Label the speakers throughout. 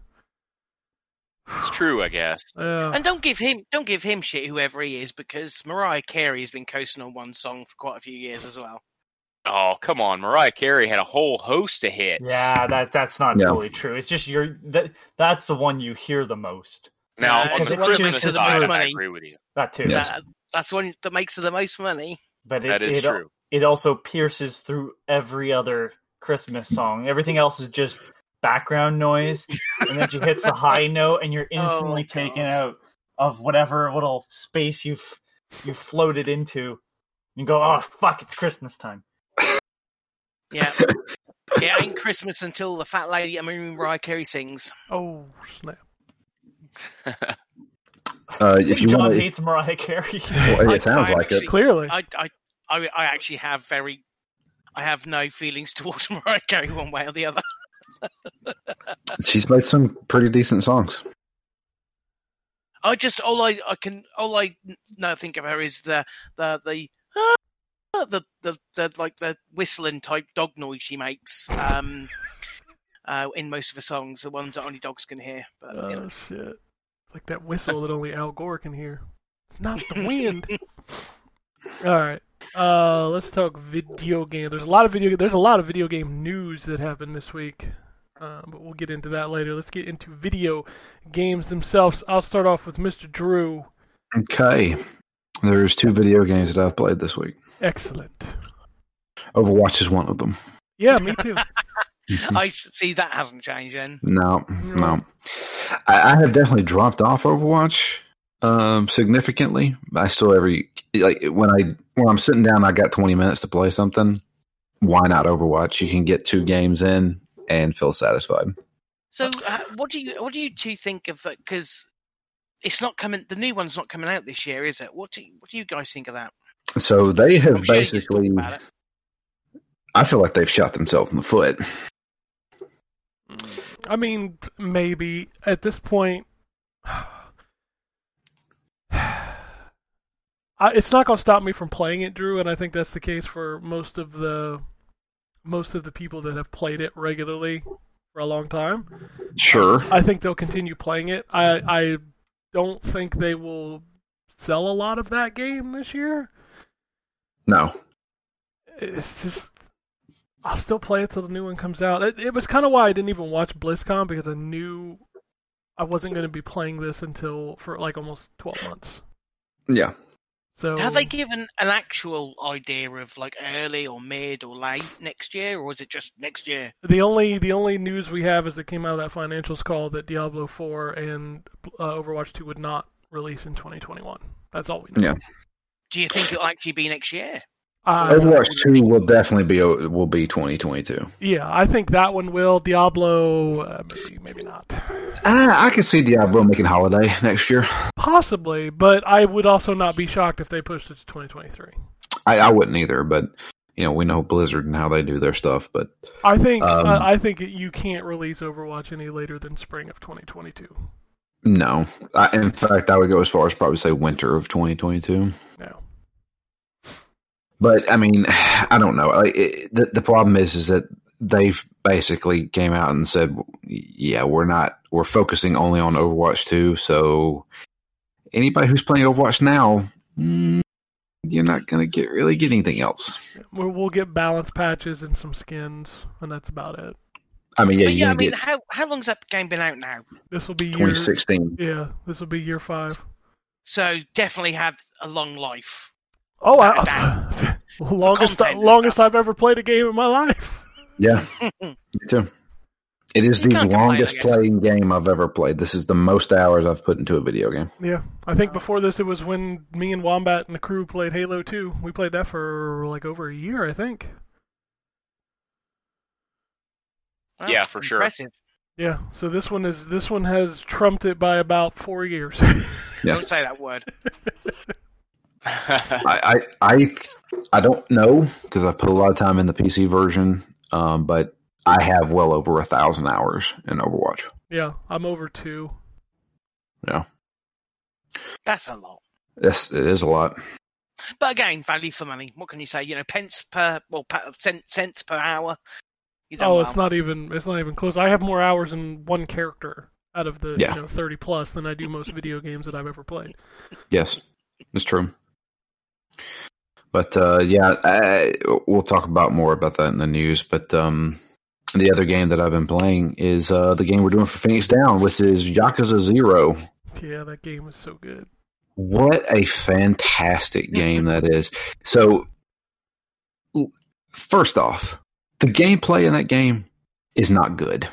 Speaker 1: It's true, I guess.
Speaker 2: uh,
Speaker 3: And don't give him don't give him shit, whoever he is, because Mariah Carey has been coasting on one song for quite a few years as well.
Speaker 1: Oh, come on. Mariah Carey had a whole host of hits.
Speaker 4: Yeah, that that's not
Speaker 5: Yeah.
Speaker 4: totally true. It's just you're that that's the one you hear the most.
Speaker 1: Now,
Speaker 3: Yeah,
Speaker 1: on
Speaker 4: it's
Speaker 1: the
Speaker 4: what makes
Speaker 1: Christmas
Speaker 4: it the
Speaker 1: side,
Speaker 4: most
Speaker 1: I
Speaker 3: money.
Speaker 1: agree with you.
Speaker 4: That too.
Speaker 5: Yes.
Speaker 3: That- that's the one that makes her the most money.
Speaker 4: But it,
Speaker 1: That is
Speaker 4: it,
Speaker 1: true.
Speaker 4: it also pierces through every other Christmas song. Everything else is just background noise, and then she hits the high note, and you're instantly
Speaker 3: Oh,
Speaker 4: taken
Speaker 3: God.
Speaker 4: out of whatever little space you've you floated into. You go, oh fuck, it's Christmas time.
Speaker 3: Yeah. yeah, ain't Christmas until the fat lady I mean Mariah Carey sings.
Speaker 2: oh snap!
Speaker 5: Uh, if you
Speaker 4: John
Speaker 5: want to,
Speaker 4: hates Mariah Carey.
Speaker 5: well,
Speaker 3: I-
Speaker 5: it sounds
Speaker 3: I
Speaker 5: like it.
Speaker 3: actually-
Speaker 2: Clearly,
Speaker 3: I, I, I, I actually have very, I have no feelings towards Mariah Carey one way or the other.
Speaker 5: She's made some pretty decent songs.
Speaker 3: I just all I, I can all I now think of her is the the the. ah, The, the the like the whistling type dog noise she makes um uh in most of her songs the ones that only dogs can hear but you
Speaker 5: Uh.
Speaker 3: know.
Speaker 2: oh shit! It's like that whistle that only Al Gore can hear. It's not the wind. All right. Uh, let's talk video game. There's a lot of video. There's a lot of video game news that happened this week, uh, but we'll get into that later. Let's get into video games themselves. I'll start off with Mr. Drew.
Speaker 5: Okay. There's two video games that I've played this week.
Speaker 2: Excellent.
Speaker 5: Overwatch is one of them.
Speaker 2: Yeah, me too.
Speaker 3: I s- see that hasn't changed then
Speaker 5: No, no. I, I have definitely dropped off Overwatch um, significantly. I still every like when I when I'm sitting down, I got 20 minutes to play something. Why not Overwatch? You can get two games in and feel satisfied.
Speaker 3: So, uh, what do you what do you two think of because it's not coming. The new one's not coming out this year, is it? What do you, what do you guys think of that?
Speaker 5: So they have
Speaker 3: I'm sure you can talk
Speaker 5: basically.
Speaker 3: about it.
Speaker 5: I feel like they've shot themselves in the foot.
Speaker 2: I mean, maybe at this point, I, it's not going to stop me from playing it, Drew. And I think that's the case for most of the most of the people that have played it regularly for a long time.
Speaker 5: Sure.
Speaker 2: I think they'll continue playing it. I I don't think they will sell a lot of that game this year.
Speaker 5: No.
Speaker 2: It's just I'll still play it till the new one comes out. It, it was kind of why I didn't even watch BlizzCon because I knew I wasn't going to be playing this until for like almost twelve months.
Speaker 5: Yeah.
Speaker 2: So
Speaker 3: Have they given an actual idea of like early or mid or late next year, or is it just next year?
Speaker 2: the only the only news we have is that came out of that financials call that Diablo Four and uh, Overwatch Two would not release in 2021. That's all we know.
Speaker 5: Yeah.
Speaker 3: Do you think it'll actually be next year?
Speaker 2: Uh,
Speaker 5: Overwatch two will definitely be will be twenty twenty two.
Speaker 2: Yeah, I think that one will. Diablo, uh, maybe, maybe not.
Speaker 5: I can see Diablo making holiday next year.
Speaker 2: Possibly, but I would also not be shocked if they pushed it to 2023.
Speaker 5: I, I wouldn't either, but you know we know Blizzard and how they do their stuff. But
Speaker 2: I think
Speaker 5: Um,
Speaker 2: uh, I think you can't release Overwatch any later than spring of 2022.
Speaker 5: no, I, in fact, I would go as far as probably say winter of twenty twenty two.
Speaker 2: No.
Speaker 5: But I mean, I don't know. Like, it, the, the problem is, is that they've basically came out and said, "Yeah, we're not. We're focusing only on Overwatch 2. So anybody who's playing Overwatch now, mm, you're not going to get really get anything else.
Speaker 2: We'll, we'll get balance patches and some skins, and that's about it.
Speaker 5: I mean, yeah,
Speaker 3: but yeah, I
Speaker 5: you're going
Speaker 3: mean,
Speaker 5: to get
Speaker 3: how how long's that game been out now?
Speaker 2: This will be year.
Speaker 5: 2016.
Speaker 2: Yeah, this will be year five.
Speaker 3: So definitely had a long life.
Speaker 2: Oh, I,
Speaker 3: Damn.
Speaker 2: longest
Speaker 3: content and
Speaker 2: longest
Speaker 3: stuff.
Speaker 2: I've ever played a game in my life.
Speaker 5: Yeah, me too. It is
Speaker 3: You
Speaker 5: the
Speaker 3: can't complain, I
Speaker 5: longest
Speaker 3: guess.
Speaker 5: playing game I've ever played. This is the most hours I've put into a video game.
Speaker 2: Yeah, I think before this it was when me and Wombat and the crew played Halo 2. We played that for like over a year, I think.
Speaker 3: Wow,
Speaker 1: Yeah, for sure.
Speaker 3: Impressive.
Speaker 2: Yeah, so this one is this one has trumped it by about four years.
Speaker 5: Yeah.
Speaker 3: Don't say that word.
Speaker 5: I, I I I don't know because I put a lot of time in the PC version, um, but I have well over a thousand hours in Overwatch.
Speaker 2: yeah, I'm over two.
Speaker 3: That's a lot.
Speaker 5: That's it is a lot.
Speaker 3: But again, value for money. What can you say? You know, pence per well, per, cent, cents per hour. You don't
Speaker 2: Oh, it's not even it's not even close. I have more hours in one character out of the
Speaker 5: Yeah.
Speaker 2: you know thirty plus than I do most video games that I've ever played.
Speaker 5: Yes, it's true. But uh, yeah, I, we'll talk about more about that in the news. But um, the other game that I've been playing is uh, the game we're doing for Phoenix Down, which is Yakuza Zero.
Speaker 2: Yeah, that game is so good.
Speaker 5: What a fantastic game that is. So, l- first off, the gameplay in that game is not good.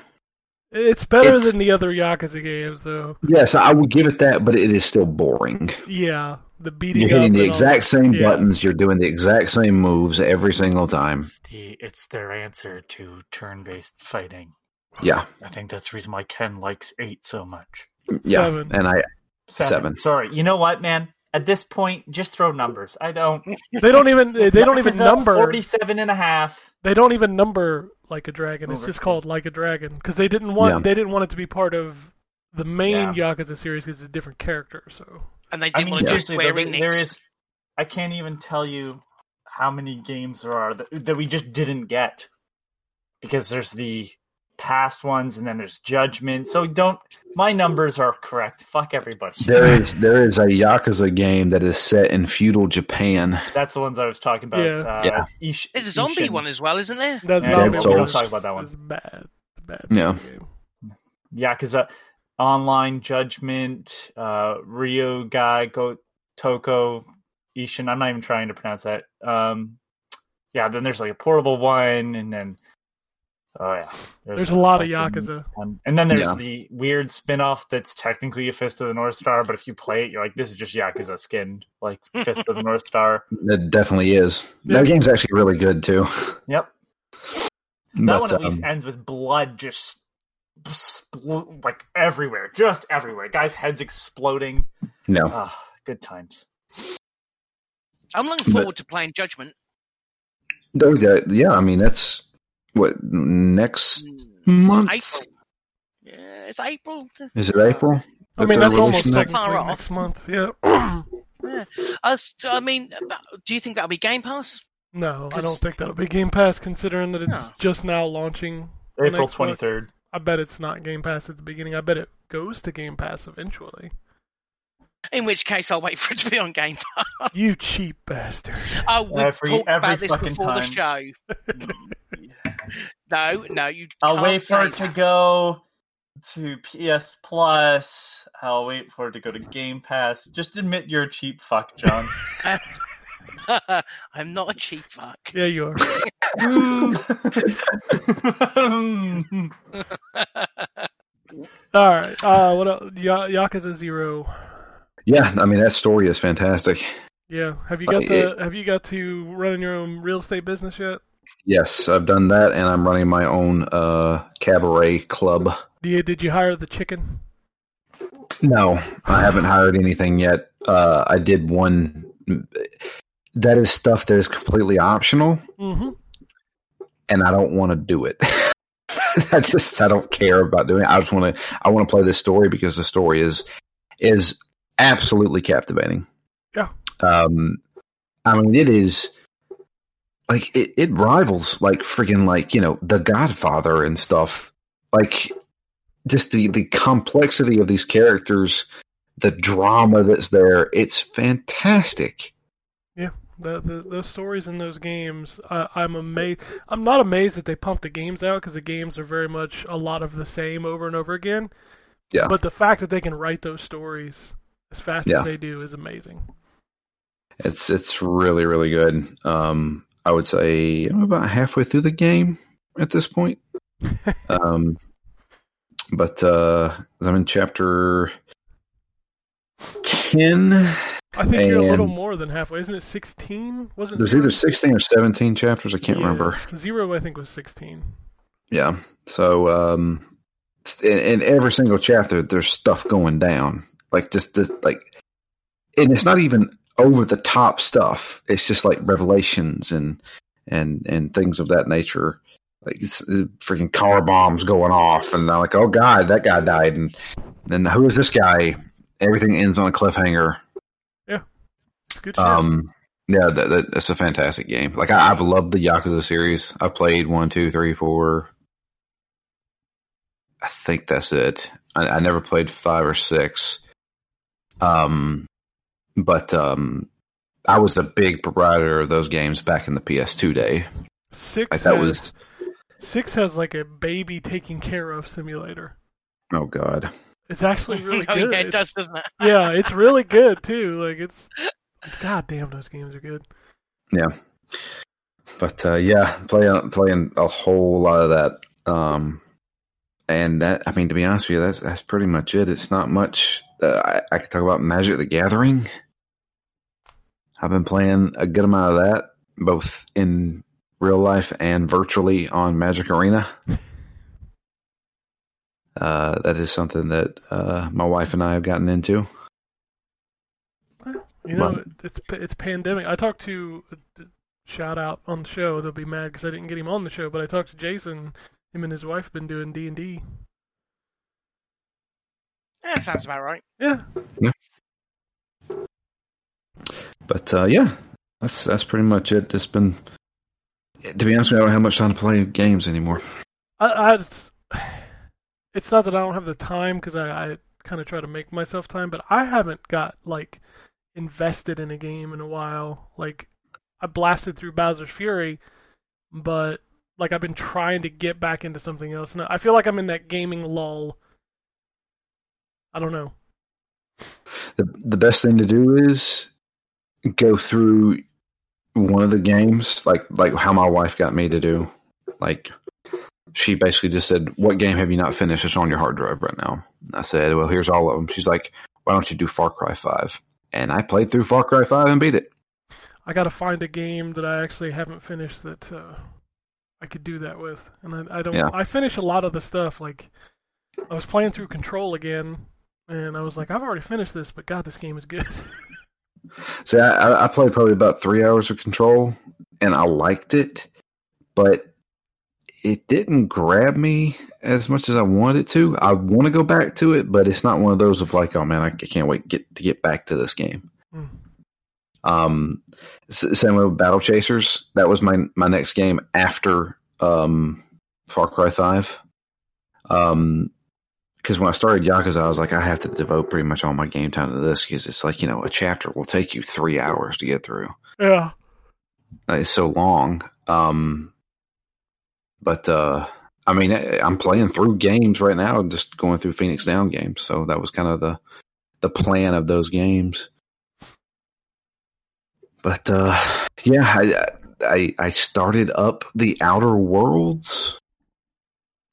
Speaker 2: It's better
Speaker 5: It's-
Speaker 2: than the other Yakuza games, though.
Speaker 5: Yes, I will give it that, but it is still boring.
Speaker 2: Yeah, the beating.
Speaker 5: You're hitting
Speaker 2: up
Speaker 5: the
Speaker 2: and all
Speaker 5: exact same
Speaker 2: Yeah.
Speaker 5: buttons, you're doing the exact same moves every single time.
Speaker 4: It's, the, it's their answer to turn-based fighting.
Speaker 5: Yeah,
Speaker 4: I think that's the reason why Ken likes eight so much.
Speaker 5: yeah.
Speaker 2: Seven.
Speaker 5: And I, Seven.
Speaker 4: Sorry, you know what, man? At this point, just throw numbers. I don't.
Speaker 2: They don't even they don't even
Speaker 4: Yakuza,
Speaker 2: number.
Speaker 4: 47 and a half.
Speaker 2: They don't even number like a dragon. It's
Speaker 4: Over.
Speaker 2: just called like a dragon because they didn't want
Speaker 5: Yeah.
Speaker 2: they didn't want it to be part of the main Yakuza series because it's a different character. So
Speaker 3: And they
Speaker 4: I
Speaker 3: didn't
Speaker 4: mean,
Speaker 3: want to do
Speaker 4: seriously, though,
Speaker 3: Square
Speaker 4: there, there
Speaker 3: Enix.
Speaker 4: is. I can't even tell you how many games there are that, that we just didn't get because there's the past ones and then there's Judgment. So don't. My numbers are correct. Fuck everybody.
Speaker 5: there is there is a Yakuza game that is set in feudal Japan.
Speaker 4: That's the ones I was talking about.
Speaker 2: Yeah.
Speaker 4: Uh,
Speaker 5: Yeah.
Speaker 4: Ish-
Speaker 3: There's a zombie
Speaker 4: Ishin.
Speaker 3: one as well, isn't there?
Speaker 2: that's
Speaker 4: Yeah,
Speaker 2: not
Speaker 5: Dead
Speaker 2: what we
Speaker 5: Souls.
Speaker 2: was-
Speaker 4: Talk about that one.
Speaker 2: It's bad. It's bad
Speaker 5: Yeah.
Speaker 2: game.
Speaker 4: Yakuza uh, Online Judgment, uh, Ryo Guy Go Toko Ishin. I'm not even trying to pronounce that. Um, yeah, then there's like a portable one, and then oh yeah,
Speaker 2: There's a lot of
Speaker 4: fucking
Speaker 2: Yakuza.
Speaker 4: one. And then there's
Speaker 5: Yeah.
Speaker 4: the weird spin-off that's technically a Fist of the North Star, but if you play it, you're like, this is just Yakuza skinned, like Fist of the North Star.
Speaker 5: It definitely is.
Speaker 2: Yeah.
Speaker 5: That game's actually really good too.
Speaker 4: Yep, that
Speaker 5: But,
Speaker 4: one at least
Speaker 5: um,
Speaker 4: ends with blood just spl- like everywhere, just everywhere. Guys' heads exploding.
Speaker 5: No.
Speaker 4: Ah, good times.
Speaker 3: I'm looking
Speaker 5: But-
Speaker 3: forward to playing Judgment.
Speaker 5: Though that- uh, yeah, I mean, that's what next
Speaker 3: Mm,
Speaker 5: month?
Speaker 3: April. Yeah, it's April.
Speaker 5: Is it April?
Speaker 2: I
Speaker 5: That
Speaker 2: mean,
Speaker 5: they're
Speaker 2: that's almost
Speaker 5: releasing that?
Speaker 2: technically
Speaker 3: Far off.
Speaker 2: next month. Yeah.
Speaker 3: I, was- I mean, that- do you think that'll be Game Pass?
Speaker 2: no, I
Speaker 3: 'Cause-
Speaker 2: don't think that'll be Game Pass, considering that it's
Speaker 3: No.
Speaker 2: just now launching. on
Speaker 4: April
Speaker 2: Xbox.
Speaker 4: twenty third.
Speaker 2: I bet it's not Game Pass at the beginning. I bet it goes to Game Pass eventually.
Speaker 3: In which case, I'll wait for it to be on Game Pass.
Speaker 2: You cheap bastard.
Speaker 3: I would
Speaker 4: Every-
Speaker 3: talk
Speaker 4: every
Speaker 3: about this
Speaker 4: fucking
Speaker 3: before the show. no, no, you.
Speaker 4: I'll
Speaker 3: can't
Speaker 4: wait for
Speaker 3: say
Speaker 4: it to go to PS Plus. I'll wait for it to go to Game Pass. Just admit you're a cheap fuck, John.
Speaker 3: that. I'm not a cheap fuck.
Speaker 2: Yeah, you are.
Speaker 4: Mm.
Speaker 2: All right. Uh, what else? Ya- Yakuza Zero.
Speaker 5: Yeah, I mean, that story is fantastic.
Speaker 2: Yeah. Have you
Speaker 5: Uh,
Speaker 2: got the? Have you got to running your own real estate business yet?
Speaker 5: Yes, I've done that, and I'm running my own uh, cabaret club.
Speaker 2: Do you, did you hire the chicken?
Speaker 5: No, I haven't hired anything yet. Uh, I did one. That is stuff that is completely optional,
Speaker 2: Mm-hmm.
Speaker 5: and I don't want to do it. I just I don't care about doing it. I just want to I want to play this story because the story is is absolutely captivating.
Speaker 2: Yeah.
Speaker 5: Um, I mean it is like it, it rivals like freaking like you know The Godfather and stuff. Like just the the complexity of these characters, the drama that's there. It's fantastic.
Speaker 2: The, the those stories in those games, I, I'm amazed. I'm not amazed that they pump the games out because the games are very much a lot of the same over and over again.
Speaker 5: Yeah.
Speaker 2: But the fact that they can write those stories as fast
Speaker 5: Yeah.
Speaker 2: as they do is amazing.
Speaker 5: It's it's really really good. Um, I would say I'm about halfway through the game at this point. um, but uh, I'm in chapter ten.
Speaker 2: I think you're a little
Speaker 5: And-
Speaker 2: more than halfway. Isn't it 16? Wasn't
Speaker 5: There's either sixteen or seventeen chapters. I can't
Speaker 2: Yeah.
Speaker 5: remember.
Speaker 2: Zero, I think, was 16.
Speaker 5: Yeah. So um, it's- in, in every single chapter, there's stuff going down. Like just this, like, and it's not even over the top stuff. It's just like revelations and and and things of that nature. Like it's, it's freaking car bombs going off, and I'm like, oh god, that guy died, and then who is this guy? Everything ends on a cliffhanger.
Speaker 2: It's good. to hear.
Speaker 5: Um, yeah, that, that, that's a fantastic game. Like I, I've loved the Yakuza series. I've played one, two, three, four. I think that's it. I, I never played five or six. Um, but um, I was a big proprietor of those games back in the PS2 day.
Speaker 2: six.
Speaker 5: Like that
Speaker 2: has-
Speaker 5: was
Speaker 2: Six has like a baby taking care of simulator.
Speaker 5: oh god.
Speaker 2: It's actually really
Speaker 3: oh
Speaker 2: good.
Speaker 3: yeah, it
Speaker 2: It's-
Speaker 3: does, doesn't it?
Speaker 2: yeah, it's really good too. Like it's, it's god damn those games are good.
Speaker 5: But uh, yeah, playing playing a whole lot of that. Um, and that I mean, to be honest with you, that's that's pretty much it. It's not much. Uh, I, I could talk about Magic the Gathering. I've been playing a good amount of that, both in real life and virtually on Magic Arena. Uh, that is something that uh, my wife and I have gotten into.
Speaker 2: You know,
Speaker 5: Right.
Speaker 2: it's it's pandemic. I talked to uh, shout out on the show. They'll be mad because I didn't get him on the show. But I talked to Jason. Him and his wife have been doing D and D.
Speaker 3: Yeah, that sounds about right.
Speaker 2: Yeah,
Speaker 5: But uh, yeah, that's that's pretty much it. Just been. To be honest with you, I don't have much time to play games anymore.
Speaker 2: I, I it's, it's not that I don't have the time because I, I kind of try to make myself time, but I haven't got like invested in a game in a while. Like I blasted through Bowser's Fury, but like I've been trying to get back into something else, and I feel like I'm in that gaming lull. I don't know.
Speaker 5: the the best thing to do is go through one of the games like like how my wife got me to do like she basically just said what game have you not finished it's on your hard drive right now and i said well here's all of them she's like why don't you do far cry 5 and i played through far cry 5 and beat it
Speaker 2: I gotta find a game that I actually haven't finished that uh, I could do that with, and I, I don't.
Speaker 5: Yeah.
Speaker 2: I finish a lot of the stuff like I was playing through Control again, and I was like, I've already finished this, but God, this game is good.
Speaker 5: See, I, I- I played probably about three hours of Control, and I liked it, but it didn't grab me as much as I wanted it to. I want to go back to it, but it's not one of those of like, oh man, I can't wait get to get back to this game.
Speaker 2: Hmm.
Speaker 5: Um, s- same with Battle Chasers. That was my my next game after um, Far Cry Five. Um, because when I started Yakuza, I was like, I have to devote pretty much all my game time to this because it's like you know a chapter will take you three hours to get through.
Speaker 2: yeah.
Speaker 5: Like, it's so long. Um, but uh, I mean, I- I'm playing through games right now, just going through Phoenix Down games. So that was kind of the the plan of those games. But uh, yeah, I, I I started up the Outer Worlds.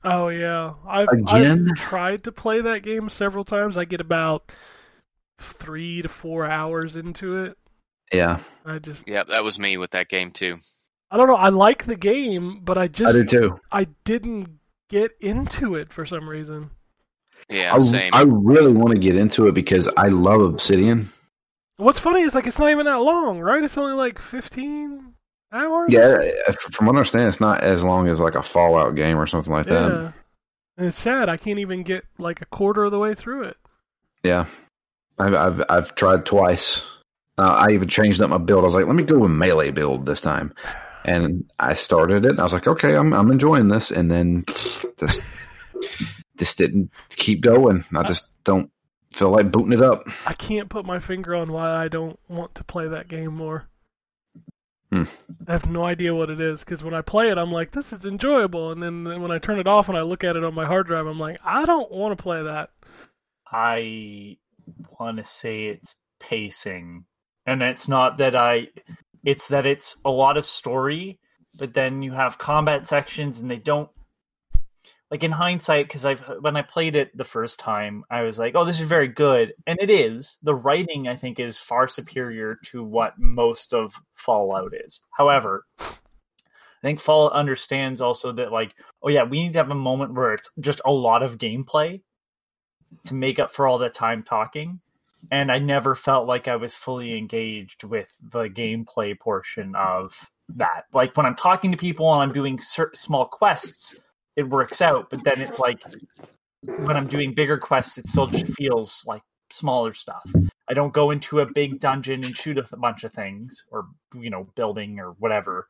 Speaker 2: Oh yeah. I've,
Speaker 5: Again?
Speaker 2: I've tried to play that game several times. I get about three to four hours into it.
Speaker 5: Yeah,
Speaker 2: I just
Speaker 1: Yeah, that was me with that game too.
Speaker 2: I don't know. I like the game, but I
Speaker 5: I
Speaker 2: just
Speaker 5: did too.
Speaker 2: I didn't get into it for some reason.
Speaker 1: Yeah,
Speaker 5: I,
Speaker 1: same.
Speaker 5: I really want to get into it because I love Obsidian.
Speaker 2: What's funny is like it's not even that long, right? It's only like fifteen hours.
Speaker 5: Yeah, from what I understand, it's not as long as like a Fallout game or something like that.
Speaker 2: Yeah. And it's sad. I can't even get like a quarter of the way through it.
Speaker 5: Yeah, I've I've I've tried twice. Uh, I even changed up my build. I was like, let me go with melee build this time, and I started it. And I was like, okay, I'm I'm enjoying this, and then just this didn't keep going. I just don't feel like booting it up.
Speaker 2: I can't put my finger on why I don't want to play that game more.
Speaker 5: Hmm.
Speaker 2: I have no idea what it is because when I play it, I'm like, this is enjoyable, and then then when I turn it off and I look at it on my hard drive, I'm like, I don't want to play that.
Speaker 4: I want to say it's pacing. And it's not that I, it's that it's a lot of story, but then you have combat sections and they don't. Like in hindsight, because I've when I played it the first time, I was like, "Oh, this is very good," and it is. The writing, I think, is far superior to what most of Fallout is. However, I think Fallout understands also that, like, oh yeah, we need to have a moment where it's just a lot of gameplay, to make up for all the time talking and i never felt like i was fully engaged with the gameplay portion of that like when i'm talking to people and i'm doing cer- small quests it works out but then it's like when i'm doing bigger quests it still just feels like smaller stuff i don't go into a big dungeon and shoot a th- bunch of things or you know building or whatever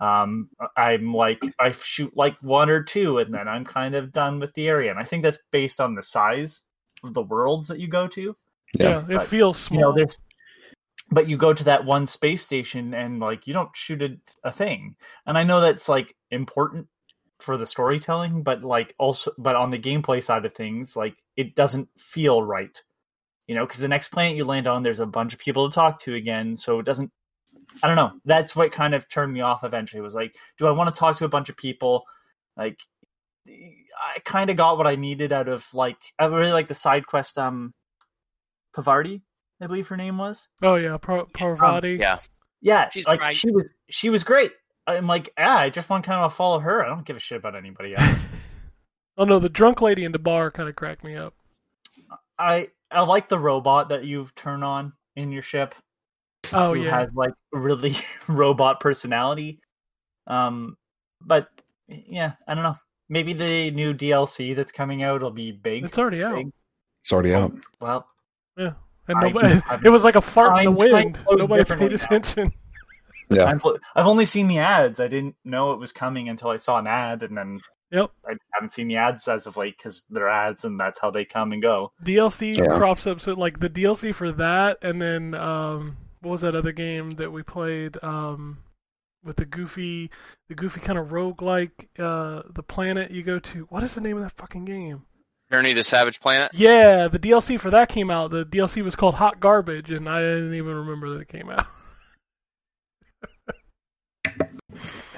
Speaker 4: um i'm like i shoot like one or two and then i'm kind of done with the area and i think that's based on the size of the worlds that you go to
Speaker 2: Yeah, it
Speaker 4: Right.
Speaker 2: feels small.
Speaker 4: you know there's but you go to that one space station and like you don't shoot a, a thing and i know that's like important for the storytelling but like also but on the gameplay side of things like it doesn't feel right you know because the next planet you land on there's a bunch of people to talk to again so it doesn't i don't know that's what kind of turned me off eventually was like do i want to talk to a bunch of people like i kind of got what i needed out of like i really like the side quest um pavardi i believe her name was
Speaker 2: oh yeah, Pro- Parvati.
Speaker 1: yeah,
Speaker 4: um, yeah,
Speaker 3: She's
Speaker 4: like
Speaker 3: great.
Speaker 4: she was she was great. I'm like, ah, I just want to kind of follow her. I don't give a shit about anybody else.
Speaker 2: Oh no, the drunk lady in the bar kind of cracked me up.
Speaker 4: I I like the robot that you turn on in your ship.
Speaker 2: Oh
Speaker 4: who
Speaker 2: yeah,
Speaker 4: has like really robot personality. Um, but yeah, I don't know. Maybe the new DLC that's coming out will be big.
Speaker 2: it's already out.
Speaker 4: Big.
Speaker 5: It's already out.
Speaker 4: Well,
Speaker 2: And
Speaker 4: I-
Speaker 2: nobody,
Speaker 4: I'm-
Speaker 2: it was like a fart in the
Speaker 4: I'm trying
Speaker 2: wind.
Speaker 4: to close
Speaker 2: Nobody
Speaker 4: different
Speaker 2: paid
Speaker 4: right now.
Speaker 2: attention.
Speaker 5: Yeah,
Speaker 4: I've, I've only seen the ads. I didn't know it was coming until I saw an ad, and then
Speaker 2: Yep.
Speaker 4: I haven't seen the ads as of late because they're ads, and that's how they come and go.
Speaker 2: DLC
Speaker 5: Yeah.
Speaker 2: crops up. So like the DLC for that, and then um, what was that other game that we played um, with the goofy, the goofy kind of roguelike, uh, the planet you go to. What is the name of that fucking game?
Speaker 1: Journey to Savage Planet.
Speaker 2: Yeah, the DLC for that came out. The DLC was called Hot Garbage, and I didn't even remember that it came out.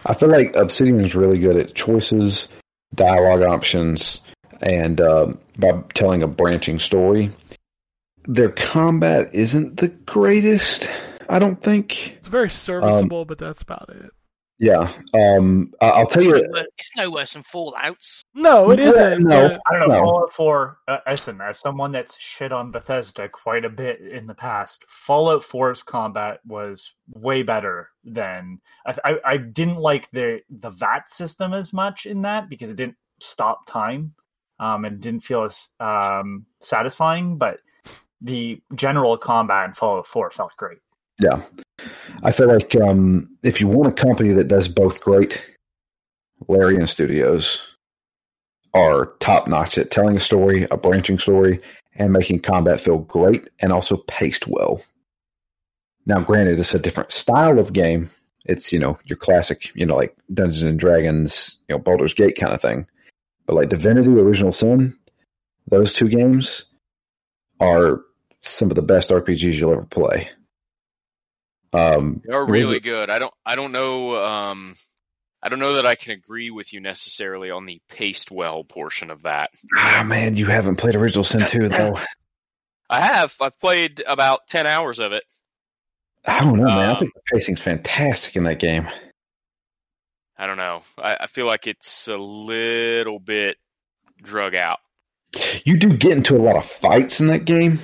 Speaker 5: I feel like Obsidian is really good at choices, dialogue options, and uh, by telling a branching story. Their combat isn't the greatest, I don't think. Um,
Speaker 2: It's very serviceable, but that's about it.
Speaker 5: Yeah. Um, I- I'll tell
Speaker 3: It's
Speaker 5: you.
Speaker 3: no, wor- it's no worse than Fallout's.
Speaker 2: No, Oh, it
Speaker 5: Yeah,
Speaker 2: isn't.
Speaker 5: uh, no.
Speaker 2: but-
Speaker 4: I don't know.
Speaker 5: No.
Speaker 4: Fallout 4, uh, listen, as someone that's shit on Bethesda quite a bit in the past, Fallout 4's combat was way better than. I, I, I didn't like the, the VAT system as much in that because it didn't stop time um, and didn't feel as um, satisfying, but the general combat in Fallout 4 felt great.
Speaker 5: Yeah. I feel like um, if you want a company that does both great, Larian Studios are top notch at telling a story, a branching story, and making combat feel great and also paced well. Now, granted, it's a different style of game. It's, you know, your classic, you know, like Dungeons and Dragons, you know, Baldur's Gate kind of thing. But like Divinity, Original Sin, those two games are some of the best RPGs you'll ever play. Um,
Speaker 1: They are really good. I don't I don't know um I don't know that I can agree with you necessarily on the paced well portion of that.
Speaker 5: Ah, man, you haven't played Original Sin 2, though.
Speaker 1: I have I've played about 10 hours of it.
Speaker 5: I don't know, man. I
Speaker 1: Um,
Speaker 5: think the pacing's fantastic in that game.
Speaker 1: I don't know. I, I feel like it's a little bit drug out.
Speaker 5: You do get into a lot of fights in that game.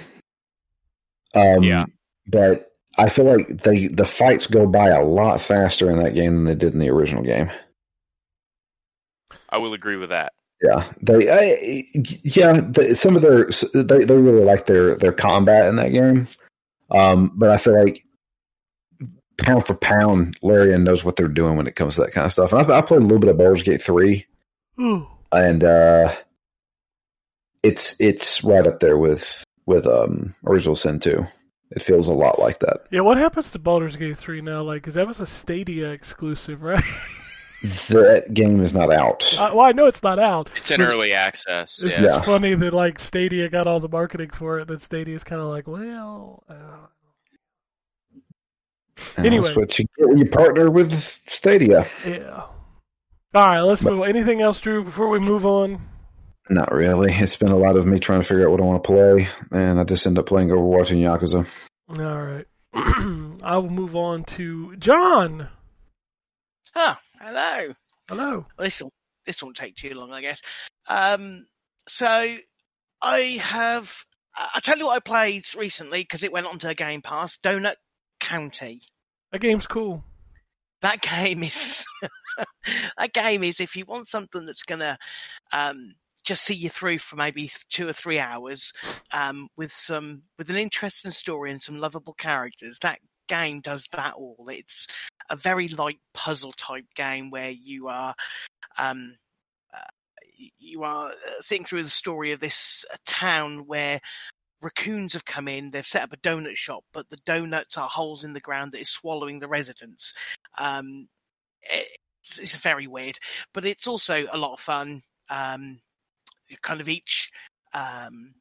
Speaker 5: Um,
Speaker 1: Yeah.
Speaker 5: But I feel like they the fights go by a lot faster in that game than they did in the original game.
Speaker 1: I will agree with that.
Speaker 5: Yeah, they, I, yeah, the, some of their they they really like their their combat in that game, um, but I feel like pound for pound, Larian knows what they're doing when it comes to that kind of stuff. And I, I played a little bit of Baldur's Gate three, and uh, it's it's right up there with with um, Original Sin two. It feels a lot like that.
Speaker 2: Yeah, what happens to Baldur's Gate 3 now? Like, 'cause that was a Stadia exclusive, right?
Speaker 5: That game is not out.
Speaker 2: I, well, I know it's not out.
Speaker 1: It's in early access.
Speaker 2: It's
Speaker 1: Yeah.
Speaker 5: Yeah.
Speaker 2: just funny that, like, Stadia got all the marketing for it, and then Stadia's kind of like, well. Uh, anyway.
Speaker 5: That's what you get when you partner with Stadia.
Speaker 2: Yeah. All right, let's move on. Anything else, Drew, before we move on?
Speaker 5: Not really. It's been a lot of me trying to figure out what I want to play, and I just end up playing Overwatch and Yakuza.
Speaker 2: All right. I will move on to John.
Speaker 3: Huh. Hello.
Speaker 2: Hello.
Speaker 3: This will this won't take too long, I guess. Um, so I have. I- I'll tell you what I played recently because it went onto Game Pass. Donut County.
Speaker 2: That game's cool.
Speaker 3: that game is that game is if you want something that's gonna um, just see you through for maybe th- two or three hours um, with some with an interesting story and some lovable characters that game does that all it's a very light puzzle type game where you are um, uh, y- you are uh, seeing through the story of this uh, town where raccoons have come in they've set up a donut shop but the donuts are holes in the ground that is swallowing the residents um, it's, it's very weird, but it's also a lot of fun. Um, kind of each um,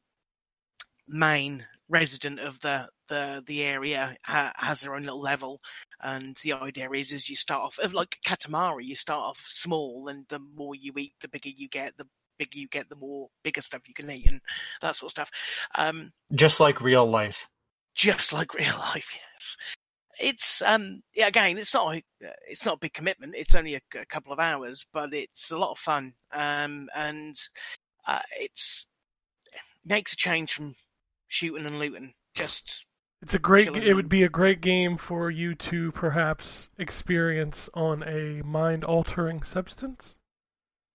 Speaker 3: main resident of the the the area ha- has their own little level, and the idea is is you start off of like Katamari, you start off small, and the more you eat, the bigger you get. The bigger you get, the more bigger stuff you can eat, and that sort of stuff. Um,
Speaker 4: Just like real life.
Speaker 3: just like real life. Yes, it's um yeah. Again, it's not a, it's not a big commitment. It's only a, a couple of hours, but it's a lot of fun. Um, and uh, it's makes a change from shooting and looting. Just
Speaker 2: It's a great.
Speaker 3: Chilling
Speaker 2: It would
Speaker 3: on.
Speaker 2: be a great game for you to perhaps experience on a mind-altering substance.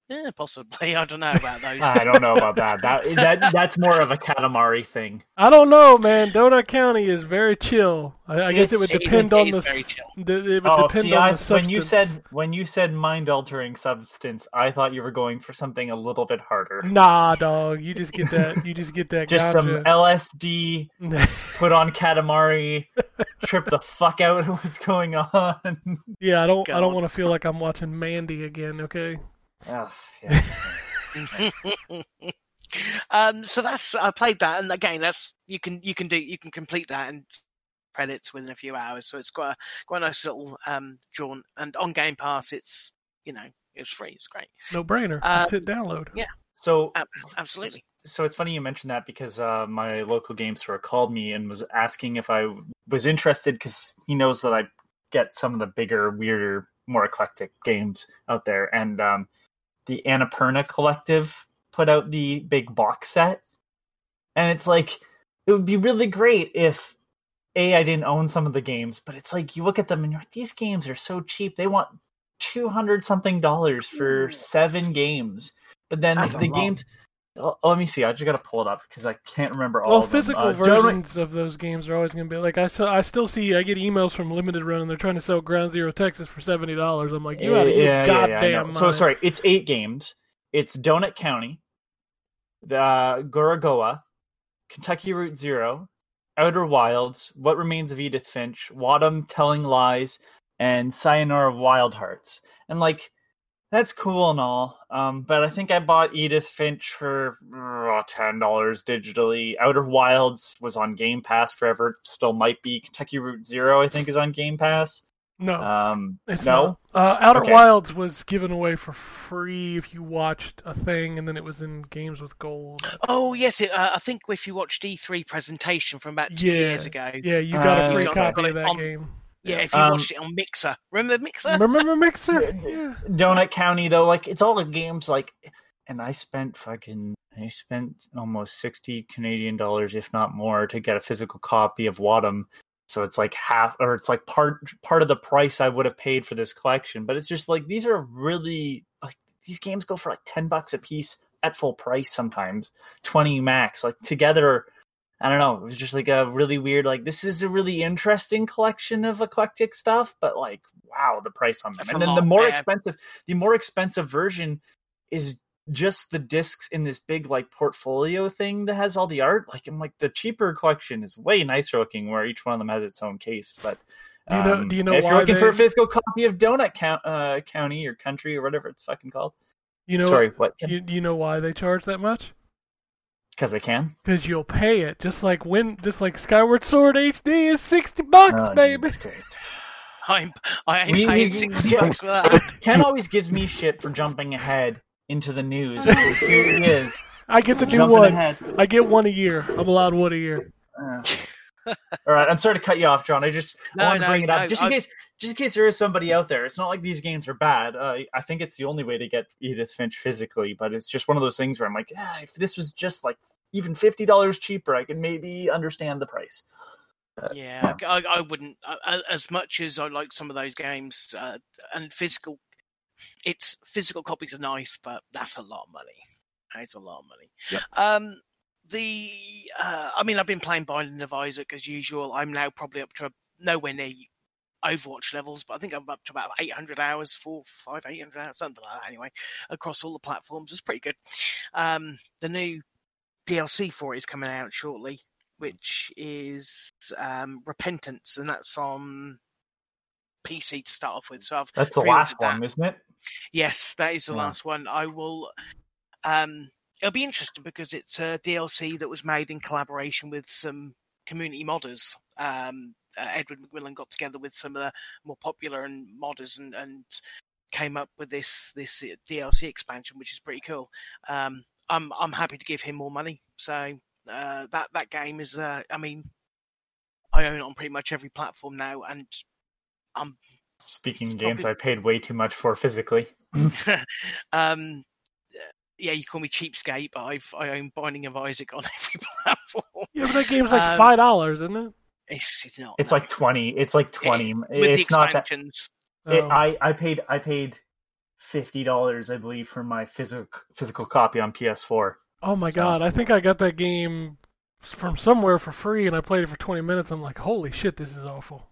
Speaker 3: eh, possibly. I don't know about those.
Speaker 4: I don't know about that. That that that's more of a Katamari thing.
Speaker 2: I don't know, man. Donut County is very chill. I, I guess it would
Speaker 3: It's- it
Speaker 2: depend
Speaker 3: is- it
Speaker 2: on
Speaker 3: is
Speaker 2: the.
Speaker 3: very
Speaker 2: s-
Speaker 3: chill.
Speaker 2: the- it would
Speaker 4: Oh,
Speaker 2: depend
Speaker 4: see,
Speaker 2: on
Speaker 4: I,
Speaker 2: the substance.
Speaker 4: when you said when you said mind altering substance, I thought you were going for something a little bit harder,
Speaker 2: Nah, dog. You just get that. You just get that.
Speaker 4: just some e-,
Speaker 2: ganja.
Speaker 4: LSD. Put on Katamari, trip the fuck out of what's going on.
Speaker 2: yeah, I don't. I don't want
Speaker 3: God.
Speaker 2: to feel like I'm watching Mandy again. Okay.
Speaker 4: Ugh, yeah.
Speaker 3: um, so that's I played that, and again, that's you can you can do you can complete that and credits within a few hours. So it's quite a, quite a nice little um jaunt. And on Game Pass, it's you know it's free, it's great,
Speaker 2: No brainer.
Speaker 3: Uh,
Speaker 2: Just hit download.
Speaker 4: So
Speaker 3: Ab- absolutely.
Speaker 4: so it's funny you mentioned that because uh, my local game store called me and was asking if I was interested because he knows that I get some of the bigger, weirder more eclectic games out there. And um, the Annapurna Collective put out the big box set, and it's like it would be really great if a I didn't own some of the games, but it's like you look at them and you're like, these games are so cheap. They want two hundred something dollars for seven games, but then
Speaker 2: That's a
Speaker 4: the
Speaker 2: lot.
Speaker 4: games. Oh, let me see. I just gotta pull it up because I can't remember all.
Speaker 2: well,
Speaker 4: of them.
Speaker 2: physical
Speaker 4: Uh, Donate-
Speaker 2: versions of those games are always going to be like I. So, I still see I get emails from Limited Run and they're trying to sell Ground Zero Texas for seventy dollars. I'm like, you
Speaker 4: Eh,
Speaker 2: out of your goddamn
Speaker 4: I know.
Speaker 2: mind.
Speaker 4: So sorry, it's eight games. It's Donut County, the uh, Gorogoa, Kentucky Route Zero, Outer Wilds, What Remains of Edith Finch, Wadham Telling Lies, and Sayonara Wild Hearts. And like, that's cool and all, um, but I think I bought Edith Finch for uh, ten dollars digitally. Outer Wilds was on Game Pass forever, still might be. Kentucky Route Zero, I think, is on Game Pass.
Speaker 2: No,
Speaker 4: Um,
Speaker 2: it's
Speaker 4: no,
Speaker 2: not. Uh, Outer
Speaker 4: Okay.
Speaker 2: Wilds was given away for free if you watched a thing, and then it was in Games with Gold.
Speaker 3: Oh yes, it, uh, I think if you watched E3 presentation from about two
Speaker 2: Yeah.
Speaker 3: years ago, yeah,
Speaker 2: Yeah, you got
Speaker 4: Uh,
Speaker 2: a free
Speaker 4: got it-
Speaker 2: copy
Speaker 3: got
Speaker 2: of
Speaker 3: it
Speaker 2: that
Speaker 3: on-
Speaker 2: game.
Speaker 3: if you
Speaker 4: Um,
Speaker 3: watched it on Mixer, remember Mixer?
Speaker 2: Remember Mixer?
Speaker 4: Yeah.
Speaker 2: Yeah.
Speaker 4: Donut County though, like it's all the games like and I spent fucking I spent almost sixty Canadian dollars, if not more, to get a physical copy of Wadham. So it's like half or it's like part part of the price I would have paid for this collection. But it's just like these are really like these games go for like ten bucks a piece at full price sometimes, twenty max. Like together I don't know. It was just like a really weird, like this is a really interesting collection of eclectic stuff, but like wow, the price on them.
Speaker 3: That's a
Speaker 4: and then the
Speaker 3: lot,
Speaker 4: more
Speaker 3: man.
Speaker 4: expensive, the more expensive version is just the discs in this big like portfolio thing that has all the art. Like I'm like the cheaper collection is way nicer looking, where each one of them has its own case. But
Speaker 2: Do you know-
Speaker 4: um,
Speaker 2: do you know
Speaker 4: if you're
Speaker 2: why
Speaker 4: looking for a
Speaker 2: they-
Speaker 4: physical copy of Donut Count, uh, County or Country or whatever it's fucking called?
Speaker 2: You know.
Speaker 4: Sorry, what?
Speaker 2: You, you know why they charge that much?
Speaker 4: Because I can.
Speaker 2: Because you'll pay it, just like when, just like Skyward Sword HD is sixty bucks,
Speaker 4: Oh,
Speaker 2: baby.
Speaker 4: Jesus Christ.
Speaker 3: I'm, I ain't
Speaker 4: We- we-
Speaker 3: paying sixty
Speaker 4: yeah.
Speaker 3: bucks for that.
Speaker 4: Ken always gives me shit for jumping ahead into the news. So Here he is,
Speaker 2: I get to do
Speaker 4: jumping
Speaker 2: one.
Speaker 4: ahead.
Speaker 2: I get one a year. I'm allowed one a year.
Speaker 4: Uh, All right, I'm sorry to cut you off, John. I just
Speaker 3: No,
Speaker 4: want to
Speaker 3: no,
Speaker 4: bring it up,
Speaker 3: no,
Speaker 4: just in
Speaker 3: I-
Speaker 4: case, just in case there is somebody out there. It's not like these games are bad. Uh, I think it's the only way to get Edith Finch physically, but it's just one of those things where I'm like, ah, if this was just like even fifty dollars cheaper, I could maybe understand the price.
Speaker 3: Yeah, I, I wouldn't. I- I- As much as I like some of those games uh, and physical, it's physical copies are nice, but that's a lot of money. It's a lot of money. Um, the uh, I mean, I've been playing Binding of Isaac as usual. I'm now probably up to nowhere near Overwatch levels, but I think I'm up to about 800 hours, four, five, 800 hours, something like that. Anyway, across all the platforms, it's pretty good. Um, the new DLC for it is coming out shortly, which is um, Repentance, and that's on PC to start off with. So I've
Speaker 4: That's the
Speaker 3: pre-ordered
Speaker 4: last one,
Speaker 3: that.
Speaker 4: isn't it?
Speaker 3: Yes, that is the
Speaker 4: Yeah.
Speaker 3: last one. I will. Um, it'll be interesting because it's a DLC that was made in collaboration with some community modders. Um, uh, Edward McMillan got together with some of the more popular and modders and, and came up with this this DLC expansion, which is pretty cool. Um, I'm I'm happy to give him more money. So uh, that that game is. Uh, I mean, I own it on pretty much every platform now, and I'm
Speaker 4: Speaking of
Speaker 3: Probably-
Speaker 4: games, I paid way too much for physically.
Speaker 3: um, yeah, you call me cheapskate, but I've, I own Binding of Isaac on every platform.
Speaker 2: Yeah, but that game's like
Speaker 3: Um,
Speaker 2: five dollars, isn't it?
Speaker 3: It's, it's not.
Speaker 4: It's
Speaker 3: no.
Speaker 4: like twenty. It's like twenty.
Speaker 3: with the
Speaker 4: it's not that.
Speaker 3: expansions.
Speaker 4: It,
Speaker 2: Oh.
Speaker 4: I I paid I paid fifty dollars I believe for my physical physical copy on PS4.
Speaker 2: Oh my
Speaker 4: So-
Speaker 2: god, I think I got that game from somewhere for free and I played it for 20 minutes. I'm like, holy shit, this is awful.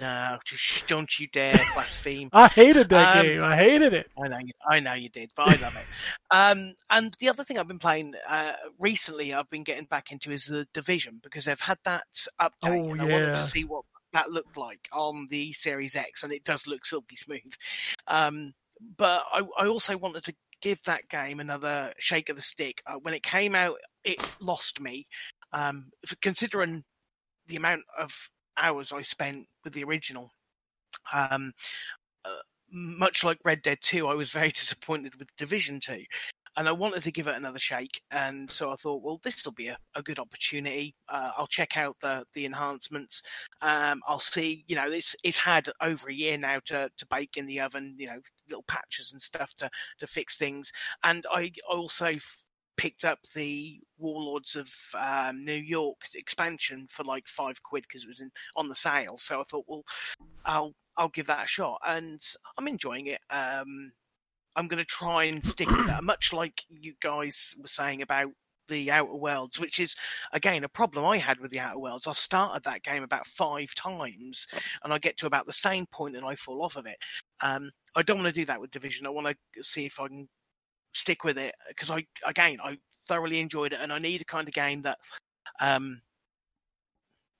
Speaker 3: No, just don't you dare blaspheme.
Speaker 2: I hated that
Speaker 3: Um,
Speaker 2: game. I hated it.
Speaker 3: I know, you, I know you did, but I love it. Um, and the other thing I've been playing uh, recently, I've been getting back into is the Division because they've had that update,
Speaker 2: Oh,
Speaker 3: and I wanted
Speaker 2: yeah.
Speaker 3: to see what that looked like on the Series X, and it does look silky smooth. Um, but I, I also wanted to give that game another shake of the stick. Uh, when it came out, it lost me. Um, if- considering the amount of hours I spent with the original, um, much like Red Dead 2, I was very disappointed with Division 2. and I wanted to give it another shake. And so I thought, well, this will be a, a good opportunity. Uh, I'll check out the the enhancements. Um, I'll see. You know, it's it's had over a year now to to bake in the oven. You know, little patches and stuff to to fix things. And I also f- picked up the Warlords of um, New York expansion for like five quid because it was in, on the sale. So I thought, well, I'll I'll give that a shot, and I'm enjoying it. Um, I'm going to try and stick with that, much like you guys were saying about the Outer Worlds, which is again a problem I had with the Outer Worlds. I started that game about five times, and I get to about the same point and I fall off of it. Um, I don't want to do that with Division. I want to see if I can stick with it because I again I thoroughly enjoyed it, and I need a kind of game that um,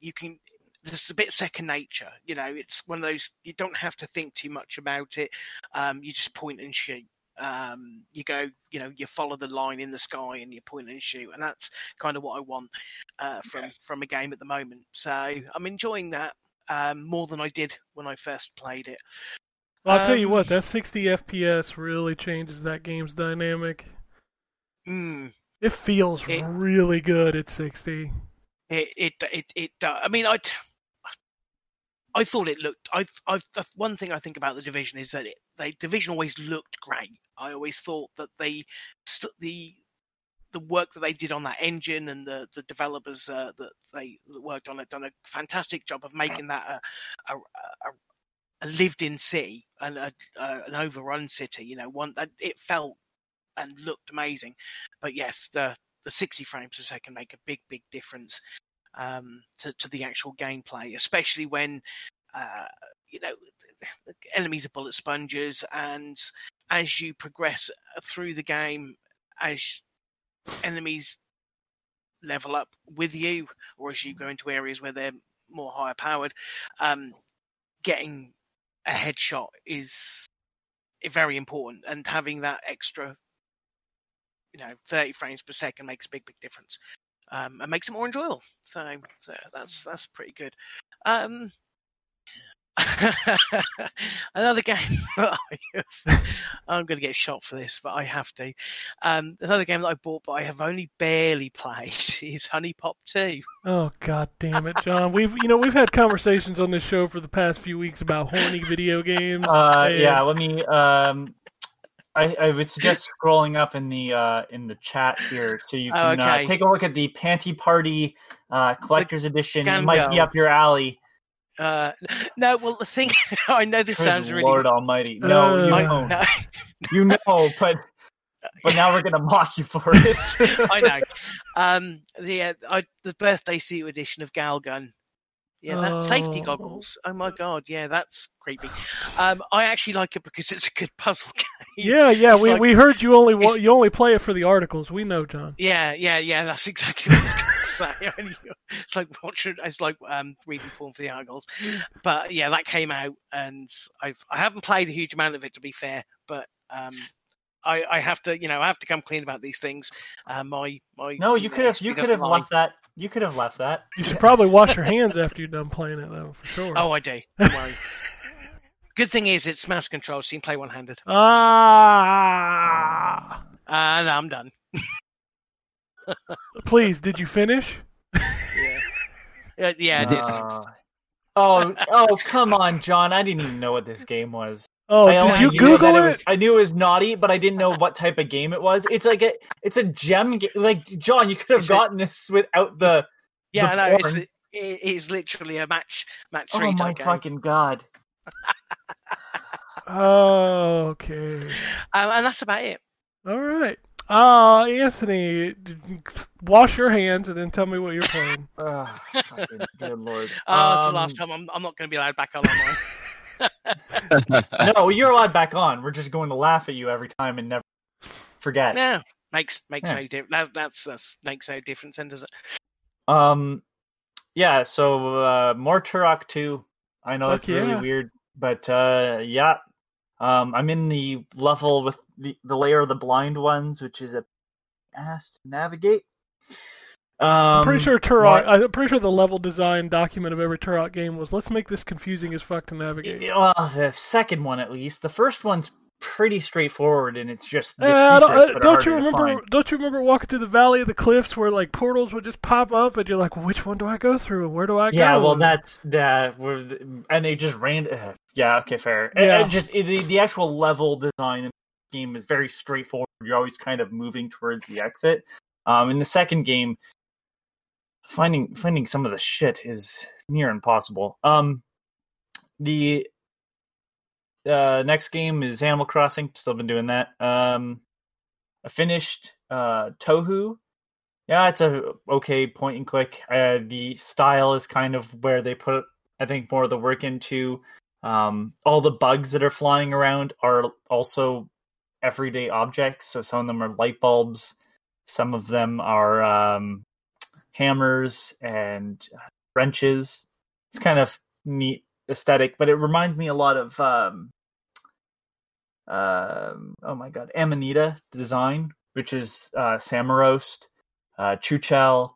Speaker 3: you can. This is a bit second nature, you know. It's one of those you don't have to think too much about it. Um, you just point and shoot. Um, you go, you know, you follow the line in the sky and you point and shoot, and that's kind of what I want uh, from from a game at the moment. So I'm enjoying that um, more than I did when I first played it.
Speaker 2: Well, I'll tell you
Speaker 3: Um,
Speaker 2: what, that 60 FPS really changes that game's dynamic.
Speaker 3: Mm.
Speaker 2: It feels
Speaker 3: It-
Speaker 2: really good at 60.
Speaker 3: It it it it. do- I mean, I. I thought it looked. I I the one thing I think about the division is that it, the division always looked great. I always thought that they st- the the work that they did on that engine and the the developers uh, that they that worked on it done a fantastic job of making that a a, a, a lived-in city and a, a, an overrun city. You know, one that it felt and looked amazing. But yes, the the 60 frames per second make a big big difference um, to, to the actual gameplay, especially when uh, you know the enemies are bullet sponges, and as you progress through the game, as enemies level up with you, or as you go into areas where they're more higher powered, um, getting a headshot is very important, and having that extra. You know, 30 frames per second makes a big, big difference um, and makes it more enjoyable. So, so that's that's pretty good. Um, another game that I have, I'm going to get shot for this, but I have to. Um, another game that I bought, but I have only barely played, is Honey Pop Two.
Speaker 2: Oh god damn it, John. We've you know, we've had conversations on this show for the past few weeks about horny video games.
Speaker 4: Uh,
Speaker 2: and-
Speaker 4: yeah, let me. Um, I, I would suggest scrolling up in the uh, in the chat here so you
Speaker 3: Oh,
Speaker 4: can
Speaker 3: okay.
Speaker 4: uh, take a look at the Panty Party uh, Collector's Edition. It
Speaker 3: Gango.
Speaker 4: might be up your alley.
Speaker 3: Uh, no, well the thing I know this
Speaker 4: Good
Speaker 3: sounds really. Oh,
Speaker 4: Lord Almighty! No, you
Speaker 2: Uh,
Speaker 3: I,
Speaker 4: know,
Speaker 3: no,
Speaker 4: you know, but but now we're gonna mock you for it.
Speaker 3: I know. Um, the uh, I, the birthday suit edition of Galgun. Yeah, that safety
Speaker 2: Oh.
Speaker 3: goggles. Oh my god, yeah, that's creepy. Um, I actually like it because it's a good puzzle game.
Speaker 2: Yeah, yeah,
Speaker 3: It's
Speaker 2: we,
Speaker 3: like-
Speaker 2: we heard you only wa-
Speaker 3: it's-
Speaker 2: you only play it for the articles. We know, John.
Speaker 3: Yeah, yeah, yeah. That's exactly what I was going to say. It's like watching, it's like um, reading porn for the argos. But yeah, that came out, and I've I haven't played a huge amount of it to be fair, but um, I I have to you know I have to come clean about these things. Uh, my my
Speaker 4: no, you could have
Speaker 3: ESP
Speaker 4: you could
Speaker 3: doesn't
Speaker 4: have
Speaker 3: lie.
Speaker 4: left that. You could have left that.
Speaker 2: You should probably wash your hands after you're done playing it though, for sure.
Speaker 3: Oh, I do. Don't worry. Good thing is it's mouse control, so you can play one handed.
Speaker 2: Uh, Ah.
Speaker 3: Uh, no, I'm done.
Speaker 2: Please, did you finish?
Speaker 3: Uh, yeah, I did.
Speaker 4: Uh, oh, oh, come on, John! I didn't even know what this game was.
Speaker 2: Oh,
Speaker 4: I
Speaker 2: did
Speaker 4: only
Speaker 2: you
Speaker 4: knew that
Speaker 2: Google it?
Speaker 4: was- I knew it was naughty, but I didn't know what type of game it was. It's like a, it's a gem. Ga- like John, you could have
Speaker 3: It's a-
Speaker 4: gotten this without the.
Speaker 3: yeah,
Speaker 4: the
Speaker 3: I know. It's,
Speaker 4: porn.
Speaker 3: it, it's literally a match match three
Speaker 4: Oh my
Speaker 3: type game.
Speaker 4: fucking god!
Speaker 2: Oh, okay.
Speaker 3: Um, and that's about it.
Speaker 2: All right. Uh, Anthony, d- d- wash your hands and then tell me what you're playing.
Speaker 4: Oh, fucking good lord!
Speaker 3: Oh, that's the last
Speaker 4: Um,
Speaker 3: time. I'm, I'm not going to be allowed back on online.
Speaker 4: No, you're allowed back on. We're just going to laugh at you every time and never forget.
Speaker 3: no, makes makes
Speaker 4: Yeah.
Speaker 3: no difference. That, that's that's makes no difference, then does it?
Speaker 4: Um, yeah. So uh, more Turok two. I know
Speaker 2: Fuck
Speaker 4: it's really
Speaker 2: yeah.
Speaker 4: weird, but uh, yeah. Um, I'm in the level with the the layer of the blind ones, which is a ass to navigate. Um,
Speaker 2: I'm pretty sure Turok. I'm pretty sure the level design document of every Turok game was let's make this confusing as fuck to navigate.
Speaker 4: Well, the second one at least. The first one's pretty straightforward, and it's just the
Speaker 2: Uh, I don't,
Speaker 4: secrets
Speaker 2: uh,
Speaker 4: that are
Speaker 2: don't you
Speaker 4: harder to
Speaker 2: remember?
Speaker 4: find.
Speaker 2: Don't you remember walking through the valley of the cliffs where like portals would just pop up, and you're like, which one do I go through, and where do I
Speaker 4: yeah,
Speaker 2: go?
Speaker 4: well, that's that. Were the, and they just ran. Uh, yeah, okay, fair.
Speaker 2: Yeah.
Speaker 4: And, and just it, the, the actual level design in the game is very straightforward. You're always kind of moving towards the exit. Um, in the second game, finding finding some of the shit is near impossible. Um, the uh, next game is Animal Crossing. Still been doing that. Um, I finished uh, Tohu. Yeah, it's a okay point and click. Uh, the style is kind of where they put, I think, more of the work into. Um, all the bugs that are flying around are also everyday objects. So some of them are light bulbs, some of them are um, hammers and uh, wrenches. It's kind of neat aesthetic, but it reminds me a lot of um, um oh my god, Amanita design, which is uh, Samarost, uh, Chuchel.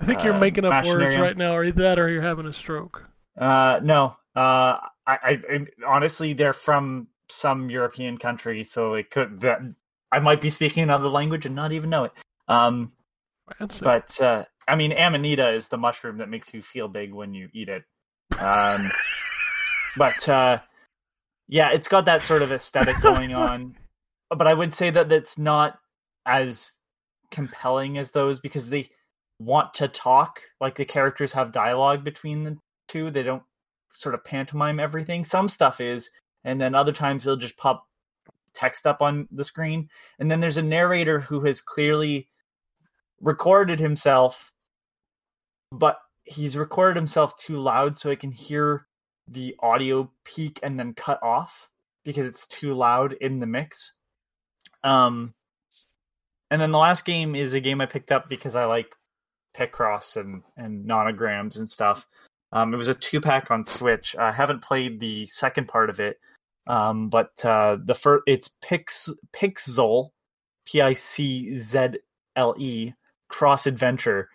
Speaker 2: I think you're
Speaker 4: uh,
Speaker 2: making up words
Speaker 4: Machinarium.
Speaker 2: right now, or either that, or you're having a stroke.
Speaker 4: Uh, no, uh, I, I, I honestly they're from some European country, so it could that I might be speaking another language and not even know it. Um,
Speaker 2: Fancy.
Speaker 4: But uh, I mean, amanita is the mushroom that makes you feel big when you eat it. Um, but uh, yeah, it's got that sort of aesthetic going on. But I would say that that's not as compelling as those because they want to talk. Like the characters have dialogue between the two. They don't sort of pantomime everything. Some stuff is, and then other times they'll just pop text up on the screen. And then there's a narrator who has clearly recorded himself, but he's recorded himself too loud so I can hear the audio peak and then cut off because it's too loud in the mix. Um, and then the last game is a game I picked up because I like Picross and and nonograms and stuff. Um, it was a two pack on Switch. I haven't played the second part of it, um, but uh, the first it's Pix Pixel, P I C Z L E Cross Adventure,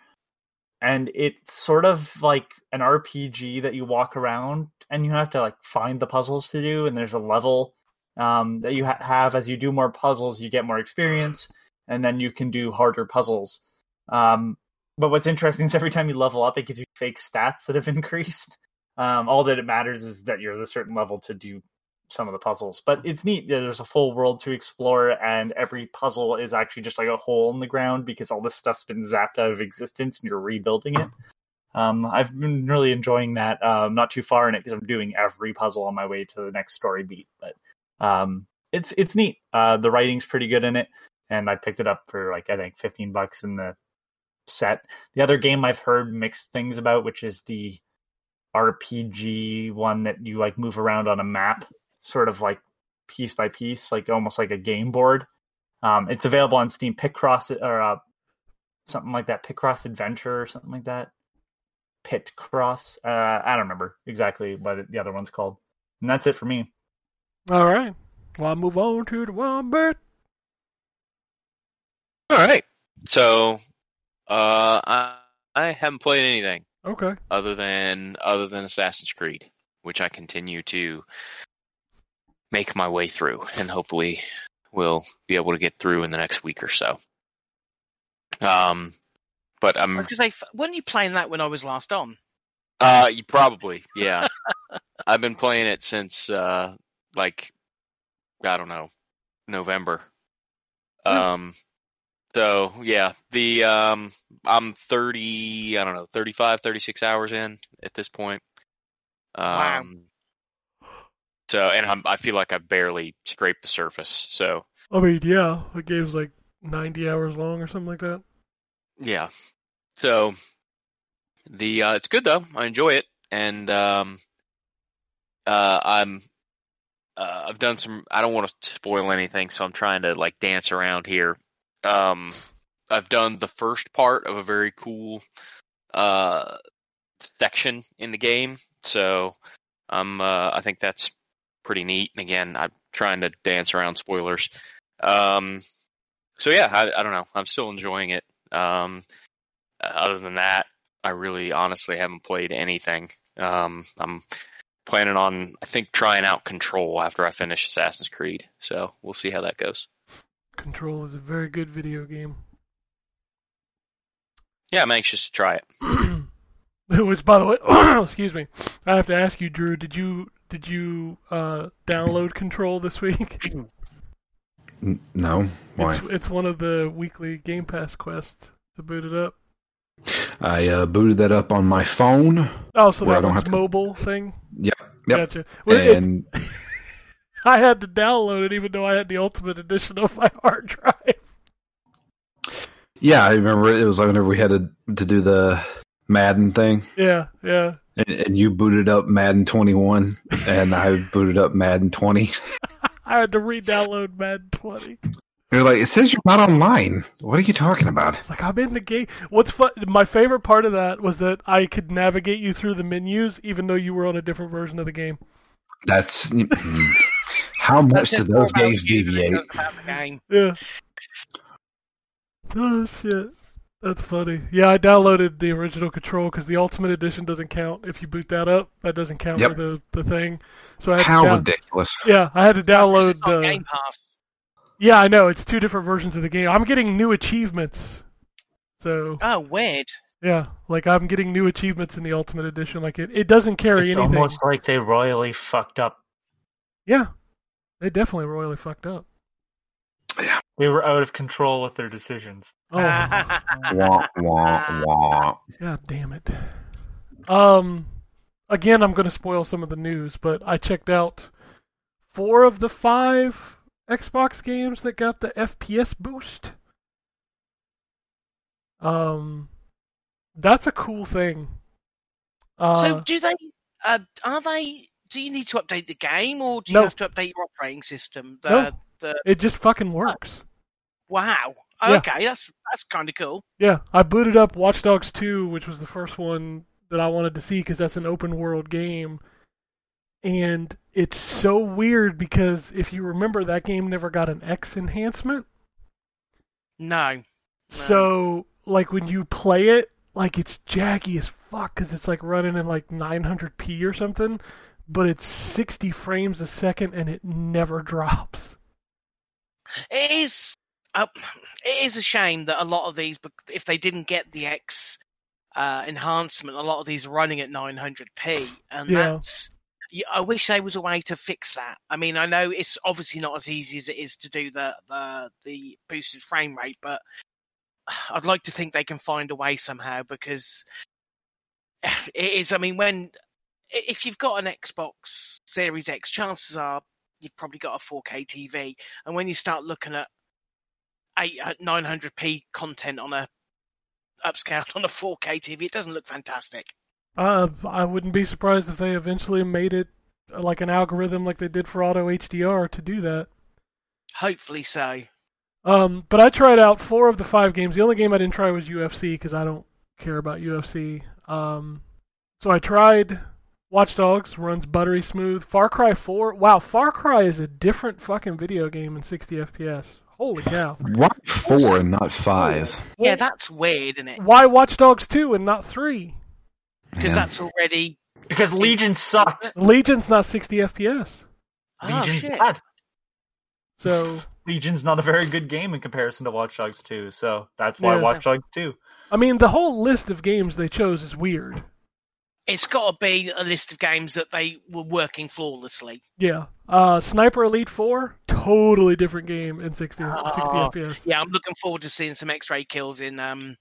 Speaker 4: and it's sort of like an RPG that you walk around and you have to like find the puzzles to do, and there's a level um, that you ha- have as you do more puzzles, you get more experience, and then you can do harder puzzles. Um, but what's interesting is every time you level up, it gives you fake stats that have increased. Um, all that it matters is that you're at a certain level to do some of the puzzles. But it's neat. that There's a full world to explore, and every puzzle is actually just like a hole in the ground because all this stuff's been zapped out of existence, and you're rebuilding it. Um, I've been really enjoying that. Uh, I'm not too far in it because I'm doing every puzzle on my way to the next story beat, but um, it's it's neat. Uh, the writing's pretty good in it, and I picked it up for like I think 15 bucks in the set. The other game I've heard mixed things about, which is the RPG one that you like move around on a map sort of like piece by piece, like almost like a game board. Um, it's available on Steam. Picross or uh, something like that. Picross Adventure or something like that. Pit Cross. Uh, I don't remember exactly what it- the other one's called. And that's it for me.
Speaker 2: All right. Well, I'll move on to the wombat.
Speaker 1: All right. So, uh, I, I haven't played anything
Speaker 2: Okay.
Speaker 1: other than other than Assassin's Creed, which I continue to make my way through, and hopefully will be able to get through in the next week or so. Um, but
Speaker 3: I
Speaker 4: Hmm.
Speaker 1: I'm
Speaker 3: was gonna say, f- weren't you playing that when I was last on?
Speaker 1: Uh, you probably, yeah. I've been playing it since uh, like I don't know, November. Um, so yeah, the um, I'm 30, I don't know, 35, 36 hours in at this point. Um,
Speaker 3: Wow.
Speaker 1: So, and I'm, I feel like I barely scraped the surface. So,
Speaker 2: I mean, yeah, the game's like 90 hours long or something like that.
Speaker 1: Yeah. So the uh it's good though. I enjoy it and um uh I'm uh I've done some I don't want to spoil anything so I'm trying to like dance around here. Um I've done the first part of a very cool uh section in the game. So I'm uh I think that's pretty neat and again I'm trying to dance around spoilers. Um so yeah, I, I don't know. I'm still enjoying it. Um, uh, other than that, I really honestly haven't played anything. Um, I'm planning on I think trying out Control after I finish Assassin's Creed. So we'll see how that goes.
Speaker 2: Control is a very good video game.
Speaker 1: Yeah, I'm anxious to try it.
Speaker 2: Which, by the way, excuse me, I have to ask you, Drew. Did you did you uh, download Control this week?
Speaker 5: N- No, why?
Speaker 2: It's, it's one of the weekly Game Pass quests to boot it up.
Speaker 5: I uh, booted that up on my phone.
Speaker 2: Oh, so
Speaker 5: Where I
Speaker 2: that
Speaker 5: don't
Speaker 2: one's
Speaker 5: have to-
Speaker 2: mobile thing.
Speaker 5: Yep, yep.
Speaker 2: Gotcha. Well, it-
Speaker 5: and
Speaker 2: I had to download it, even though I had the Ultimate Edition on my hard drive.
Speaker 5: yeah, I remember it was like whenever we had to to do the Madden thing,
Speaker 2: Yeah, yeah.
Speaker 5: and, and you booted up Madden 21, and I booted up Madden 20.
Speaker 2: I had to re-download Madden 20.
Speaker 5: You're like, it says you're not online. What are you talking about?
Speaker 2: It's like I'm in the game. What's fun? My favorite part of that was that I could navigate you through the menus, even though you were on a different version of the game.
Speaker 5: That's mm. how much do those games deviate?
Speaker 3: Game.
Speaker 2: Yeah. Oh shit, that's funny. Yeah, I downloaded the original Control because the Ultimate Edition doesn't count. If you boot that up, that doesn't count
Speaker 5: Yep.
Speaker 2: for the the thing. So I had
Speaker 5: How
Speaker 2: to down-
Speaker 5: ridiculous!
Speaker 2: yeah, I had to download
Speaker 3: It's
Speaker 2: the.
Speaker 3: on Game Pass.
Speaker 2: Yeah, I know. It's two different versions of the game. I'm getting new achievements. So,
Speaker 3: Oh, weird.
Speaker 2: yeah, like I'm getting new achievements in the Ultimate Edition. Like it, it doesn't carry
Speaker 4: It's
Speaker 2: anything.
Speaker 4: almost like they royally fucked up.
Speaker 2: Yeah. They definitely royally fucked up.
Speaker 4: They were out of control with their decisions.
Speaker 2: Oh,
Speaker 5: Wah, wah, wah.
Speaker 2: god damn it. Um again, I'm going to spoil some of the news, but I checked out four of the five Xbox games that got the FPS boost. Um that's a cool thing. Uh,
Speaker 3: so, do they? Uh, are they? Do you need to update the game, or do you
Speaker 2: No.
Speaker 3: have to update your operating system? The,
Speaker 2: No.
Speaker 3: the
Speaker 2: It just fucking works.
Speaker 3: wow.
Speaker 2: Yeah.
Speaker 3: Okay, that's that's kind of cool.
Speaker 2: Yeah, I booted up Watch Dogs 2, which was the first one that I wanted to see because that's an open world game. And it's so weird because if you remember, that game never got an X enhancement.
Speaker 3: No.
Speaker 2: So, like, when you play it, like, it's jaggy as fuck because it's like running in like 900p or something, but it's 60 frames a second and it never drops.
Speaker 3: It is. Uh, it is a shame that a lot of these, bec- if they didn't get the X uh, enhancement, a lot of these are running at 900p, and
Speaker 2: Yeah.
Speaker 3: that's. y- I wish there was a way to fix that. I mean, I know it's obviously not as easy as it is to do the the, the boosted frame rate, but I'd like to think they can find a way somehow because it is. I mean, when i- if you've got an Xbox Series X, chances are you've probably got a 4K TV, and when you start looking at eight uh, at 900p content on a upscaled on a 4K TV, it doesn't look fantastic.
Speaker 2: Uh, I wouldn't be surprised if they eventually made it uh, like an algorithm like they did for Auto HDR to do that.
Speaker 3: Hopefully so.
Speaker 2: Um, but I tried out four of the five games. The only game I didn't try was UFC because I don't care about UFC. Um, so I tried Watch Dogs, runs buttery smooth. Far Cry 4. Wow, Far Cry is a different fucking video game in 60 FPS. Holy cow.
Speaker 5: Why four and not five?
Speaker 3: Yeah,
Speaker 2: Well,
Speaker 3: that's weird, isn't it?
Speaker 2: Why Watch Dogs 2 and not 3?
Speaker 3: Because
Speaker 5: Yeah.
Speaker 3: that's already
Speaker 4: Because Legion sucked.
Speaker 2: Legion's not 60 FPS.
Speaker 3: oh
Speaker 4: Legion's
Speaker 3: shit.
Speaker 4: bad.
Speaker 2: So,
Speaker 4: Legion's not a very good game in comparison to Watch Dogs 2, so that's why
Speaker 2: Yeah.
Speaker 4: Watch Dogs 2.
Speaker 2: I mean, the whole list of games they chose is weird.
Speaker 3: It's got to be a list of games that they were working flawlessly.
Speaker 2: Yeah. Uh, Sniper Elite 4, totally different game in 60, 60
Speaker 3: Oh,
Speaker 2: FPS.
Speaker 3: Yeah, I'm looking forward to seeing some X-ray kills in um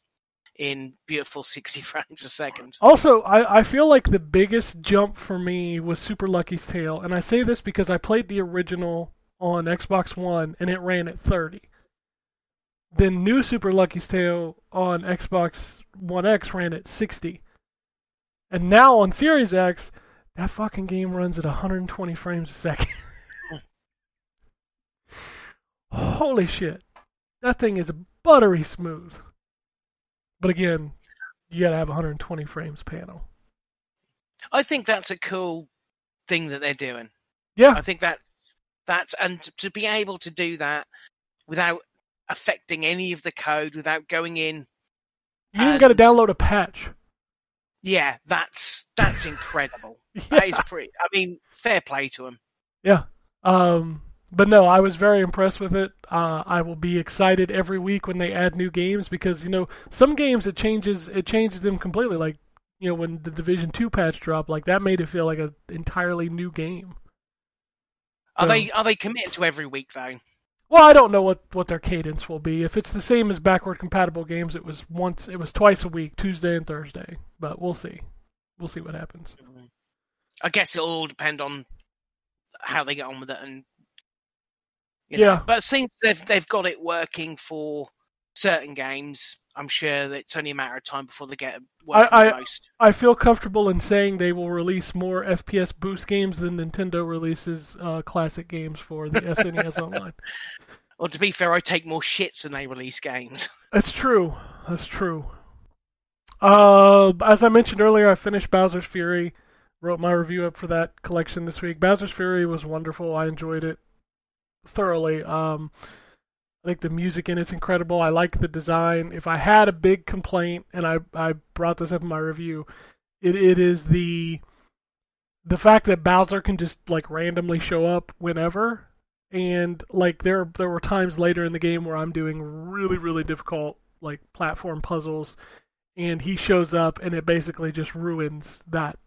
Speaker 3: in beautiful 60 frames a second.
Speaker 2: Also, I, I feel like the biggest jump for me was Super Lucky's Tale, and I say this because I played the original on Xbox One and it ran at 30. Then new Super Lucky's Tale on Xbox One X ran at 60. And now on Series X, that fucking game runs at 120 frames a second. Holy shit. That thing is buttery smooth. But again, you gotta have 120 frames panel.
Speaker 3: I think that's a cool thing that they're doing.
Speaker 2: Yeah,
Speaker 3: I think that's that's and to- to be able to do that without affecting any of the code, without going in.
Speaker 2: you even gotta
Speaker 3: and-
Speaker 2: download a patch.
Speaker 3: yeah, that's that's incredible. That is pretty. I mean, fair play to him.
Speaker 2: Yeah. Um, but no, I was very impressed with it. Uh, I will be excited every week when they add new games because you know some games it changes it changes them completely. Like you know when the Division Two patch dropped, like that made it feel like an entirely new game.
Speaker 3: Are
Speaker 2: So-
Speaker 3: they are they committing to every week though?
Speaker 2: Well, I don't know what, what their cadence will be. If it's the same as backward compatible games, it was once it was twice a week, Tuesday and Thursday. But we'll see. We'll see what happens.
Speaker 3: I guess it'll all depend on how they get on with it, and you
Speaker 2: Yeah.
Speaker 3: know. But since they've they've got it working for certain games, I'm sure that it's only a matter of time before they get it working
Speaker 2: I-
Speaker 3: for most.
Speaker 2: I feel comfortable in saying they will release more FPS boost games than Nintendo releases uh, classic games for the SNES Online.
Speaker 3: Or to be fair, I take more shits than they release games.
Speaker 2: That's true. That's true. Uh, as I mentioned earlier, I finished Bowser's Fury. Wrote my review up for that collection this week. Bowser's Fury was wonderful. I enjoyed it thoroughly. Um, I think the music in it's incredible. I like the design. If I had a big complaint, and I, I brought this up in my review, it, it is the the fact that Bowser can just like randomly show up whenever and like there there were times later in the game where I'm doing really really difficult like platform puzzles and he shows up and it basically just ruins that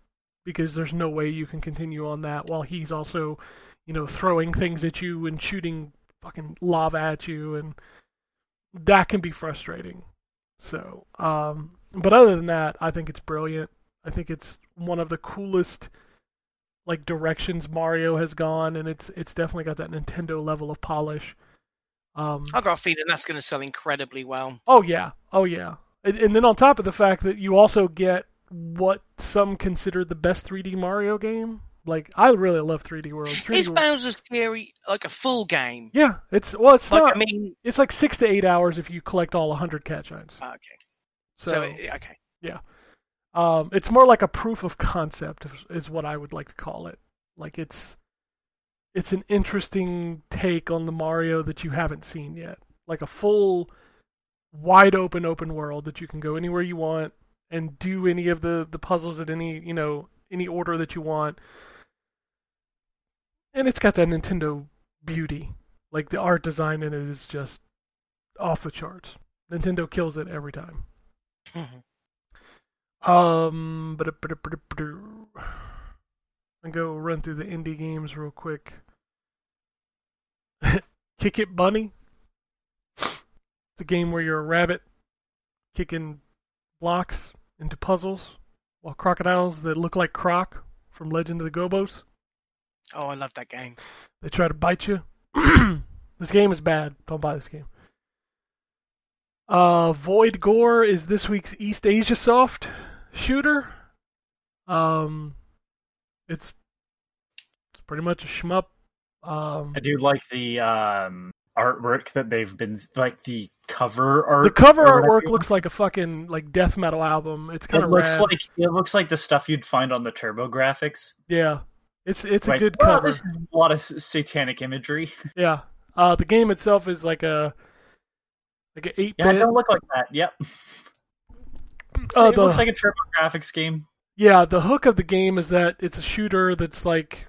Speaker 2: because there's no way you can continue on that while he's also you know throwing things at you and shooting fucking lava at you and that can be frustrating so um but other than that I think it's brilliant I think it's one of the coolest like directions Mario has gone, and it's it's definitely got that Nintendo level of polish. Um,
Speaker 3: I got a feeling that's going to sell incredibly well.
Speaker 2: Oh yeah, oh yeah, and, and then on top of the fact that you also get what some consider the best 3D Mario game. Like I really love 3D World. 3D
Speaker 3: Is
Speaker 2: World-
Speaker 3: Bowser's Fury like a full game?
Speaker 2: yeah, it's well, it's
Speaker 3: Like
Speaker 2: not.
Speaker 3: I mean, oh,
Speaker 2: it's like six to eight hours if you collect all 100 catchines.
Speaker 3: okay,
Speaker 2: So,
Speaker 3: so okay.
Speaker 2: um, it's more like a proof of concept is- is what I would like to call it. Like it's it's an interesting take on the Mario that you haven't seen yet. Like a full wide open open world that you can go anywhere you want and do any of the the puzzles at any, you know, any order that you want. And it's got that Nintendo beauty. Like the art design in it is just off the charts. Nintendo kills it every time. Um, but and go run through the indie games real quick. Kick It Bunny. It's a game where you're a rabbit kicking blocks into puzzles while crocodiles that look like Croc from Legend of the Gobos
Speaker 3: Oh, I love that game.
Speaker 2: they try to bite you. this game is bad. Don't buy this game. Uh, Void Gore is this week's East Asia Soft shooter. Um, it's it's pretty much a shmup. Um,
Speaker 4: I do like the um, artwork that they've been like the cover art.
Speaker 2: the cover
Speaker 4: or
Speaker 2: artwork
Speaker 4: whatever.
Speaker 2: looks like a fucking like death metal album. It's kind
Speaker 4: it
Speaker 2: of
Speaker 4: looks
Speaker 2: rad.
Speaker 4: like it looks like the stuff you'd find on the Turbo Graphics.
Speaker 2: yeah. It's it's a
Speaker 4: Like,
Speaker 2: good
Speaker 4: well,
Speaker 2: cover.
Speaker 4: This is a lot of s- satanic imagery.
Speaker 2: Yeah. Uh, the game itself is like a like an eight bit.
Speaker 4: Yeah, it don't look like that. Yep.
Speaker 2: Oh,
Speaker 4: it
Speaker 2: the-
Speaker 4: looks like a Turbo Graphics game.
Speaker 2: Yeah, the hook of the game is that it's a shooter that's like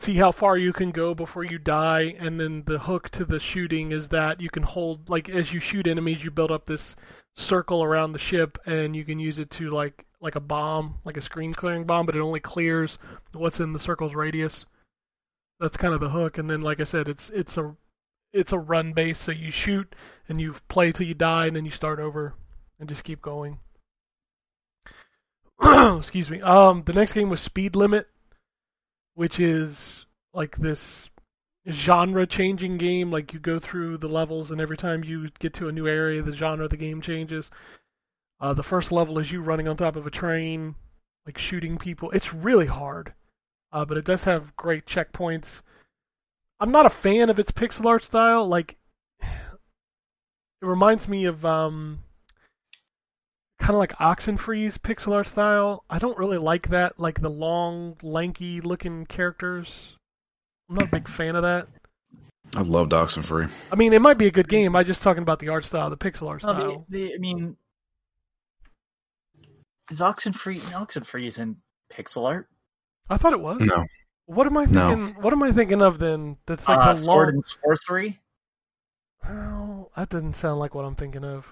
Speaker 2: see how far you can go before you die and then the hook to the shooting is that you can hold like as you shoot enemies you build up this circle around the ship and you can use it to like like a bomb, like a screen clearing bomb, but it only clears what's in the circle's radius. That's kind of the hook and then like I said it's it's a it's a run base so you shoot and you play till you die and then you start over and just keep going. excuse me. Um, the next game was Speed Limit, which is like this genre-changing game. Like you go through the levels, and every time you get to a new area, the genre of the game changes. Uh, the first level is you running on top of a train, like shooting people. It's really hard, uh, but it does have great checkpoints. I'm not a fan of its pixel art style. Like, it reminds me of um, kind of like Oxenfree's pixel art style. I don't really like that, like the long, lanky looking characters. I'm not a big fan of that.
Speaker 5: I love Docs and Free.
Speaker 2: I mean, it might be a good game. I'm just talking about the art style, the pixel art
Speaker 4: No,
Speaker 2: style.
Speaker 4: the- the- I mean, Is Oxenfree? No, Oxenfree is in pixel art.
Speaker 2: I thought it was.
Speaker 5: No,
Speaker 2: What am I
Speaker 5: No.
Speaker 2: thinking? What am I thinking of then? That's like
Speaker 4: uh,
Speaker 2: the
Speaker 4: Sword
Speaker 2: long.
Speaker 4: and Sorcery.
Speaker 2: Oh, that doesn't sound like what I'm thinking of.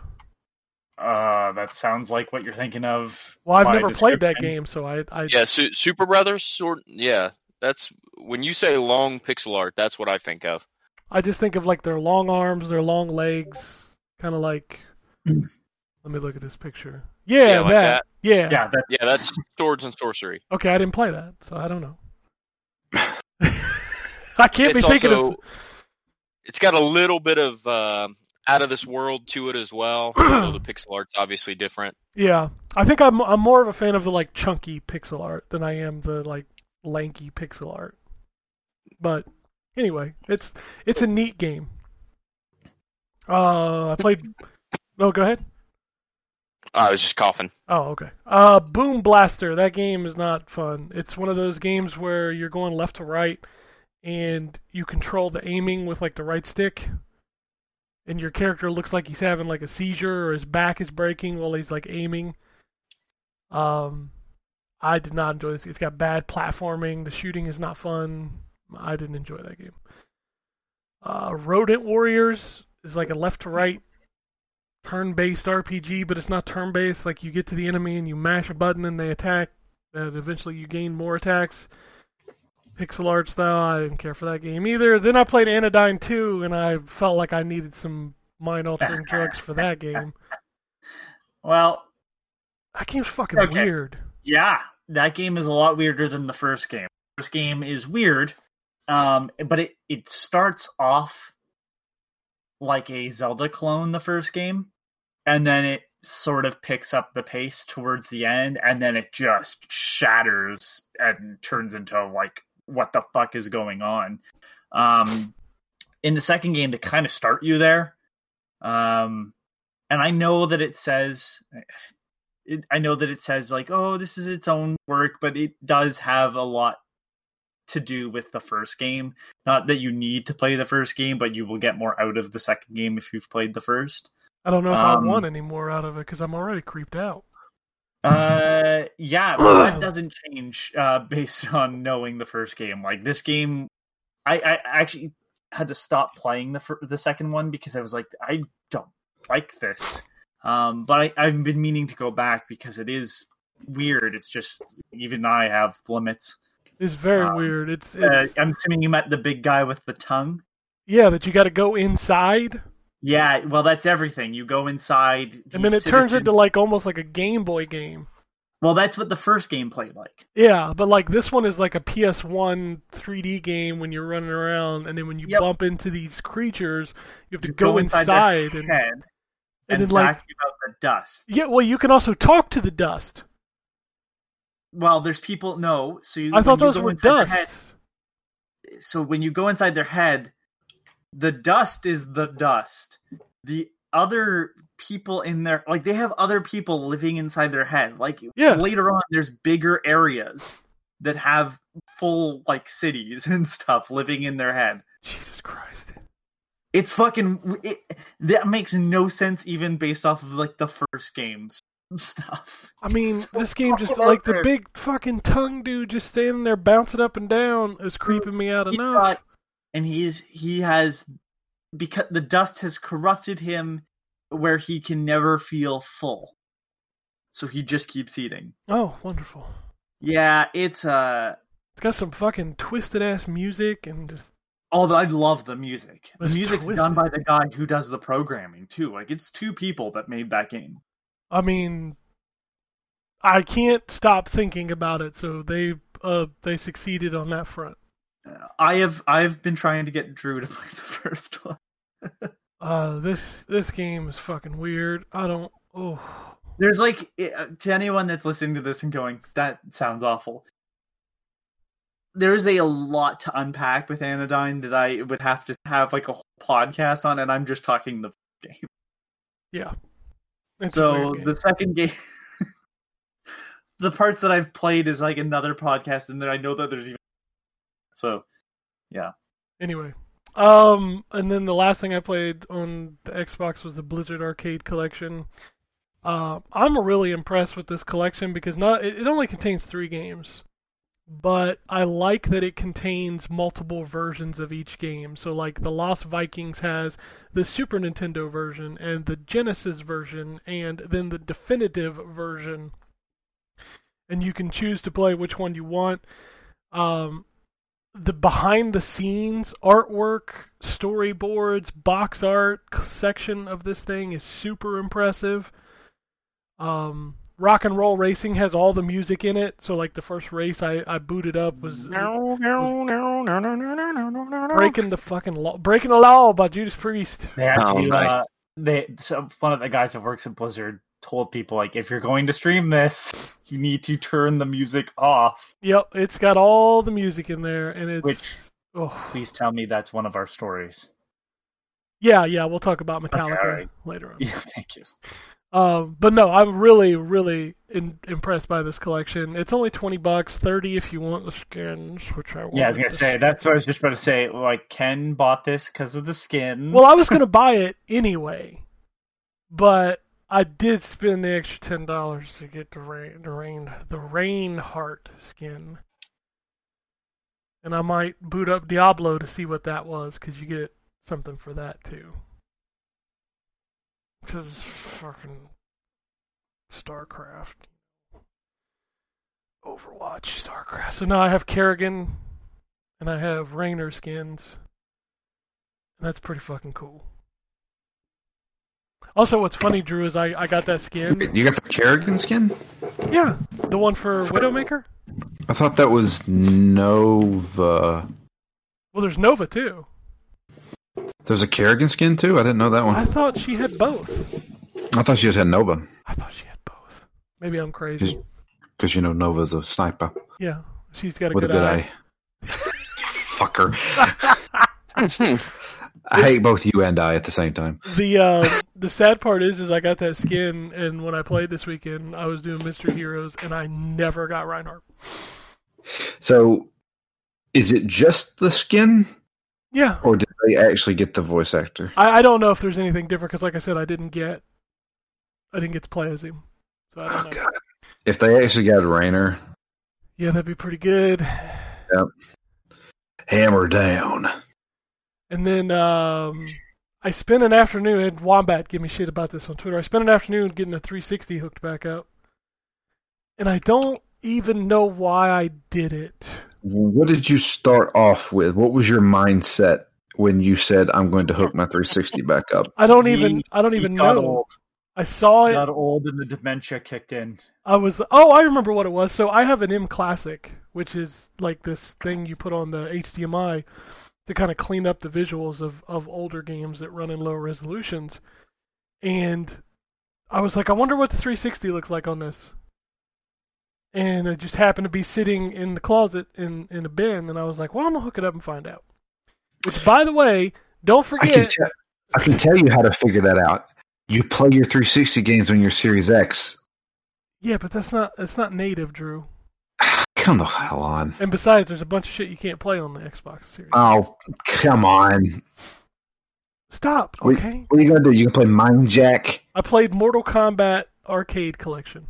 Speaker 4: Uh, that sounds like what you're thinking of.
Speaker 2: Well, I've
Speaker 4: by
Speaker 2: never played that
Speaker 4: description.
Speaker 2: game, so I, I
Speaker 1: Yeah, Su- Super Brothers. Sort. Yeah, that's when you say long pixel art. That's what I think of.
Speaker 2: I just think of like their long arms, their long legs, kind of like. let me look at this picture. Yeah,
Speaker 1: Hmm. Yeah, like that.
Speaker 2: Yeah.
Speaker 4: Yeah, that,
Speaker 1: Yeah, that's swords and sorcery.
Speaker 2: Okay, I didn't play that, so I don't know. I can't
Speaker 1: it's
Speaker 2: be thinking
Speaker 1: also.
Speaker 2: of.
Speaker 1: It's got a little bit of um out of this world to it as well. although the pixel art's obviously different.
Speaker 2: Yeah, I think I'm I'm more of a fan of the like chunky pixel art than I am the like lanky pixel art. But anyway, it's it's a neat game. Uh, I played. No, go ahead.
Speaker 1: I was just coughing.
Speaker 2: Oh, okay. Uh, Boom Blaster. That game is not fun. It's one of those games where you're going left to right, and you control the aiming with like the right stick, and your character looks like he's having like a seizure or his back is breaking while he's like aiming. Um, I did not enjoy this. It's got bad platforming. The shooting is not fun. I didn't enjoy that game. Uh, Rodent Warriors is like a left to right turn-based RPG, but it's not turn-based. Like you get to the enemy and you mash a button and they attack, and eventually you gain more attacks. Pixel art style. I didn't care for that game either. Then I played Anodyne 2, and I felt like I needed some mind-altering drugs for that game.
Speaker 4: well,
Speaker 2: That game's fucking
Speaker 4: Okay.
Speaker 2: weird.
Speaker 4: yeah, that game is a lot weirder than the first game. First game is weird, um, but it it starts off like a Zelda clone. The first game, and then it sort of picks up the pace towards the end, and then it just shatters and turns into like what the fuck is going on. Um, in the second game, they kind of start you there. Um, and I know that it says it, I know that it says like, oh, this is its own work, but it does have a lot to do with the first game. Not that you need to play the first game, but you will get more out of the second game if you've played the first.
Speaker 2: I don't know if
Speaker 4: Um,
Speaker 2: I want any more out of it because I'm already creeped out.
Speaker 4: Uh, yeah, but that doesn't change uh, based on knowing the first game. Like this game, I, I actually had to stop playing the fir- the second one because I was like, I don't like this. Um, but I, I've been meaning to go back because it is weird. It's just even I have limits.
Speaker 2: It's very
Speaker 4: um,
Speaker 2: weird. It's,
Speaker 4: Uh,
Speaker 2: it's
Speaker 4: I'm assuming you met the big guy with the tongue.
Speaker 2: yeah that you got to go inside,
Speaker 4: Yeah, well, that's everything. You go inside,
Speaker 2: and
Speaker 4: these
Speaker 2: then it turns into
Speaker 4: citizens-
Speaker 2: like almost like a Game Boy game.
Speaker 4: Well, that's what the first game played like.
Speaker 2: Yeah, but like this one is like a PS1 3D game when you're running around, and then when you
Speaker 4: Yep.
Speaker 2: bump into these creatures, you have to
Speaker 4: You
Speaker 2: go,
Speaker 4: their
Speaker 2: inside, and,
Speaker 4: head
Speaker 2: and
Speaker 4: and,
Speaker 2: then like
Speaker 4: vacuum out the dust.
Speaker 2: yeah, well you can also talk to the dust.
Speaker 4: Well, there's people. No, so you,
Speaker 2: I thought
Speaker 4: when you
Speaker 2: those
Speaker 4: go
Speaker 2: were
Speaker 4: inside their head-
Speaker 2: dusts.
Speaker 4: so when you go inside their head, the dust is the dust. The other people in there, like they have other people living inside their head. Like
Speaker 2: Yeah.
Speaker 4: later on, there's bigger areas that have full like cities and stuff living in their head.
Speaker 2: Jesus Christ!
Speaker 4: It's fucking it, that makes no sense even based off of like the first game's stuff.
Speaker 2: I mean,
Speaker 4: So
Speaker 2: this game just
Speaker 4: fucking
Speaker 2: like the
Speaker 4: awkward.
Speaker 2: big fucking tongue dude just standing there bouncing up and down is creeping me out
Speaker 4: He's
Speaker 2: enough.
Speaker 4: got- and he's he has because the dust has corrupted him where he can never feel full so he just keeps eating
Speaker 2: Oh, wonderful!
Speaker 4: yeah it's uh
Speaker 2: It's got some fucking twisted ass music and just
Speaker 4: although i love the music the
Speaker 2: It's
Speaker 4: music's
Speaker 2: twisted.
Speaker 4: done by the guy who does the programming too like it's two people that made that game
Speaker 2: I mean, I can't stop thinking about it. So they uh, they succeeded on that front.
Speaker 4: i have i've been trying to get drew to play the first one
Speaker 2: Uh, this this game is fucking weird. I don't. Oh,
Speaker 4: there's like eh, to anyone that's listening to this and going that sounds awful there's a lot to unpack with anodyne that i would have to have like a whole podcast on and i'm just talking the game
Speaker 2: yeah. It's a
Speaker 4: so
Speaker 2: weird game.
Speaker 4: the second game the parts that i've played is like another podcast and then i know that there's even so
Speaker 2: anyway, um, and then the last thing I played on the Xbox was the Blizzard Arcade Collection, Uh, I'm really impressed with this collection because not it, it only contains three games, but I like that it contains multiple versions of each game. So like the Lost Vikings has the Super Nintendo version and the Genesis version and then the definitive version, and you can choose to play which one you want. Um, the behind the scenes artwork, storyboards, box art section of this thing is super impressive. Um, rock and roll racing has all the music in it, so like the first race I, I booted up was
Speaker 1: No, no, no, no, no, no, no, no, no, no.
Speaker 2: breaking the fucking law, breaking the law by Judas Priest.
Speaker 4: They have
Speaker 1: Oh,
Speaker 4: to.
Speaker 1: nice.
Speaker 4: Uh, they so one of the guys that works at Blizzard told people like, if you're going to stream this, you need to turn the music off.
Speaker 2: Yep, it's got all the music in there, and it's
Speaker 4: Which-
Speaker 2: oh
Speaker 4: Please tell me that's one of our stories.
Speaker 2: yeah, yeah. We'll talk about Metallica
Speaker 4: alright.
Speaker 2: later on.
Speaker 4: Yeah, thank you.
Speaker 2: Um, but no, I'm really, really in, impressed by this collection. It's only twenty bucks, thirty if you want the skins, which I want.
Speaker 4: Yeah, I was gonna say that's what I was just about to say. Like Ken bought this because of the skin.
Speaker 2: Well, I was gonna buy it anyway, but I did spend the extra ten dollars to get the rain, the rain, the Rainheart skin, and I might boot up Diablo to see what that was because you get something for that too. Because fucking StarCraft, Overwatch, StarCraft. So now I have Kerrigan, and I have Rainer skins. And that's pretty fucking cool. Also, what's funny, Drew, is I, I got that skin.
Speaker 5: You got the Kerrigan skin?
Speaker 2: Yeah, the one for Widowmaker.
Speaker 5: I thought that was Nova.
Speaker 2: Well, there's Nova too.
Speaker 5: There's a Kerrigan skin too. I didn't know that
Speaker 2: I
Speaker 5: one.
Speaker 2: thought she had both.
Speaker 5: I thought you just had Nova
Speaker 2: I thought she had both. Maybe I'm crazy.
Speaker 5: because you know Nova's a sniper
Speaker 2: Yeah, she's got a,
Speaker 5: with
Speaker 2: good,
Speaker 5: a good
Speaker 2: eye.
Speaker 5: eye. Fucker. I hate both you and I at the same time.
Speaker 2: The uh, the sad part is, is I got that skin, and when I played this weekend, I was doing Mystery Heroes, and I never got Reinhardt.
Speaker 5: So, is it just the skin,
Speaker 2: Yeah,
Speaker 5: or did they actually get the voice actor?
Speaker 2: I, I don't know if there's anything different because, like I said, I didn't get, I didn't get to play as him. So I don't
Speaker 5: Oh
Speaker 2: know.
Speaker 5: god! If they actually got Rainer
Speaker 2: Yeah, that'd be pretty good.
Speaker 5: hammer down,
Speaker 2: And then um, I spent an afternoon, and Wombat give me shit about this on Twitter. I spent an afternoon getting a 360 hooked back up. And I don't even know why I did it.
Speaker 5: what did you start off with? What was your mindset when you said, "I'm going to hook my 360 back up"?
Speaker 2: I don't
Speaker 4: He-
Speaker 2: even I don't
Speaker 4: He
Speaker 2: even
Speaker 4: got
Speaker 2: know.
Speaker 4: old.
Speaker 2: I saw
Speaker 4: He
Speaker 2: it.
Speaker 4: got old, and the dementia kicked in.
Speaker 2: I was oh, I remember what it was. So I have an M Classic, which is like this thing you put on the HDMI to kind of clean up the visuals of of older games that run in lower resolutions. And I was like, I wonder what the 360 looks like on this. And I just happened to be sitting in the closet in in a bin, and I was like, well, I'm gonna hook it up and find out. Which, by the way, don't
Speaker 5: I can
Speaker 2: forget.
Speaker 5: tell. I can tell you how to figure that out. You play your 360 games on your Series X.
Speaker 2: Yeah, but that's not that's not native, Drew.
Speaker 5: Come the hell on!
Speaker 2: And besides, there's a bunch of shit you can't play on the Xbox Series.
Speaker 5: Oh, come on!
Speaker 2: Stop,
Speaker 5: We-
Speaker 2: okay?
Speaker 5: What are you going to do? You can play Mind Jack?
Speaker 2: I played Mortal Kombat Arcade Collection.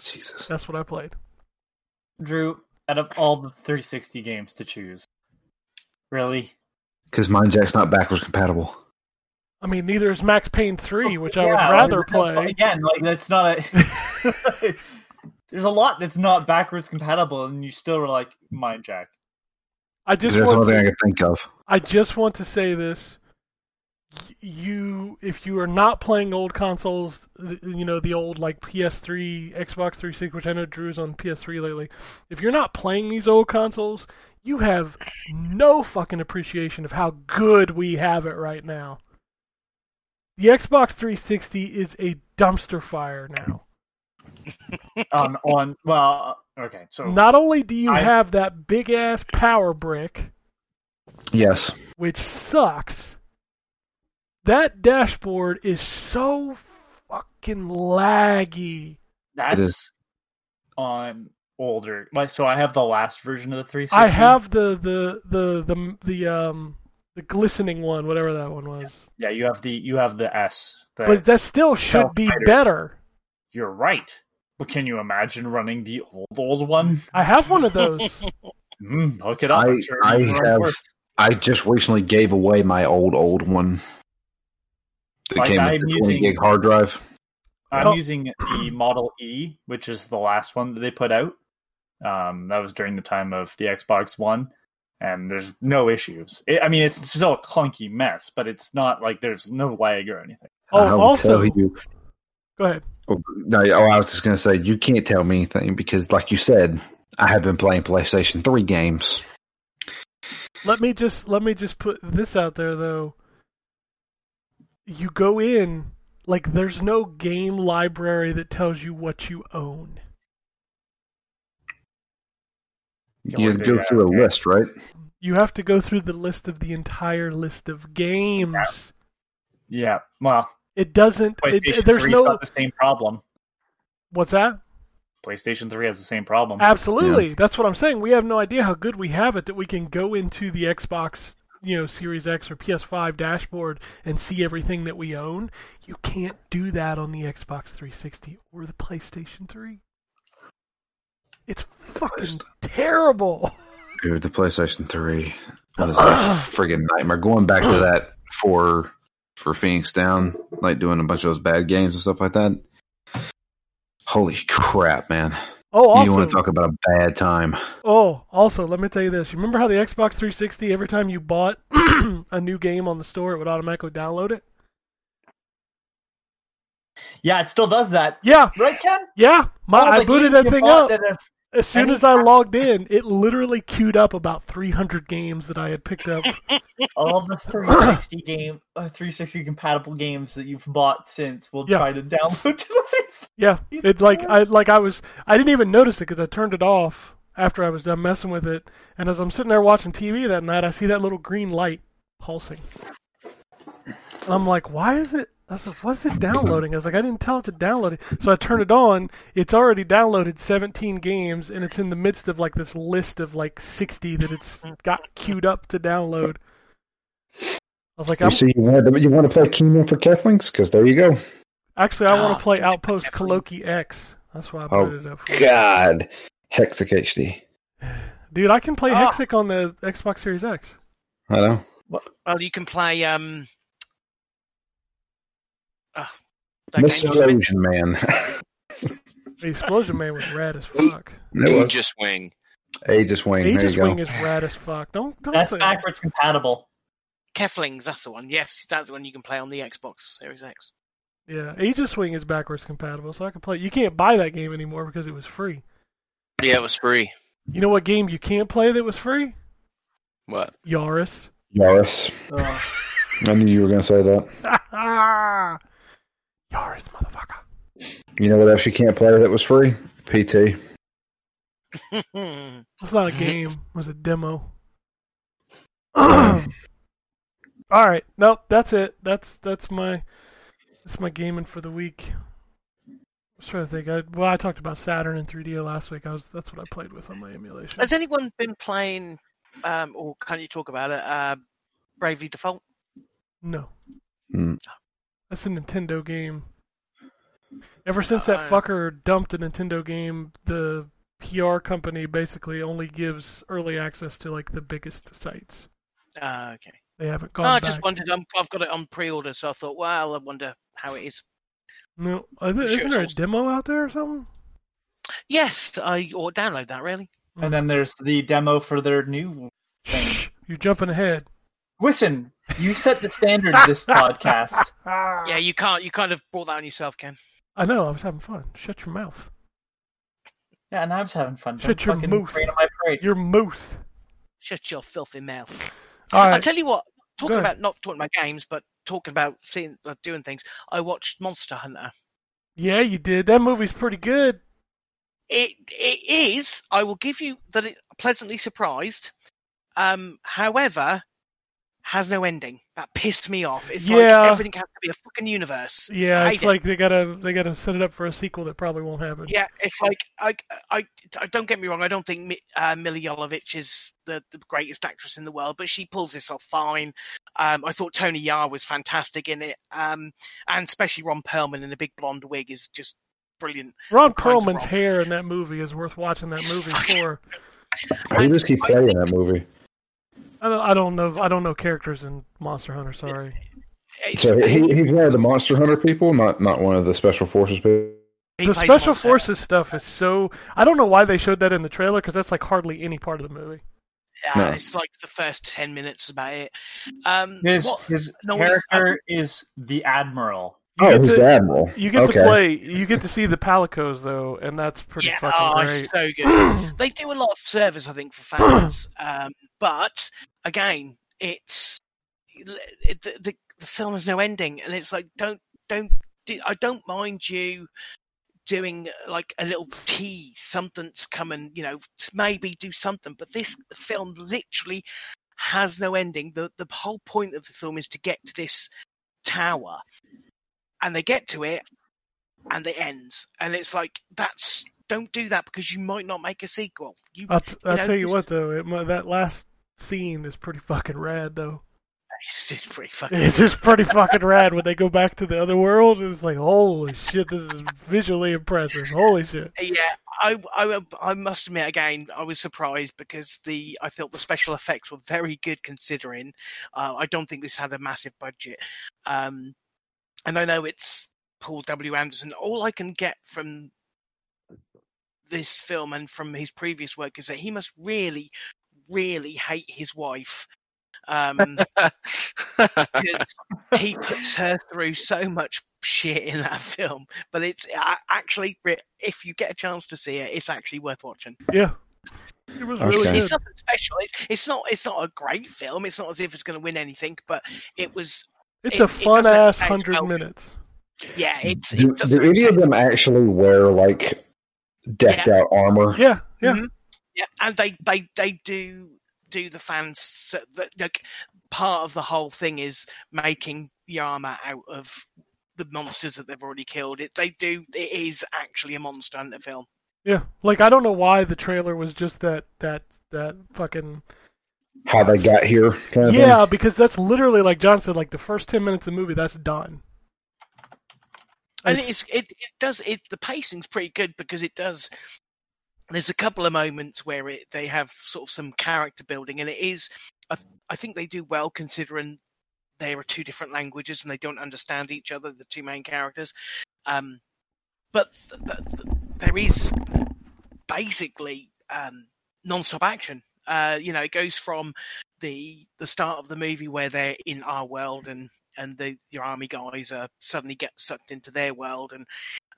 Speaker 5: Jesus.
Speaker 2: That's what I played.
Speaker 4: Drew, out of all the 360 games to choose, really?
Speaker 5: Because Mind Jack's not backwards compatible.
Speaker 2: I mean, neither is Max Payne 3, which I
Speaker 4: Oh, Yeah,
Speaker 2: would
Speaker 4: like,
Speaker 2: rather
Speaker 4: that's-
Speaker 2: play.
Speaker 4: Again, like that's not a. There's a lot that's not backwards compatible, and you still were like, "Mind Jack."
Speaker 2: I
Speaker 5: 'Cause
Speaker 2: just
Speaker 5: That's the
Speaker 2: want
Speaker 5: only thing I
Speaker 2: to,
Speaker 5: can think of.
Speaker 2: I just want to say this. Y- You, if you are not playing old consoles, th- you know the old like PS3, Xbox 360, which I know Drew's on PS3 lately. If you're not playing these old consoles, you have no fucking appreciation of how good we have it right now. The Xbox 360 is a dumpster fire now.
Speaker 4: On on well, uh, okay, so
Speaker 2: Not only do you
Speaker 4: I-
Speaker 2: have that big ass power brick,
Speaker 5: Yes.
Speaker 2: which sucks, that dashboard is so fucking laggy.
Speaker 5: It
Speaker 4: that's
Speaker 5: is.
Speaker 4: on older. Like, so I have the last version of the 360.
Speaker 2: I have the the the the the um the glistening one, whatever that one was.
Speaker 4: Yeah, you have the you have the S. The,
Speaker 2: But that still should be
Speaker 4: Fighter.
Speaker 2: better.
Speaker 4: you're right. But can you imagine running the old old one?
Speaker 2: I have one of those.
Speaker 4: Mm, look it up. I'm
Speaker 5: I-
Speaker 4: sure
Speaker 5: I
Speaker 4: everyone
Speaker 5: have-
Speaker 4: works.
Speaker 5: I just recently gave away my old old one that
Speaker 4: Like,
Speaker 5: came
Speaker 4: I'm
Speaker 5: with the twenty
Speaker 4: using-
Speaker 5: gig hard drive.
Speaker 4: I'm
Speaker 2: Oh.
Speaker 4: using the Model E, which is the last one that they put out. Um, that was during the time of the Xbox One, and there's no issues. It, I mean, it's still a clunky mess, but it's not like there's no lag or anything.
Speaker 5: I
Speaker 2: Oh,
Speaker 5: will
Speaker 2: also,
Speaker 5: tell you.
Speaker 2: go ahead.
Speaker 5: Oh, No, oh, I was just going to say you can't tell me anything because, like you said, I have been playing PlayStation Three games.
Speaker 2: Let me just let me just put this out there though. You go in like there's no game library that tells you what you own.
Speaker 4: Don't
Speaker 5: You
Speaker 4: worry,
Speaker 5: go
Speaker 4: yeah,
Speaker 5: through a
Speaker 4: okay.
Speaker 5: list, right?
Speaker 2: You have to go through the list of the entire list of games.
Speaker 4: Yeah, well,
Speaker 2: It doesn't. It,
Speaker 4: PlayStation
Speaker 2: there's
Speaker 4: 3's
Speaker 2: no.
Speaker 4: got the same problem.
Speaker 2: What's that?
Speaker 4: PlayStation 3 has the same problem.
Speaker 2: Absolutely. That's what I'm saying. We have no idea how good we have it that we can go into the Xbox, you know, Series X or PS5 dashboard and see everything that we own. You can't do that on the Xbox 360 or the PlayStation 3. It's fucking
Speaker 5: Christ.
Speaker 2: terrible.
Speaker 5: Dude, the PlayStation Three was a friggin' nightmare. Going back to that for for Phoenix Down, like doing a bunch of those bad games and stuff like that. Holy crap, man!
Speaker 2: Oh,
Speaker 5: You
Speaker 2: also,
Speaker 5: want to talk about a bad time?
Speaker 2: oh, also, let me tell you this. You remember how the Xbox 360 every time you bought a new game on the store, it would automatically download it?
Speaker 4: Yeah, it still does that.
Speaker 2: Yeah,
Speaker 4: Right, Ken?
Speaker 2: yeah. My,
Speaker 4: All
Speaker 2: I
Speaker 4: the
Speaker 2: booted
Speaker 4: games
Speaker 2: that
Speaker 4: you
Speaker 2: thing
Speaker 4: bought
Speaker 2: up.
Speaker 4: that uh, have-
Speaker 2: As soon
Speaker 4: Any-
Speaker 2: as I logged in, it literally queued up about 300 games that I had picked up.
Speaker 4: all the 360 game, uh, 360 compatible games that you've bought since will
Speaker 2: Yeah.
Speaker 4: try to download to the
Speaker 2: Yeah, it like I like I was I didn't even notice it because I turned it off after I was done messing with it. And as I'm sitting there watching TV that night, I see that little green light pulsing, and I'm like, "Why is it?" I was like, "What's it downloading?" I was like, "I didn't tell it to download it." So I turn it on. It's already downloaded 17 games, and it's in the midst of like this list of like 60 that it's got queued up to download. I was like, I'm,
Speaker 5: you see, you want to, you want to play Kingdom for Kethlings? Because there you go.
Speaker 2: Actually, I want
Speaker 3: Ah,
Speaker 2: to play Outpost Koloki X. That's why I
Speaker 5: Oh,
Speaker 2: put it up. For.
Speaker 5: God, Hexic HD.
Speaker 2: Dude, I can play
Speaker 3: Ah.
Speaker 2: Hexic on the Xbox Series X.
Speaker 5: I know.
Speaker 3: Well, oh, you can play. um ah, that
Speaker 5: Miss
Speaker 3: game was a bit-
Speaker 5: Explosion Man.
Speaker 2: The Explosion Man was rad as fuck.
Speaker 5: Aegis,
Speaker 1: Aegis Wing.
Speaker 5: Aegis Wing. there
Speaker 2: Aegis
Speaker 5: you go.
Speaker 2: Wing is rad as fuck. Don't don't
Speaker 4: That's
Speaker 2: say
Speaker 4: backwards compatible.
Speaker 3: Keflings, that's the one. Yes, that's the one you can play on the Xbox Series X.
Speaker 2: Yeah, Aegis Wing is backwards compatible, so I can play. You can't buy that game anymore because it was free.
Speaker 1: Yeah, it was free.
Speaker 2: You know what game you can't play that was free?
Speaker 1: What?
Speaker 2: Yaris.
Speaker 5: Yaris.
Speaker 4: Ugh.
Speaker 5: I knew you were going to say that.
Speaker 2: Yaris, motherfucker.
Speaker 5: You know what else you can't play that was free? PT.
Speaker 3: Hmm.
Speaker 2: That's not a game. It was a demo. All right. Nope. That's it. That's that's my that's my gaming for the week. I was trying to think. I, well, I talked about Saturn and 3DO last week. I was that's what I played with on my emulation.
Speaker 3: Has anyone been playing, um, or can you talk about it, uh, Bravely Default?
Speaker 2: No,
Speaker 5: Hmm.
Speaker 2: that's a Nintendo game. Ever since that
Speaker 3: Uh,
Speaker 2: fucker dumped a Nintendo game, the PR company basically only gives early access to like the biggest sites.
Speaker 3: Uh, okay.
Speaker 2: They haven't
Speaker 3: No,
Speaker 2: gone
Speaker 3: I
Speaker 2: back.
Speaker 3: just wondered. i I've got it on pre-order, so I thought, well, I wonder how it is.
Speaker 2: no, I thi-
Speaker 3: Sure,
Speaker 2: isn't
Speaker 3: it's
Speaker 2: there a
Speaker 3: also-
Speaker 2: demo out there or something?
Speaker 3: Yes, I ought to download that. Really?
Speaker 4: And then there's the demo for their new.
Speaker 2: Shh, you're jumping ahead.
Speaker 4: Listen, you set the standard this podcast.
Speaker 3: Yeah, you can't. You kind of brought that on yourself, Ken.
Speaker 2: I know, I was having fun. Shut your mouth.
Speaker 4: Yeah, and I was having fun.
Speaker 2: Shut
Speaker 4: Don't
Speaker 2: your
Speaker 4: fucking
Speaker 2: mouth.
Speaker 4: rain on my parade.
Speaker 2: Your mouth.
Speaker 3: Shut your filthy mouth.
Speaker 2: All
Speaker 3: I'll
Speaker 2: right.
Speaker 3: tell you what. Talking
Speaker 2: Go ahead.
Speaker 3: about not talking about games, but talking about seeing, uh, doing things. I watched Monster Hunter.
Speaker 2: yeah, you did. That movie's pretty good.
Speaker 3: It it is. I will give you that. It pleasantly surprised. Um, however, has no ending. That pissed me off. It's
Speaker 2: Yeah.
Speaker 3: like everything has to be a fucking universe.
Speaker 2: Yeah,
Speaker 3: I
Speaker 2: it's
Speaker 3: did.
Speaker 2: like they gotta they gotta set it up for a sequel that probably won't happen.
Speaker 3: Yeah,
Speaker 5: Oh.
Speaker 3: it's like I, I, I don't get me wrong. I don't think Mi- uh, Mila Jovovich is the, the greatest actress in the world, but she pulls this off fine. Um, I thought Tony Yar was fantastic in it, um, and especially Ron Perlman in a big blonde wig is just brilliant.
Speaker 2: Ron
Speaker 3: All kinds of
Speaker 2: Perlman's
Speaker 3: wrong.
Speaker 2: hair in that movie is worth watching that movie for.
Speaker 5: Who does he play in that movie?
Speaker 2: I don't, I don't know I don't know characters in Monster Hunter. Sorry.
Speaker 3: It's-
Speaker 5: So he, he's one of the Monster Hunter people, not not one of the Special Forces people.
Speaker 3: he
Speaker 2: the
Speaker 3: plays
Speaker 2: special
Speaker 3: Monster.
Speaker 2: forces stuff is so I don't know why they showed that in the trailer because that's like hardly any part of the movie.
Speaker 3: Uh,
Speaker 5: No.
Speaker 3: It's like the first ten minutes is about it. Um,
Speaker 4: His
Speaker 3: what-
Speaker 4: his
Speaker 3: no, he's-
Speaker 4: character is the admiral.
Speaker 2: You
Speaker 5: oh,
Speaker 2: get
Speaker 5: he's
Speaker 2: to,
Speaker 5: the Admiral.
Speaker 2: You get
Speaker 5: okay.
Speaker 2: to play. You get to see the Palicos though, and that's pretty
Speaker 3: yeah,
Speaker 2: fucking
Speaker 3: oh,
Speaker 2: great.
Speaker 3: it's so good. they do a lot of service, I think, for fans. um, but again, it's it, the, the the film has no ending, and it's like don't don't do, I don't mind you doing uh, like a little tease, something to come and you know maybe do something. But this film literally has no ending. The the whole point of the film is to get to this tower, and they get to it, and it ends, and it's like that's don't do that because you might not make a sequel. You
Speaker 2: I'll, t- I'll
Speaker 3: know,
Speaker 2: tell you
Speaker 3: it's-
Speaker 2: what though, it, mu- that last scene is pretty fucking rad though.
Speaker 3: it's just pretty fucking.
Speaker 2: It's just pretty fucking rad when they go back to the other world, and it's like, holy shit, this is visually impressive. Holy shit.
Speaker 3: Yeah, I, I, I must admit again, I was surprised because the I thought the special effects were very good considering. Uh, I don't think this had a massive budget, um, and I know it's Paul W. Anderson. All I can get from this film and from his previous work is that he must really, really hate his wife. Um, because he puts her through so much shit in that film. But it's I- actually, if you get a chance to see it, it's actually worth watching.
Speaker 2: Yeah. It was
Speaker 5: Okay.
Speaker 2: really
Speaker 3: It's,
Speaker 2: good.
Speaker 3: it's nothing special. It's, it's not. It's not a great film. It's not as if it's going to win anything. But it was.
Speaker 2: It's
Speaker 3: it-
Speaker 2: a
Speaker 3: it
Speaker 2: fun
Speaker 3: doesn't
Speaker 2: ass
Speaker 3: change
Speaker 2: hundred
Speaker 3: how-
Speaker 2: minutes.
Speaker 3: Yeah. It's.
Speaker 5: Do,
Speaker 3: It
Speaker 5: do
Speaker 3: doesn't
Speaker 5: any of
Speaker 3: change-
Speaker 5: them actually wear like decked out armor?
Speaker 2: Yeah, yeah.
Speaker 3: Mhm. Yeah, and they they they do do the fans so that like part of the whole thing is making the armor out of the monsters that they've already killed. It they do. It is actually a monster hunter film.
Speaker 2: Yeah. Like I don't know why the trailer was just that that that fucking
Speaker 5: How they got here? Kind of thing?
Speaker 2: Yeah, because that's literally like John said, like the first ten minutes of the movie that's done.
Speaker 3: and it's it, it does it the pacing's pretty good because it does there's a couple of moments where it they have sort of some character building and it is i, th- I think they do well considering there are two different languages and they don't understand each other the two main characters um but th- th- th- there is basically um non-stop action uh you know it goes from the the start of the movie where they're in our world and and the your army guys are suddenly get sucked into their world and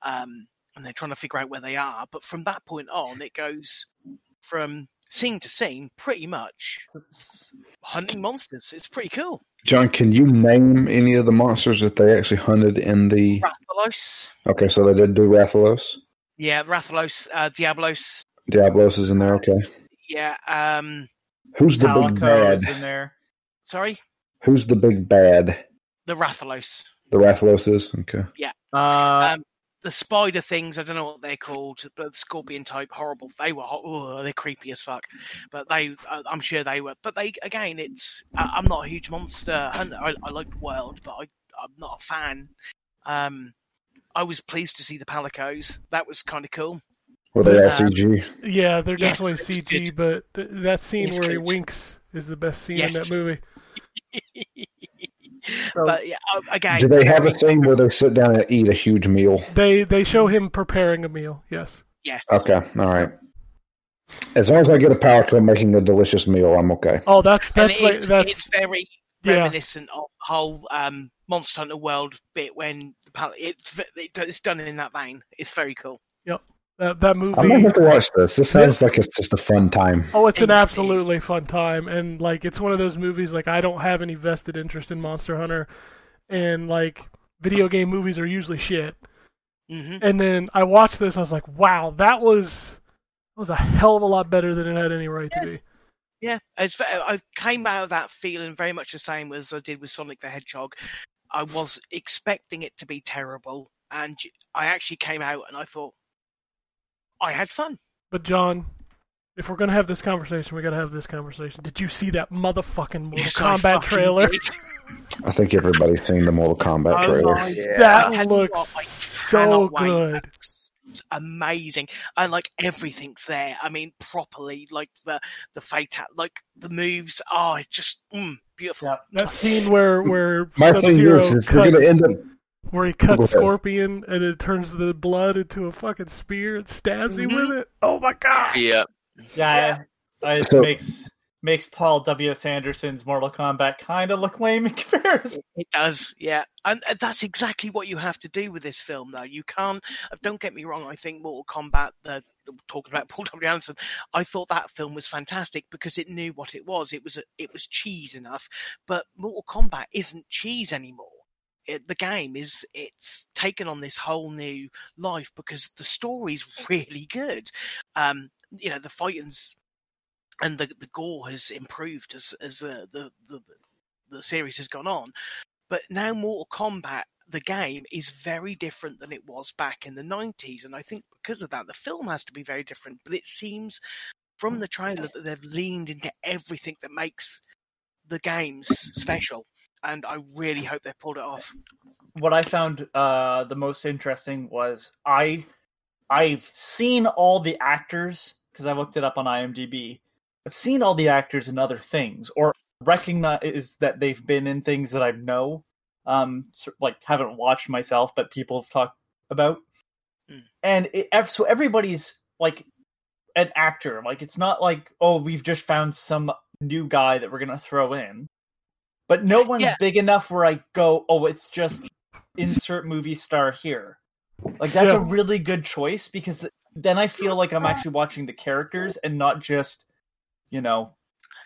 Speaker 3: um and they're trying to figure out where they are but from that point on it goes from scene to scene pretty much hunting monsters it's pretty cool
Speaker 5: John, can you name any of the monsters that they actually hunted in the?
Speaker 3: rathalos
Speaker 5: Okay, so they did do Rathalos.
Speaker 3: yeah rathalos uh diablos
Speaker 5: Diablos is in there. Okay,
Speaker 3: yeah um
Speaker 5: who's the big
Speaker 4: Palico is
Speaker 5: bad?
Speaker 4: in there.
Speaker 3: sorry
Speaker 5: Who's the big bad?
Speaker 3: the rathalos
Speaker 5: The Rathalos is okay.
Speaker 4: Uh,
Speaker 3: the spider things i don't know what they're called but scorpion type horrible they were ho- ugh, they're creepy as fuck but they I- i'm sure they were but they again it's I- i'm not a huge monster hunter i, I like the world but I, i'm not a fan um i was pleased to see the palicos that was kind of cool
Speaker 5: Were they all
Speaker 3: Uh,
Speaker 5: CG?
Speaker 2: Yeah, they're
Speaker 3: Yes,
Speaker 2: definitely
Speaker 3: it's
Speaker 2: CG, but th- that scene
Speaker 3: It's
Speaker 2: where he
Speaker 3: good.
Speaker 2: winks is the best scene in
Speaker 3: Yes.
Speaker 2: that movie.
Speaker 3: but yeah I- again
Speaker 5: Do they have
Speaker 3: very-
Speaker 5: a scene where they sit down and eat a huge meal?
Speaker 2: They they show him preparing a meal. Yes.
Speaker 3: yes
Speaker 5: Okay, all right. As long as I get a Palico making a delicious meal, I'm okay.
Speaker 2: Oh, that's
Speaker 3: and
Speaker 2: that's
Speaker 3: it
Speaker 2: like
Speaker 3: is-
Speaker 2: that's
Speaker 3: it's very
Speaker 2: yeah.
Speaker 3: reminiscent of the whole um monster hunter world bit when the pal- it's v- it's done in that vein it's very cool
Speaker 2: that that
Speaker 5: I'm gonna
Speaker 2: movie.
Speaker 5: have to watch this. This sounds like it's just a fun time.
Speaker 2: Oh, it's an
Speaker 3: It's-
Speaker 2: absolutely fun time, and like it's one of those movies. Like I don't have any vested interest in Monster Hunter, and like video game movies are usually shit.
Speaker 3: hmm
Speaker 2: And then I watched this, I was like, wow, that was that was a hell of a lot better than it had any right to be.
Speaker 3: Yeah, it's, ve- I came out of that feeling very much the same as I did with Sonic the Hedgehog. I was expecting it to be terrible, and I actually came out and I thought, I had fun.
Speaker 2: But John, if we're gonna have this conversation, we gotta have this conversation. Did you see that motherfucking Mortal
Speaker 3: Yes, I
Speaker 2: Kombat
Speaker 3: fucking
Speaker 2: trailer?
Speaker 3: did.
Speaker 5: I think everybody's seen the Mortal Kombat
Speaker 3: Oh
Speaker 5: trailer.
Speaker 3: my
Speaker 2: That
Speaker 3: Tell you
Speaker 2: looks
Speaker 3: what, I
Speaker 2: so
Speaker 3: cannot wait.
Speaker 2: good.
Speaker 3: It's amazing, and like everything's there. I mean, properly, like the the fatal, like the moves. Oh, it's just mm, beautiful.
Speaker 4: Yeah.
Speaker 2: That scene where where
Speaker 5: My
Speaker 2: Sub
Speaker 5: thing
Speaker 2: Zero
Speaker 5: is, is they're going to end up.
Speaker 2: where he
Speaker 5: Go
Speaker 2: cuts
Speaker 5: ahead.
Speaker 2: Scorpion and it turns the blood into a fucking spear and stabs him
Speaker 3: Mhm.
Speaker 2: with it. Oh my god!
Speaker 1: Yeah,
Speaker 4: Yeah, it
Speaker 5: So-
Speaker 4: makes makes Paul W. S. Anderson's Mortal Kombat kind of look lame in comparison.
Speaker 3: It does, yeah. And and that's exactly what you have to do with this film, though. You can't. uh, Don't get me wrong. I think Mortal Kombat. The talking about Paul W. Anderson. I thought that film was fantastic because it knew what it was. It was a, it was cheese enough, but Mortal Kombat isn't cheese anymore. It, the game is it's taken on this whole new life because the story's really good. Um, you know the fighting's and the the gore has improved as as uh, the, the the series has gone on. But now Mortal Kombat, the game, is very different than it was back in the 90s. And I think because of that, the film has to be very different. But it seems from the trailer that they've leaned into everything that makes the games special. And I really hope they pulled it off.
Speaker 4: What I found uh, the most interesting was I I've seen all the actors because I looked it up on IMDb. I've seen all the actors in other things, or recognize that they've been in things that I know, um, sort- like haven't watched myself, but people have talked about.
Speaker 3: Mm.
Speaker 4: And it, ev- so everybody's like an actor. Like it's not like oh we've just found some new guy that we're gonna throw in, but no one's
Speaker 3: Yeah.
Speaker 4: big enough where I go oh it's just insert movie star here. Like that's a
Speaker 2: Yeah.
Speaker 4: really good choice because then I feel like I'm actually watching the characters and not just, you know,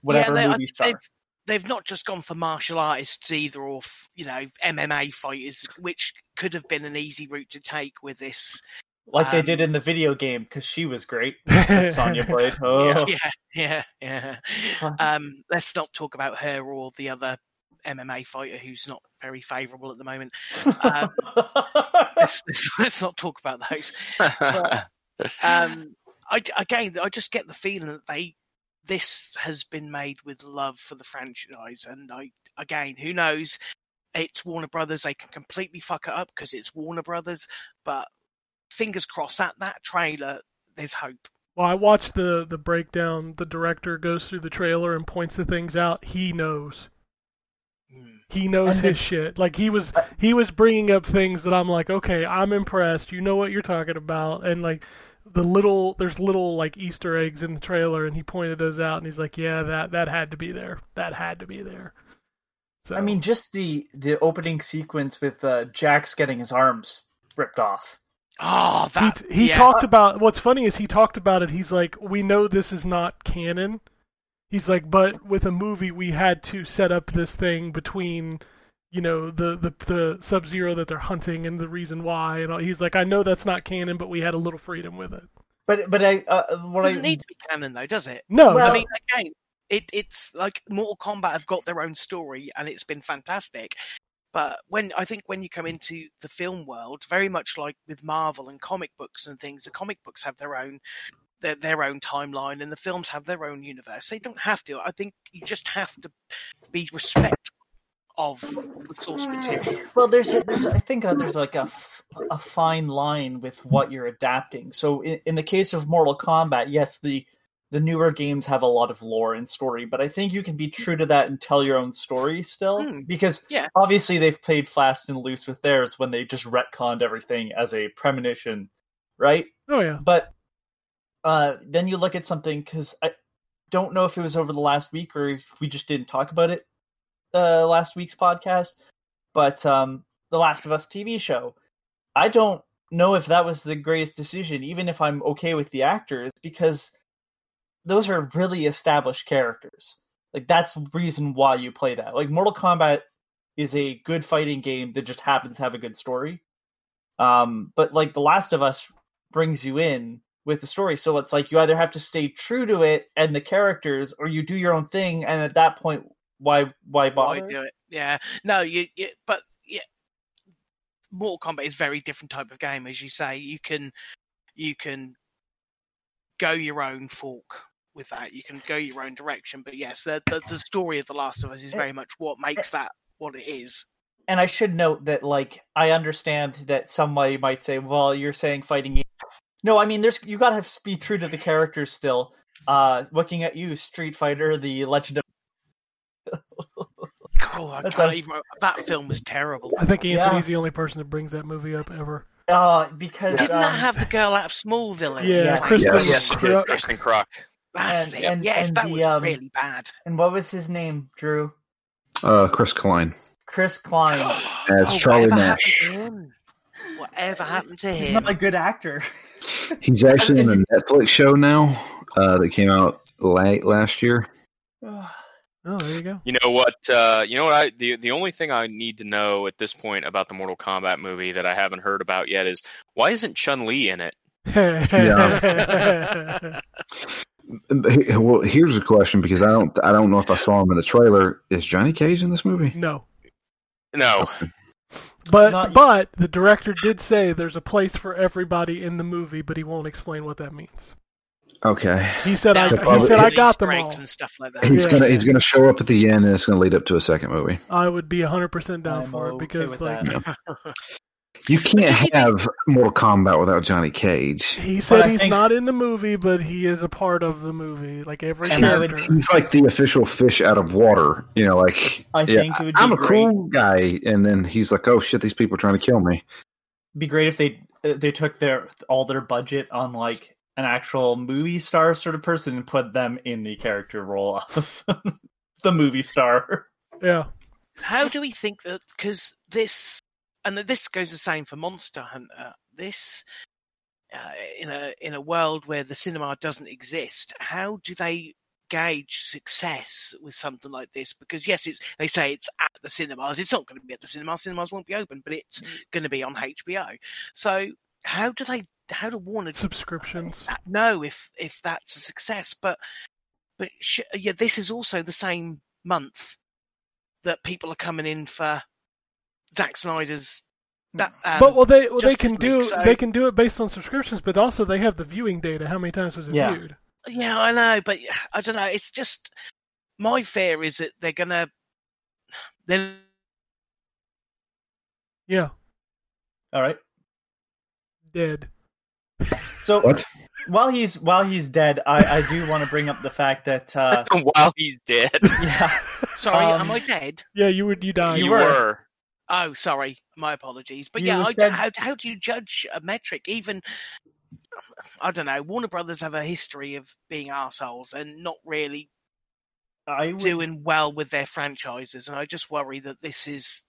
Speaker 4: whatever
Speaker 3: Yeah, they- I
Speaker 4: movie
Speaker 3: think
Speaker 4: star.
Speaker 3: they've- They've not just gone for martial artists either, or f- you know MMA fighters, which could have been an easy route to take with this.
Speaker 4: Like they
Speaker 3: um,
Speaker 4: did in the video game because she was great. Sonya Blade. Oh.
Speaker 3: Yeah, yeah, yeah. Um, let's not talk about her or the other MMA fighter who's not very favourable at the moment. Um, Let's, let's, let's not talk about those. Um, I, again, I just get the feeling that they this has been made with love for the franchise, and I again, who knows? It's Warner Brothers. They can completely fuck it up because it's Warner Brothers. But fingers crossed that that trailer, there's hope.
Speaker 2: Well, I watched the the breakdown. The director goes through the trailer and points the things out he knows.
Speaker 3: Mm.
Speaker 2: He knows
Speaker 4: And
Speaker 2: his shit. Like he was he was bringing up things that I'm like, okay, I'm impressed. You know what you're talking about, and like the little there's little like Easter eggs in the trailer, and he pointed those out, and he's like, yeah, that that had to be there. That had to be there. So
Speaker 4: I mean, just the the opening sequence with uh, Jax getting his arms ripped off.
Speaker 3: Oh,
Speaker 2: he,
Speaker 3: that
Speaker 2: he
Speaker 3: yeah.
Speaker 2: talked about what's funny is he talked about it. He's like, we know this is not canon. He's like, but with a movie, we had to set up this thing between, you know, the the the Sub Zero that they're hunting and the reason why. And all. he's like, I know that's not canon, but we had a little freedom with it.
Speaker 4: But but I uh, what
Speaker 3: doesn't
Speaker 4: I
Speaker 3: need to be canon though, does it?
Speaker 2: No,
Speaker 4: Well-
Speaker 3: I mean, again, it, it's like Mortal Kombat have got their own story and it's been fantastic. But when I think when you come into the film world, very much like with Marvel and comic books and things, the comic books have their own their, their own timeline and the films have their own universe. They don't have to. I think you just have to be respectful of the source
Speaker 2: Mm.
Speaker 3: material.
Speaker 4: Well, there's, a, there's I think uh, there's like a, f- a fine line with what you're adapting. So in, in the case of Mortal Kombat, yes, the the newer games have a lot of lore and story, but I think you can be true to that and tell your own story still
Speaker 3: Hmm,
Speaker 4: because
Speaker 3: yeah.
Speaker 4: obviously they've played fast and loose with theirs when they just retconned everything as a premonition, right?
Speaker 2: oh yeah,
Speaker 4: but uh, then you look at something because I don't know if it was over the last week or if we just didn't talk about it uh, last week's podcast. But um, the Last of Us TV show, I don't know if that was the greatest decision, even if I'm okay with the actors, because those are really established characters. Like that's the reason why you play that. Like Mortal Kombat is a good fighting game that just happens to have a good story. Um, but like The Last of Us brings you in with the story. So it's like you either have to stay true to it and the characters, or you do your own thing. And at that point, why why
Speaker 3: why
Speaker 4: bother?
Speaker 3: do it? Yeah, no, you, you but yeah, Mortal Kombat is a very different type of game, as you say. You can you can go your own fork with that. You can go your own direction. But yes, the the, the story of The Last of Us is
Speaker 4: Eh,
Speaker 3: very much what makes that what it is.
Speaker 4: and I should note that like I understand that somebody might say, "Well, you're saying fighting." game." No, I mean there's you gotta have, be true to the characters still. Uh, looking at you, Street Fighter, the Legend of
Speaker 3: Oh, I
Speaker 4: That's
Speaker 3: can't
Speaker 4: a-
Speaker 3: even. That film was terrible.
Speaker 2: I think
Speaker 4: Yeah.
Speaker 2: Anthony's the only person that brings that movie up ever.
Speaker 4: uh, because
Speaker 3: Didn't
Speaker 4: um,
Speaker 3: that have the girl out of Smallville? in it?
Speaker 2: Yeah,
Speaker 4: Yeah.
Speaker 2: Kristen
Speaker 5: Yes.
Speaker 1: Yes, it did.
Speaker 2: Crook.
Speaker 1: Kristen Croc.
Speaker 3: That's
Speaker 4: And-
Speaker 3: it.
Speaker 4: and-
Speaker 3: yes,
Speaker 4: and
Speaker 3: that
Speaker 4: the,
Speaker 3: was
Speaker 4: um,
Speaker 3: really bad.
Speaker 4: and what was his name? Drew
Speaker 5: Uh, Chris Klein
Speaker 4: Chris Klein.
Speaker 5: as
Speaker 3: Oh,
Speaker 5: Charlie
Speaker 3: whatever
Speaker 5: Nash.
Speaker 3: Happened to him? Whatever happened to
Speaker 4: He's
Speaker 3: him?
Speaker 4: not a good actor.
Speaker 5: He's actually in a Netflix show now uh, that came out late last year.
Speaker 2: Oh, there you go.
Speaker 1: You know what? Uh, you know what? I the the only thing I need to know at this point about the Mortal Kombat movie that I haven't heard about yet is why isn't Chun Li in it?
Speaker 2: yeah.
Speaker 5: But he- Well, here's a question because I don't I don't know if I saw him in the trailer. Is Johnny Cage in this movie?
Speaker 2: no.
Speaker 1: No,
Speaker 2: But
Speaker 4: Not-
Speaker 2: but the director did say there's a place for everybody in the movie, but he won't explain what that means.
Speaker 5: Okay,
Speaker 2: He said
Speaker 3: Now,
Speaker 2: I
Speaker 5: They're
Speaker 2: he
Speaker 5: probably-
Speaker 2: said I got
Speaker 3: Easter
Speaker 2: them all.
Speaker 3: eggs and stuff like that.
Speaker 5: he's
Speaker 2: Yeah.
Speaker 5: gonna he's gonna show up at the end and it's gonna lead up to a second movie.
Speaker 2: I would be 100% down
Speaker 4: I'm
Speaker 2: for it
Speaker 4: okay
Speaker 2: because
Speaker 4: with
Speaker 2: like
Speaker 4: that.
Speaker 5: You can't
Speaker 3: do you think-
Speaker 5: have Mortal Kombat without Johnny Cage.
Speaker 2: he
Speaker 4: But
Speaker 2: said
Speaker 4: I
Speaker 2: he's
Speaker 4: think-
Speaker 2: not in the movie, but he is a part of the movie, like every
Speaker 4: And I would-
Speaker 2: character.
Speaker 5: He's like the official fish out of water. You know, like
Speaker 4: I
Speaker 5: yeah,
Speaker 4: think it would be
Speaker 5: I'm a
Speaker 4: great.
Speaker 5: cool guy, and then he's like, "Oh shit, these people are trying to kill me."
Speaker 4: be great if they uh, they took their all their budget on like an actual movie star sort of person and put them in the character role of the movie star.
Speaker 2: Yeah.
Speaker 3: How do we think that? Because this, and this goes the same for Monster Hunter. This, uh, in a in a world where the cinema doesn't exist, how do they gauge success with something like this? Because yes, it's they say it's at the cinemas. It's not going to be at the cinemas. Cinemas won't be open, but it's going to be on HBO. So how do they? How do Warner
Speaker 2: Subscriptions.
Speaker 3: that- know if if that's a success. But but sh- yeah, this is also the same month that people are coming in for Zack Snyder's. That,
Speaker 4: Mm.
Speaker 3: um,
Speaker 2: but well, they well, they
Speaker 3: Justice
Speaker 2: can do
Speaker 3: League, so-
Speaker 2: they can do it based on subscriptions, but also they have the viewing data. How many times was it
Speaker 4: Yeah.
Speaker 2: viewed?
Speaker 3: yeah, I know, but I don't know. It's just my fear is that they're gonna they're
Speaker 2: Yeah,
Speaker 4: All right.
Speaker 2: dead.
Speaker 4: So
Speaker 5: What?
Speaker 4: while he's while he's dead, I, I do want to bring up the fact that uh,
Speaker 1: while he's dead,
Speaker 4: yeah,
Speaker 3: sorry.
Speaker 4: Um,
Speaker 3: am I dead?
Speaker 2: Yeah, you would you died.
Speaker 1: you
Speaker 4: were.
Speaker 1: were.
Speaker 3: Oh, sorry. My apologies. But
Speaker 4: You
Speaker 3: yeah,
Speaker 4: were
Speaker 3: I,
Speaker 4: said-
Speaker 3: how, how do you judge a metric? Even I don't know. Warner Brothers have a history of being assholes and not really
Speaker 4: I would,
Speaker 3: doing well with their franchises, and I just worry that this is.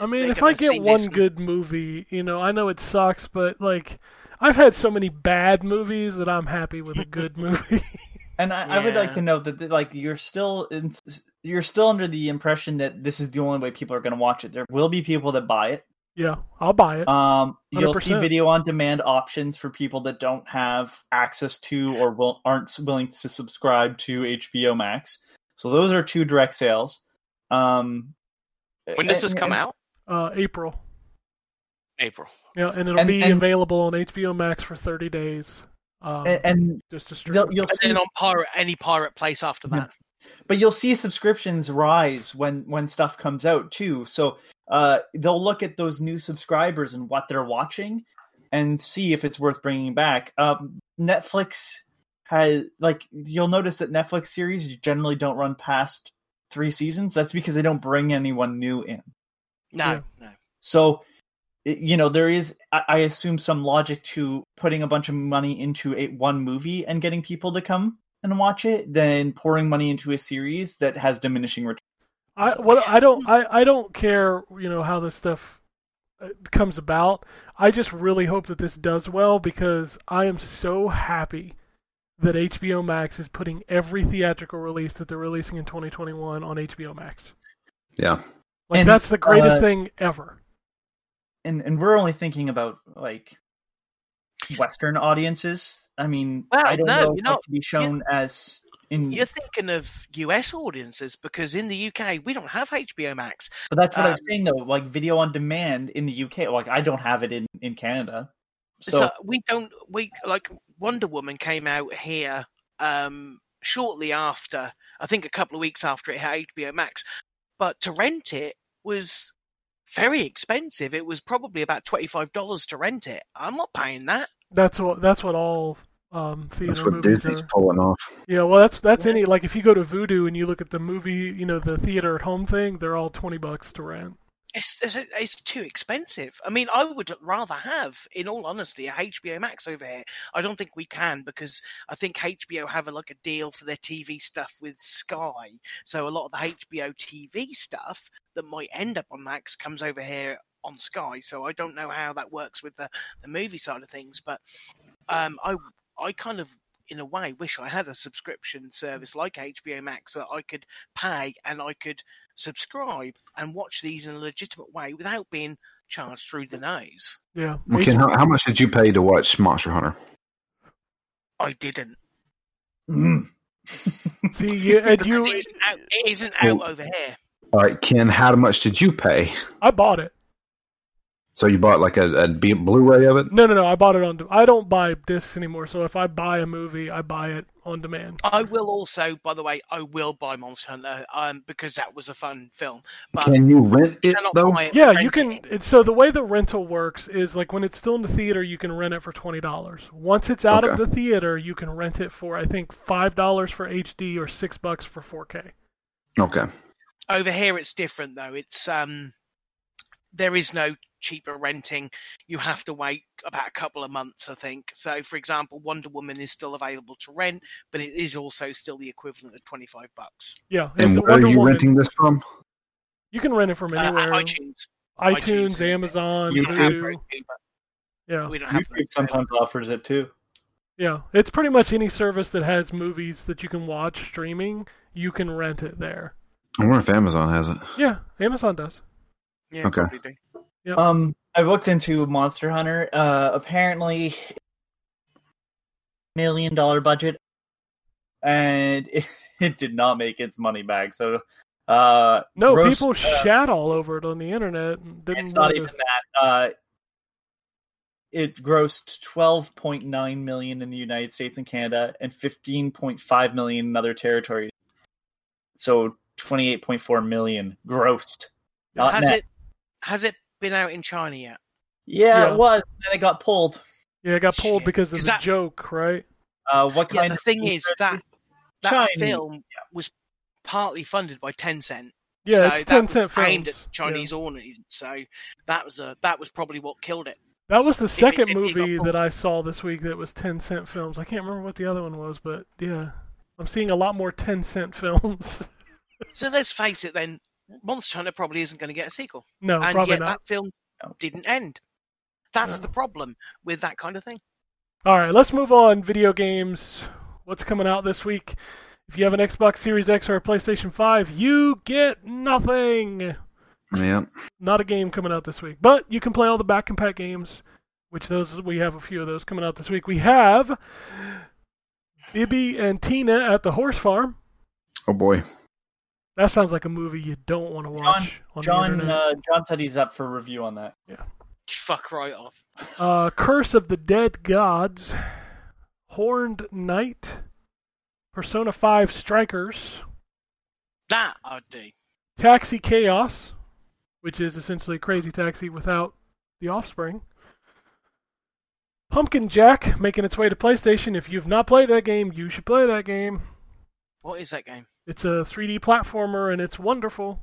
Speaker 2: I mean,
Speaker 3: they're
Speaker 2: if
Speaker 3: gonna
Speaker 2: I
Speaker 3: see
Speaker 2: get one
Speaker 3: this and-
Speaker 2: good movie, you know, I know it sucks, but like I've had so many bad movies that I'm happy with a good movie.
Speaker 4: and I, I would like
Speaker 3: Yeah.
Speaker 4: to note that like you're still in, you're still under the impression that this is the only way people are going to watch it. There will be people that buy it.
Speaker 2: yeah, I'll buy it.
Speaker 4: Um, you'll see
Speaker 2: 100%.
Speaker 4: video on demand options for people that don't have access to or will, aren't willing to subscribe to HBO Max. So those are two direct sales. Um,
Speaker 1: When does this come out?
Speaker 2: Uh, April.
Speaker 1: April.
Speaker 2: Yeah, and it'll
Speaker 4: And-
Speaker 2: be
Speaker 4: and-
Speaker 2: available on HBO Max for 30 days. Um,
Speaker 4: And, and
Speaker 2: just to stream.
Speaker 4: they'll- you'll
Speaker 3: And
Speaker 4: see,
Speaker 3: then on pirate any pirate place after
Speaker 4: Yeah.
Speaker 3: that.
Speaker 4: but you'll see subscriptions rise when when stuff comes out too. So uh, they'll look at those new subscribers and what they're watching, and see if it's worth bringing back. Um, Netflix has like you'll notice that Netflix series generally don't run past three seasons. That's because they don't bring anyone new in.
Speaker 3: No, no.
Speaker 4: So it- you know there is I, I assume some logic to putting a bunch of money into a one movie and getting people to come and watch it than pouring money into a series that has diminishing returns.
Speaker 2: I well, I don't I, I don't care you know how this stuff uh, comes about. I just really hope that this does well because I am so happy that HBO Max is putting every theatrical release that they're releasing in 2021 on HBO Max.
Speaker 5: Yeah,
Speaker 2: Like
Speaker 4: And,
Speaker 2: that's the greatest
Speaker 4: uh,
Speaker 2: thing ever.
Speaker 4: and and we're only thinking about like Western audiences. I mean,
Speaker 3: Well,
Speaker 4: I don't
Speaker 3: no,
Speaker 4: know
Speaker 3: you
Speaker 4: you
Speaker 3: know,
Speaker 4: to be shown as in.
Speaker 3: You're thinking of US audiences because in the UK we don't have HBO Max.
Speaker 4: but that's what
Speaker 3: uh,
Speaker 4: I'm saying though. Like video on demand in the UK, like I don't have it in in Canada.
Speaker 3: So,
Speaker 4: So,
Speaker 3: we don't we like Wonder Woman came out here um shortly after I think a couple of weeks after it had HBO Max. But to rent it was very expensive. It was probably about twenty five dollars to rent it. I'm not paying that.
Speaker 2: That's what that's what all um, theater
Speaker 5: That's what
Speaker 2: movies
Speaker 5: Disney's
Speaker 2: are.
Speaker 5: pulling off.
Speaker 2: Yeah, well, that's that's any like if you go to Voodoo and you look at the movie, you know, the theater at home thing, they're all twenty bucks to rent.
Speaker 3: It's, it's it's too expensive. I mean, I would rather have, in all honesty, a HBO Max over here. I don't think we can because I think HBO have a, like a deal for their TV stuff with Sky. So a lot of the HBO TV stuff that might end up on Max comes over here on Sky. So I don't know how that works with the, the movie side of things, but um, I I kind of in a way wish I had a subscription service like HBO Max that I could pay and I could subscribe and watch these in a legitimate way without being charged through the nose.
Speaker 2: Yeah,
Speaker 5: Okay, how, how much did you pay to watch Monster Hunter?
Speaker 3: I didn't.
Speaker 4: Mm.
Speaker 2: see, you, and
Speaker 3: Because
Speaker 2: you,
Speaker 3: it isn't out, it isn't out over here.
Speaker 5: All right, Ken, how much did you pay?
Speaker 2: I bought it.
Speaker 5: So you bought like a, a B- Blu-ray of it?
Speaker 2: No, no, no, I bought it on. de- I don't buy discs anymore, so if I buy a movie, I buy it on demand.
Speaker 3: I will also, by the way, I will buy Monster Hunter um, because that was a fun film. But
Speaker 5: Can you rent it
Speaker 3: cannot
Speaker 5: though?
Speaker 3: buy it
Speaker 2: Yeah, you
Speaker 3: rent
Speaker 2: can.
Speaker 3: it.
Speaker 2: It, so the way the rental works is like when it's still in the theater, you can rent it for twenty dollars. Once it's out of
Speaker 5: Okay.
Speaker 2: the theater, you can rent it for I think five dollars for HD or six bucks for four K.
Speaker 5: Okay.
Speaker 3: Over here, it's different though. It's um, there is no cheaper renting. You have to wait about a couple of months, I think. So, for example, Wonder Woman is still available to rent, but it is also still the equivalent of twenty five bucks.
Speaker 2: Yeah,
Speaker 5: And
Speaker 2: it's
Speaker 5: where are
Speaker 2: Wonder
Speaker 5: you
Speaker 2: Woman.
Speaker 5: renting this from?
Speaker 2: You can rent it from
Speaker 3: Uh,
Speaker 2: anywhere.
Speaker 3: iTunes.
Speaker 2: iTunes,
Speaker 3: iTunes.
Speaker 2: Amazon,
Speaker 3: We don't have
Speaker 2: Voodoo.
Speaker 3: Roku, but
Speaker 2: Yeah,
Speaker 3: we don't have
Speaker 4: YouTube
Speaker 3: Roku.
Speaker 4: sometimes offers it too.
Speaker 2: yeah. It's pretty much any service that has movies that you can watch streaming. You can rent it there.
Speaker 5: I wonder if Amazon has it.
Speaker 2: Yeah, Amazon does.
Speaker 3: Yeah,
Speaker 5: Okay.
Speaker 3: probably do.
Speaker 4: Um, I looked into Monster Hunter. Uh, apparently, million dollar budget, and it, it did not make its money back. So, uh,
Speaker 2: No,
Speaker 4: gross-
Speaker 2: people
Speaker 4: uh,
Speaker 2: shat all over it on the internet. and Didn't
Speaker 4: it's not even
Speaker 2: notice.
Speaker 4: that. Uh, it grossed twelve point nine million in the United States and Canada, and fifteen point five million in other territories. So twenty eight point four million grossed. Not
Speaker 3: Has
Speaker 4: net.
Speaker 3: it has it been out in China yet?
Speaker 4: Yeah,
Speaker 2: Yeah.
Speaker 4: it was. Then it got pulled.
Speaker 2: Yeah, it got pulled
Speaker 3: Shit.
Speaker 2: because of
Speaker 3: Is
Speaker 2: the
Speaker 3: that-
Speaker 2: joke, right?
Speaker 4: Uh, what
Speaker 3: Yeah,
Speaker 4: kind
Speaker 3: the
Speaker 4: of
Speaker 3: thing is that that
Speaker 4: China.
Speaker 3: film was partly funded by Tencent.
Speaker 2: Yeah,
Speaker 3: so
Speaker 2: it's
Speaker 3: that
Speaker 2: ten
Speaker 3: was
Speaker 2: cent films.
Speaker 3: aimed at
Speaker 2: Yeah.
Speaker 3: Chinese audience. So that was a, that was probably what killed it.
Speaker 2: That was the second
Speaker 3: didn't, it got
Speaker 2: movie that
Speaker 3: pulled.
Speaker 2: I saw this week that was ten cent films. I can't remember what the other one was, but yeah, I'm seeing a lot more ten cent films.
Speaker 3: So let's face it, then Monster Hunter probably isn't going to get a sequel,
Speaker 2: no,
Speaker 3: and
Speaker 2: probably
Speaker 3: yet
Speaker 2: not.
Speaker 3: that film didn't end. That's
Speaker 2: No.
Speaker 3: the problem with that kind of thing.
Speaker 2: All right, let's move on. Video games. What's coming out this week? If you have an Xbox Series X or a PlayStation 5, you get nothing.
Speaker 5: Yeah.
Speaker 2: Not a game coming out this week, but you can play all the back and pack games, which those we have a few of those coming out this week. We have Bibby and Tina at the horse farm.
Speaker 5: Oh boy.
Speaker 2: That sounds like a movie you don't want to watch on the
Speaker 4: John
Speaker 2: internet.
Speaker 4: uh, John said he's up for review on that.
Speaker 3: Fuck right off.
Speaker 2: Uh, Curse of the Dead Gods, Horned Knight, Persona 5 Strikers,
Speaker 3: That I'd do.
Speaker 2: Taxi Chaos, which is essentially Crazy Taxi without the offspring. Pumpkin Jack making its way to PlayStation. If you've not played that game, you should play that game.
Speaker 3: What is that game?
Speaker 2: It's a 3D platformer and it's wonderful.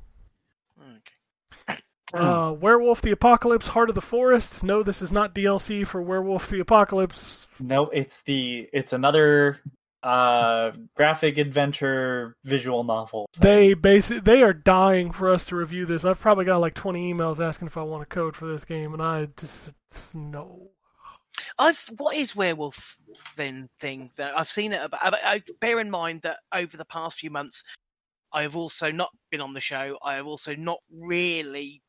Speaker 3: Okay.
Speaker 2: Uh, Werewolf the Apocalypse, Heart of the Forest. No, this is not DLC for Werewolf the Apocalypse.
Speaker 4: No, it's the it's another uh graphic adventure visual novel.
Speaker 2: They basi- they are dying for us to review this. I've probably got like 20 emails asking if I want a code for this game, and I just no.
Speaker 3: I've what is werewolf then thing that I've seen it. About, I, I bear in mind that over the past few months, I have also not been on the show. I have also not really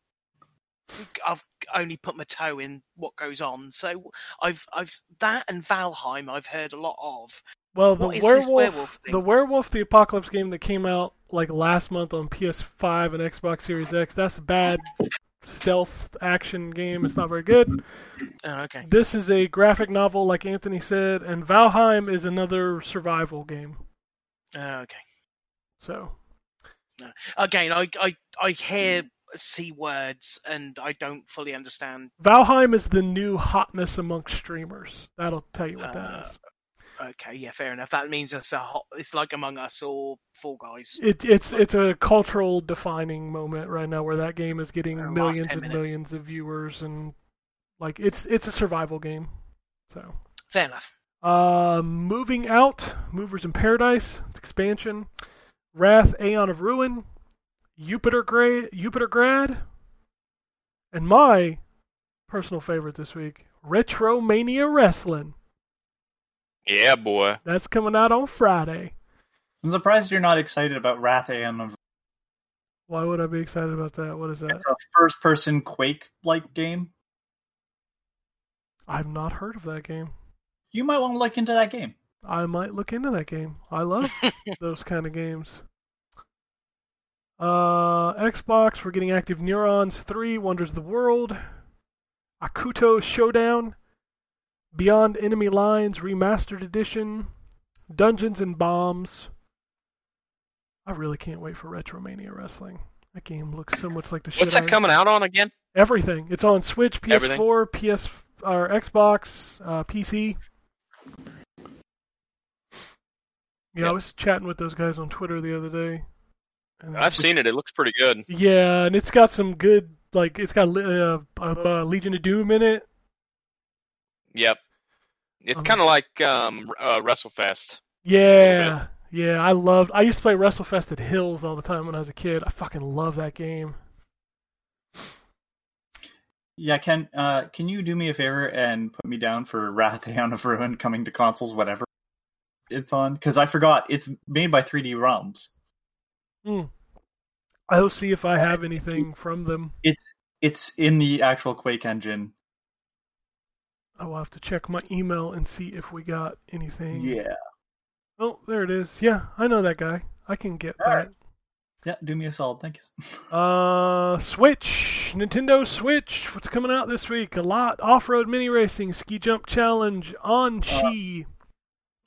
Speaker 3: I've only put my toe in what goes on. So I've I've that and Valheim I've heard a lot of.
Speaker 2: Well, the
Speaker 3: What is this
Speaker 2: werewolf,
Speaker 3: werewolf thing?
Speaker 2: the werewolf, the apocalypse game that came out like last month on PS5 and Xbox Series X. That's a bad stealth action game. It's not very good.
Speaker 3: Oh, okay.
Speaker 2: This is a graphic novel, like Anthony said, and Valheim is another survival game.
Speaker 3: Oh, okay.
Speaker 2: So
Speaker 3: Again, I I I hear c words and I don't fully understand.
Speaker 2: Valheim is the new hotness amongst streamers. That'll tell you what
Speaker 3: Uh,
Speaker 2: that is.
Speaker 3: Okay, yeah, fair enough. That means it's a hot, it's like Among Us or Four Guys.
Speaker 2: It, it's it's a cultural defining moment right now where that game is getting
Speaker 3: Uh, last
Speaker 2: millions
Speaker 3: 10
Speaker 2: and
Speaker 3: minutes.
Speaker 2: millions of viewers and like it's it's a survival game. So
Speaker 3: Fair enough.
Speaker 2: Uh, moving out, Movers in Paradise, its expansion, Wrath, Aeon of Ruin, Jupiter Grad, Jupiter Grad, and my personal favorite this week, Retromania Wrestling.
Speaker 1: Yeah, boy.
Speaker 2: That's coming out on Friday.
Speaker 4: I'm surprised you're not excited about Wrath Aeon of
Speaker 2: Why would I be excited about that? What is that?
Speaker 4: It's a first person Quake like game.
Speaker 2: I've not heard of that game.
Speaker 4: You might want to look into that game.
Speaker 2: I might look into that game. I love those kind of games. Uh, Xbox, we're getting Active Neurons 3, Wonders of the World, Akuto Showdown, Beyond Enemy Lines Remastered Edition, Dungeons and Bombs. I really can't wait for Retromania Wrestling. That game looks so much like the shit.
Speaker 1: What's that
Speaker 2: I-
Speaker 1: coming out on again?
Speaker 2: Everything. It's on Switch, PS4,
Speaker 1: Everything?
Speaker 2: PS or Xbox, uh, PC. Yeah, I
Speaker 1: Yep.
Speaker 2: was chatting with those guys on Twitter the other day. And
Speaker 1: I've seen it. It looks pretty good.
Speaker 2: Yeah, and it's got some good, like it's got uh, uh, uh, Legion of Doom in it.
Speaker 1: Yep. It's
Speaker 2: Um,
Speaker 1: kind of like um, uh, WrestleFest.
Speaker 2: Yeah, yeah. I loved. I used to play WrestleFest at Hills all the time when I was a kid. I fucking love that game.
Speaker 4: Yeah, Ken, uh, can you do me a favor and put me down for Wrath Aeon of Ruin coming to consoles, whatever it's on? Because I forgot it's made by 3D ROMs.
Speaker 2: I'll see if I have anything from them.
Speaker 4: It's it's in the actual Quake engine.
Speaker 2: I will have to check my email and see if we got anything.
Speaker 4: Yeah,
Speaker 2: Oh, there it is. Yeah, I know that guy. I can get that.
Speaker 4: Alright. yeah. Do me a solid, thank you.
Speaker 2: Uh, Switch, Nintendo Switch. What's coming out this week? A lot. Off-road mini racing, ski jump challenge, on ski.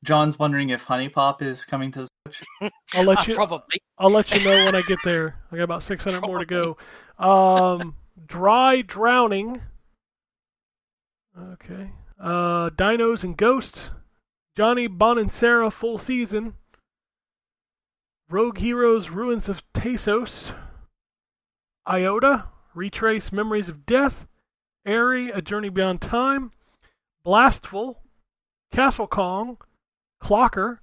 Speaker 4: John's wondering if Honey Pop is coming to the Switch.
Speaker 2: I'll
Speaker 3: Uh,
Speaker 2: let you.
Speaker 3: probably.
Speaker 2: I'll let you know when I get there. I got about 600 more to go. Um, dry drowning. Okay. Uh, dinos and ghosts. Johnny Bonansera full season. Rogue Heroes Ruins of Tasos. Iota Retrace Memories of Death. Airy A Journey Beyond Time. Blastful. Castle Kong. Clocker.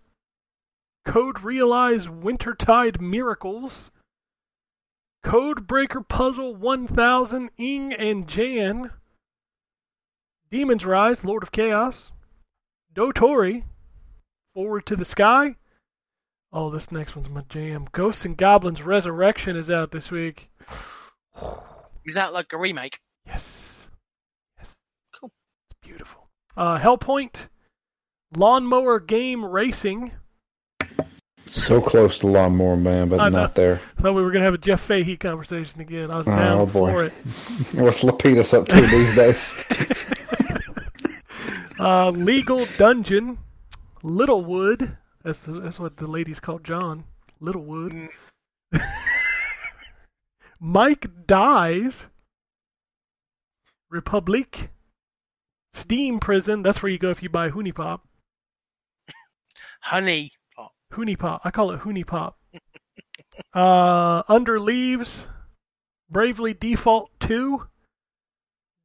Speaker 2: Code Realize Wintertide Miracles, Code Breaker Puzzle 1000, Ing and Jan, Demons Rise, Lord of Chaos, Dotori, Forward to the Sky. Oh, this next one's my jam. Ghosts and Goblins Resurrection is out this week.
Speaker 3: Is that like a remake?
Speaker 2: Yes. Yes.
Speaker 3: Cool.
Speaker 2: It's beautiful. Uh, Hellpoint, Lawnmower Game Racing.
Speaker 5: So close to Lawnmower Man, but
Speaker 4: Oh,
Speaker 2: I know.
Speaker 5: not there.
Speaker 2: Thought we were gonna have a Jeff Fahey conversation again. I was
Speaker 5: Oh,
Speaker 2: down
Speaker 5: boy.
Speaker 2: for it.
Speaker 5: What's Lapidus up to these days?
Speaker 2: Uh, Legal Dungeon, Littlewood. That's the, that's what the ladies call John. Littlewood. Mike dies. Republic. Steam Prison. That's where you go if you buy Hoonie Pop.
Speaker 3: Honey. Oh,
Speaker 2: Hoonie Pop. I call it Hoonie Pop. uh, Under Leaves, Bravely Default 2,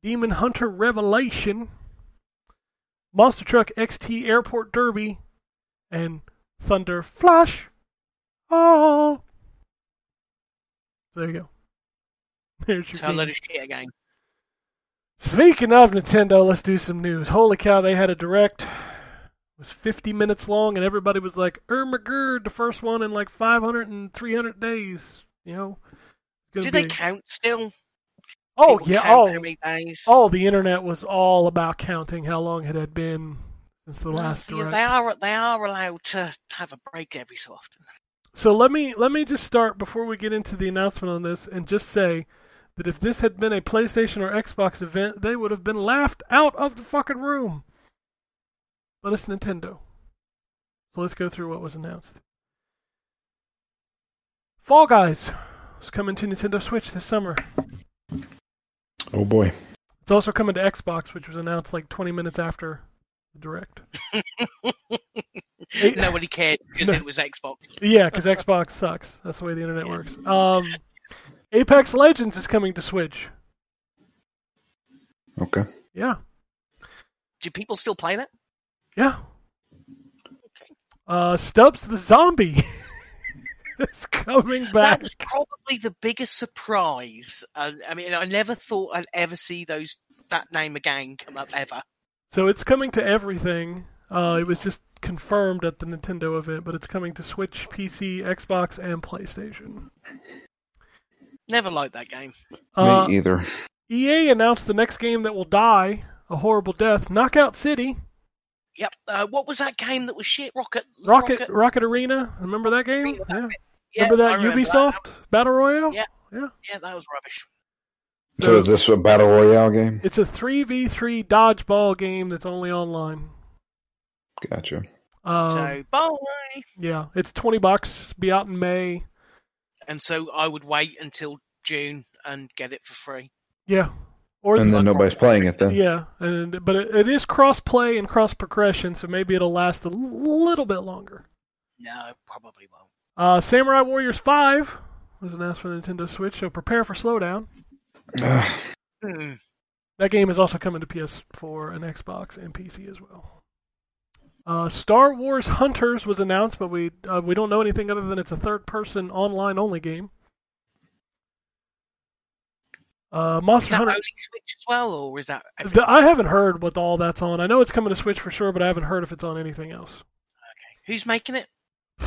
Speaker 2: Demon Hunter Revelation, Monster Truck XT Airport Derby, and Thunder Flash. Oh! There you go. There's your
Speaker 3: it's a load
Speaker 2: game.
Speaker 3: of shit again.
Speaker 2: Speaking of Nintendo, let's do some news. Holy cow, they had a direct. It was 50 minutes long, and everybody was like, Ermagerd, the first one in like 500 and 300 days. You know? It's gonna
Speaker 3: Do
Speaker 2: be
Speaker 3: they
Speaker 2: a-
Speaker 3: count still?
Speaker 2: Oh
Speaker 3: People
Speaker 2: yeah.
Speaker 3: count
Speaker 2: Oh,
Speaker 3: how many days.
Speaker 2: oh, the internet was all about counting how long it had been since the last
Speaker 3: Yeah,
Speaker 2: direct.
Speaker 3: they are they are allowed to have a break every so often.
Speaker 2: So let me let me just start before we get into the announcement on this and just say that if this had been a PlayStation or Xbox event, they would have been laughed out of the fucking room. But it's Nintendo. So let's go through what was announced. Fall Guys is coming to Nintendo Switch this summer.
Speaker 5: Oh boy.
Speaker 2: It's also coming to Xbox, which was announced like 20 minutes after the direct. Eight-
Speaker 3: Nobody cared because
Speaker 2: No.
Speaker 3: it was Xbox.
Speaker 2: Yeah, because Xbox sucks. That's the way the internet works. Um, Apex Legends is coming to Switch.
Speaker 5: Okay.
Speaker 2: Yeah,
Speaker 3: Do people still play that?
Speaker 2: yeah. Uh, Stubbs the Zombie is coming
Speaker 3: That
Speaker 2: back.
Speaker 3: was probably the biggest surprise. Uh, I mean, I never thought I'd ever see those that name again come up ever.
Speaker 2: So it's coming to everything. Uh, it was just confirmed at the Nintendo event, but it's coming to Switch, PC, Xbox, and PlayStation.
Speaker 3: Never liked that game.
Speaker 2: Uh,
Speaker 5: Me either.
Speaker 2: EA announced the next game that will die a horrible death Knockout City,
Speaker 3: Yep. Uh, what was that game that was shit? Rocket.
Speaker 2: Rocket Rocket, Arena. Remember that game?
Speaker 3: Arena,
Speaker 2: Yeah.
Speaker 3: Yeah,
Speaker 2: remember
Speaker 3: I
Speaker 2: that Ubisoft Battle Royale?
Speaker 3: Yeah.
Speaker 2: Yeah.
Speaker 3: Yeah, that was rubbish.
Speaker 5: So, is this a battle royale game?
Speaker 2: It's a 3v3 dodgeball game that's only online.
Speaker 5: Gotcha.
Speaker 2: Um,
Speaker 3: so bye.
Speaker 2: yeah, it's 20 bucks. Be out in May.
Speaker 3: And so I would wait until June and get it for free.
Speaker 2: Yeah. Or
Speaker 5: And then nobody's playing it then.
Speaker 2: yeah, and but it, it is cross play and cross progression, so maybe it'll last a l- little bit longer.
Speaker 3: No, probably won't.
Speaker 2: Uh, Samurai Warriors 5 was announced for the Nintendo Switch, so prepare for slowdown.
Speaker 5: Ugh.
Speaker 3: Hmm.
Speaker 2: That game is also coming to PS4 and Xbox and PC as well. Uh, Star Wars Hunters was announced, but we uh, we don't know anything other than it's a third-person online-only game. Uh,
Speaker 3: Is
Speaker 2: Monster
Speaker 3: that
Speaker 2: Hunter.
Speaker 3: only Switch as well, or is that? everything?
Speaker 2: The- I haven't heard what all that's on. I know it's coming to Switch for sure, but I haven't heard if it's on anything else.
Speaker 3: Who's making it? do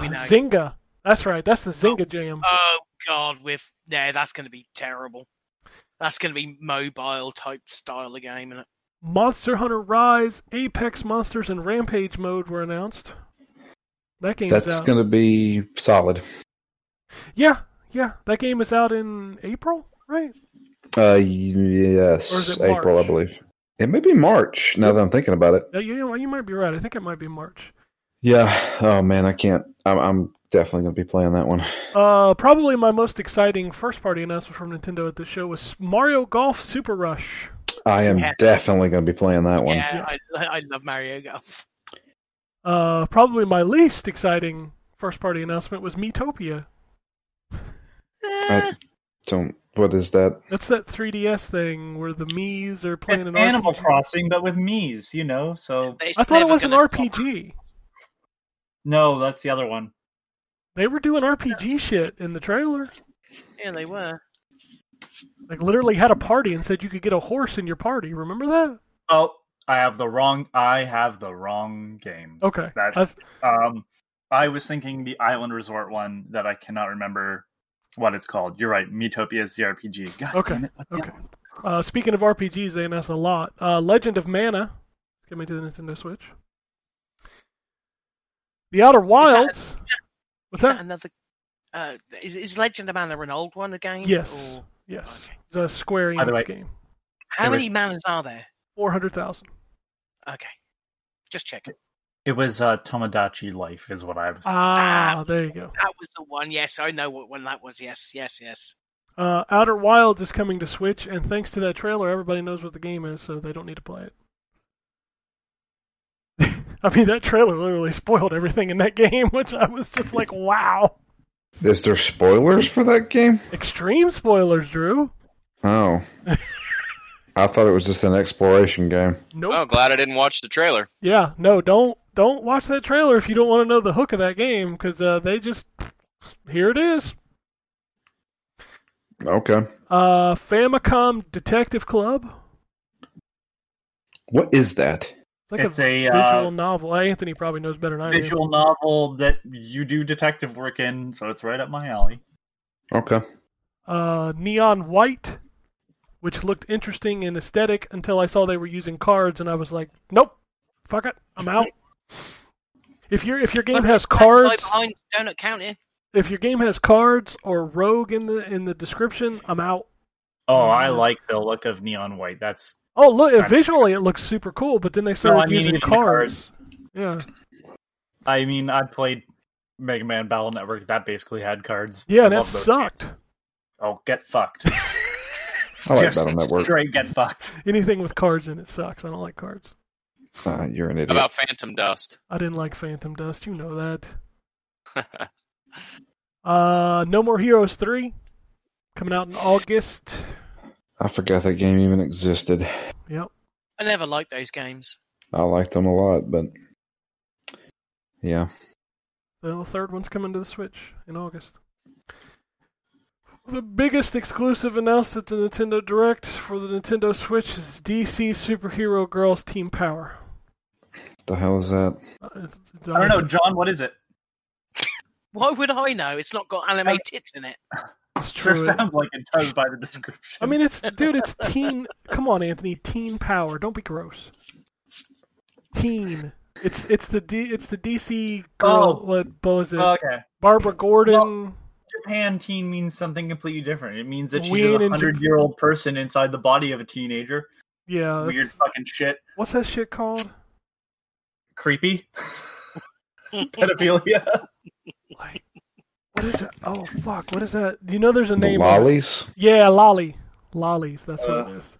Speaker 3: we know?
Speaker 2: Zynga. That's right. That's the Zynga jam.
Speaker 3: Oh God, with yeah, that's going to be terrible. That's going to be mobile type style of game, and
Speaker 2: Monster Hunter Rise, Apex Monsters, and Rampage mode were announced. That game's
Speaker 5: That's
Speaker 2: out.
Speaker 5: going to be solid.
Speaker 2: Yeah, yeah. That game is out in April, right?
Speaker 5: Uh,
Speaker 2: Or is
Speaker 5: yes,
Speaker 2: it
Speaker 5: April,
Speaker 2: March?
Speaker 5: I believe. It may be March. Now that I'm thinking about it.
Speaker 2: Yeah, Uh, you know, you might be right. I think it might be March.
Speaker 5: Yeah. Oh man, I can't. I'm, I'm definitely going to be playing that one.
Speaker 2: Uh, probably my most exciting first party announcement from Nintendo at the show was Mario Golf Super Rush.
Speaker 5: I am
Speaker 3: Yeah.
Speaker 5: definitely going to be playing that one.
Speaker 3: yeah, I, I love Mario Golf.
Speaker 2: Uh, probably my least exciting first party announcement was Metopia.
Speaker 3: Eh,
Speaker 5: Don't. What is that?
Speaker 2: That's that 3DS thing where the Mii's are playing
Speaker 4: It's
Speaker 2: an
Speaker 4: Animal
Speaker 2: RPG.
Speaker 4: Crossing, but with Mii's, you know. So
Speaker 3: it's
Speaker 2: I thought it
Speaker 3: never
Speaker 2: was an
Speaker 3: gonna
Speaker 2: RPG.
Speaker 4: no, that's the other one.
Speaker 2: They were doing RPG shit in the trailer.
Speaker 3: stop. Yeah, they were.
Speaker 2: Like literally had a party and said you could get a horse in your party. Remember that?
Speaker 4: Oh, I have the wrong. I have the wrong game.
Speaker 2: Okay.
Speaker 4: That's-
Speaker 2: That's-
Speaker 4: Um, I was thinking the Island Resort one that I cannot remember what it's called. You're right. Metopia is the RPG. God
Speaker 2: Okay,
Speaker 4: damn it. What's the
Speaker 2: okay.
Speaker 4: other one?
Speaker 2: Uh, speaking of RPGs, they announced a lot. Uh, Legend of Mana is coming to the Nintendo Switch. The Outer Wilds.
Speaker 3: Is
Speaker 2: What's
Speaker 3: that
Speaker 2: that?
Speaker 3: another? Uh, is, is Legend of Mana an old one again?
Speaker 2: Yes.
Speaker 3: or-
Speaker 2: Yes.
Speaker 3: Okay.
Speaker 2: It's a Square
Speaker 4: By the way-
Speaker 2: Enix game.
Speaker 3: How
Speaker 4: Anyway.
Speaker 3: many Manas are there?
Speaker 2: 400,000.
Speaker 3: Okay. Just checking.
Speaker 4: It was uh, Tomodachi Life, is what I was.
Speaker 2: Ah, there you go.
Speaker 3: That was the one. Yes, I know what one that was. Yes, yes, yes.
Speaker 2: Uh, Outer Wilds is coming to Switch, and thanks to that trailer, everybody knows what the game is, so they don't need to play it. I mean, that trailer literally spoiled everything in that game, which I was just like, wow.
Speaker 5: Is there spoilers for that game?
Speaker 2: Extreme spoilers, Drew.
Speaker 5: Oh. I thought it was just an exploration game.
Speaker 2: Nope.
Speaker 1: Oh, glad I didn't watch the trailer.
Speaker 2: Yeah, no, don't don't watch that trailer if you don't want to know the hook of that game because uh, they just here it is.
Speaker 5: Okay.
Speaker 2: Uh, Famicom Detective Club.
Speaker 5: What is that?
Speaker 2: It's Like
Speaker 4: It's
Speaker 2: a,
Speaker 4: a
Speaker 2: visual
Speaker 4: uh,
Speaker 2: novel. Anthony probably knows better than I do.
Speaker 4: visual novel that you do detective work in, so it's right up my alley.
Speaker 5: Okay.
Speaker 2: uh, neon white, which looked interesting and aesthetic until I saw they were using cards, and I was like, nope, fuck it, I'm out. if your if your game has cards,
Speaker 3: behind donut counter.
Speaker 2: if your game has cards or rogue in the in the description, I'm out.
Speaker 4: Oh, I
Speaker 2: Mhm.
Speaker 4: like the look of neon white. That's
Speaker 2: Oh, look!
Speaker 4: Right.
Speaker 2: Visually, it looks super cool, but then they
Speaker 4: I
Speaker 2: started
Speaker 4: mean
Speaker 2: using
Speaker 4: using the
Speaker 2: cards. Yeah,
Speaker 4: I mean, I played Mega Man Battle Network. That basically had cards.
Speaker 2: yeah,
Speaker 4: I
Speaker 2: and that
Speaker 4: love those
Speaker 2: sucked.
Speaker 4: games. Oh, get fucked.
Speaker 5: I like
Speaker 4: Just
Speaker 5: Battle Network.
Speaker 4: Straight get fucked.
Speaker 2: Anything with cards in it sucks. I don't like cards.
Speaker 5: Uh, you're an idiot.
Speaker 1: About Phantom Dust.
Speaker 2: I didn't like Phantom Dust. You know that. Uh, No More Heroes three, coming out in August.
Speaker 5: I forgot that game even existed.
Speaker 2: Yep.
Speaker 3: I never liked those games.
Speaker 5: I liked them a lot, but yeah,
Speaker 2: The third one's coming to the Switch in August. The biggest exclusive announced at the Nintendo Direct for the Nintendo Switch is DC Superhero Girls Team Power.
Speaker 5: the hell is that?
Speaker 2: Uh,
Speaker 4: I don't know, John. What is it?
Speaker 3: Why would I know? It's not got anime tits in it.
Speaker 2: It's
Speaker 4: Sure
Speaker 2: true.
Speaker 4: sounds like it does by the description.
Speaker 2: I mean, it's dude, it's teen. Come on, Anthony, teen power. Don't be gross. Teen. It's it's the D, it's the DC girl.
Speaker 4: Oh.
Speaker 2: What, what was it?
Speaker 4: okay.
Speaker 2: Barbara Gordon.
Speaker 4: Japan teen means something completely different. It means that she's
Speaker 2: We ain't
Speaker 4: a
Speaker 2: in
Speaker 4: hundred year old person inside the body of a teenager.
Speaker 2: yeah. that's-
Speaker 4: Weird fucking shit.
Speaker 2: What's that shit called?
Speaker 4: Creepy. Pedophilia.
Speaker 2: Like, what is that? Oh fuck, what is that? Do you know there's a
Speaker 5: The
Speaker 2: name?
Speaker 5: lollies?
Speaker 2: Yeah, lolly. Lollies. That's what
Speaker 4: Uh.
Speaker 2: it is.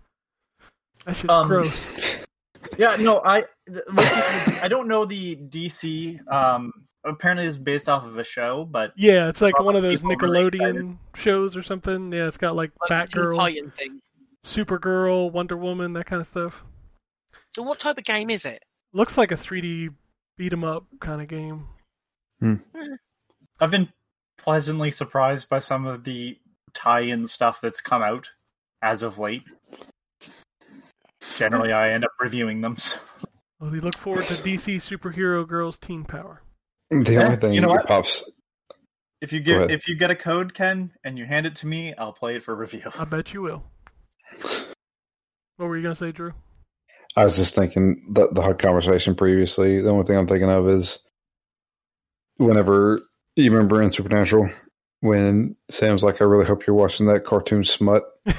Speaker 2: That shit's
Speaker 4: Um,
Speaker 2: gross.
Speaker 4: yeah no i th- i don't know the dc um apparently it's based off of a show but
Speaker 2: Yeah, it's like
Speaker 4: Probably
Speaker 2: one of those
Speaker 4: people really
Speaker 2: Nickelodeon shows or something. Yeah, it's got like
Speaker 3: Like Teen
Speaker 2: Batgirl,
Speaker 3: Titan thing.
Speaker 2: Supergirl, Wonder Woman, that kind of stuff.
Speaker 3: So what type of game is it?
Speaker 2: looks like a 3D beat 'em up kind of game.
Speaker 4: i've been pleasantly surprised by some of the tie-in stuff that's come out as of late generally i end up reviewing them so.
Speaker 2: Well, we look forward to DC Superhero Girls Teen Power.
Speaker 5: The
Speaker 4: Yeah,
Speaker 5: only thing
Speaker 4: you know
Speaker 5: that
Speaker 4: what?
Speaker 5: pops.
Speaker 4: if you
Speaker 5: Go
Speaker 4: give
Speaker 5: ahead.
Speaker 4: if you get a code ken and you hand it to me i'll play it for review
Speaker 2: I bet you will. What were you gonna say, Drew?
Speaker 5: I was just thinking the the whole conversation previously. The only thing I'm thinking of is whenever you remember in Supernatural when Sam's like, "I really hope you're watching that cartoon smut," and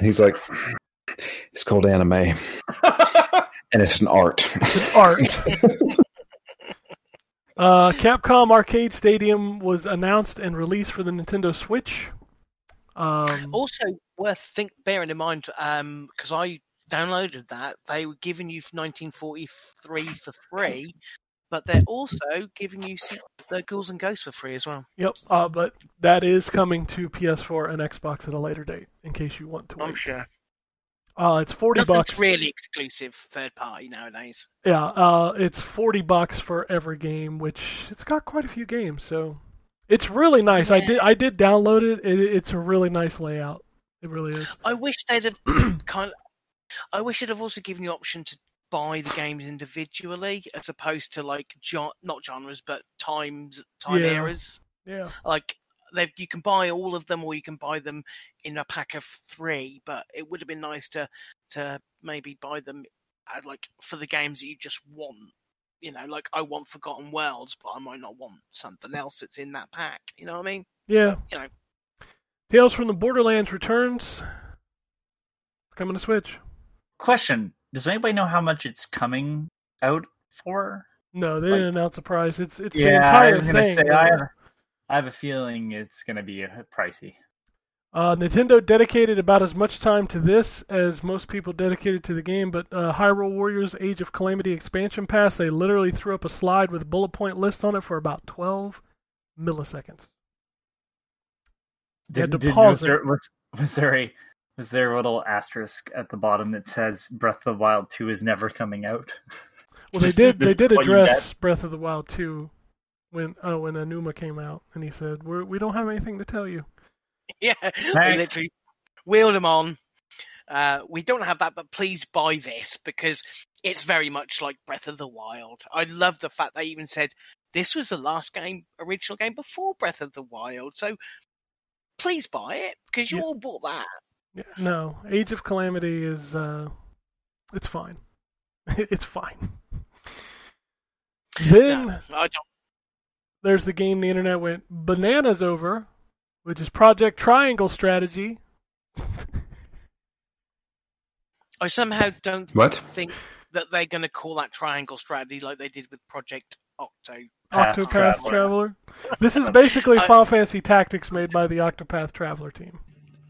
Speaker 5: he's like, "It's called anime, and it's an art."
Speaker 2: Art. uh, Capcom Arcade Stadium was announced and released for the Nintendo Switch. Um,
Speaker 3: Also worth think bearing in mind um because I downloaded that they were giving you 1943 for free, but they're also giving you Su- the Ghouls and Ghosts for free as well.
Speaker 2: Yep. Uh, but that is coming to PS4 and Xbox at a later date, in case you want to. Wait.
Speaker 3: sure.
Speaker 2: Uh, it's forty bucks.
Speaker 3: Nothing's really exclusive third party nowadays.
Speaker 2: Yeah, uh, it's forty bucks for every game, which it's got quite a few games, so it's really nice. I did I did download it. it. It's a really nice layout. It really is.
Speaker 3: I wish they'd have kind of. I wish they'd have also given you option to buy the games individually, as opposed to like gen- not genres but times time
Speaker 2: Yeah.
Speaker 3: eras.
Speaker 2: Yeah,
Speaker 3: Like they you can buy all of them, or you can buy them in a pack of three. But it would have been nice to to maybe buy them uh, like for the games that you just want. You know, like I want Forgotten Worlds, but I might not want something else that's in that pack. You know what I mean?
Speaker 2: yeah.
Speaker 3: You know.
Speaker 2: Tales from the Borderlands returns. Coming to Switch.
Speaker 4: question does anybody know how much it's coming out for
Speaker 2: No, they
Speaker 4: Like-
Speaker 2: didn't announce a price. It's it's the
Speaker 4: yeah,
Speaker 2: entire
Speaker 4: I was
Speaker 2: thing.
Speaker 4: gonna say I have, I have a feeling it's gonna be uh, pricey.
Speaker 2: Uh, Nintendo dedicated about as much time to this as most people dedicated to the game, but uh, Hyrule Warriors Age of Calamity expansion pass, they literally threw up a slide with bullet point lists on it for about 12 milliseconds. They had to pause
Speaker 4: was, there, was, was there a was there a little asterisk at the bottom that says Breath of the Wild Two is never coming out?
Speaker 2: Well, they
Speaker 4: Just
Speaker 2: did.
Speaker 4: the-
Speaker 2: They did
Speaker 4: what you
Speaker 2: address Breath of the Wild 2 when uh, when Anuma came out, and he said, We're, "We don't have anything to tell you."
Speaker 3: Yeah, we
Speaker 4: Thanks.
Speaker 3: literally wheeled them on. Uh, we don't have that, but please buy this because it's very much like Breath of the Wild. I love the fact they even said this was the last game, original game before Breath of the Wild. So
Speaker 6: please buy it because you
Speaker 2: Yeah.
Speaker 6: all bought that.
Speaker 2: Yeah, no, Age of Calamity is uh, it's fine. it's fine. Then
Speaker 3: No, I don't.
Speaker 2: there's the game the internet went bananas over, which is Project Triangle Strategy.
Speaker 3: I somehow don't
Speaker 5: What?
Speaker 3: think that they're going to call that triangle strategy like they did with Project Octo.
Speaker 4: Path
Speaker 2: Octopath Traveler.
Speaker 4: Traveler.
Speaker 2: This is basically
Speaker 3: I-
Speaker 2: Final Fantasy Tactics made by the Octopath Traveler team.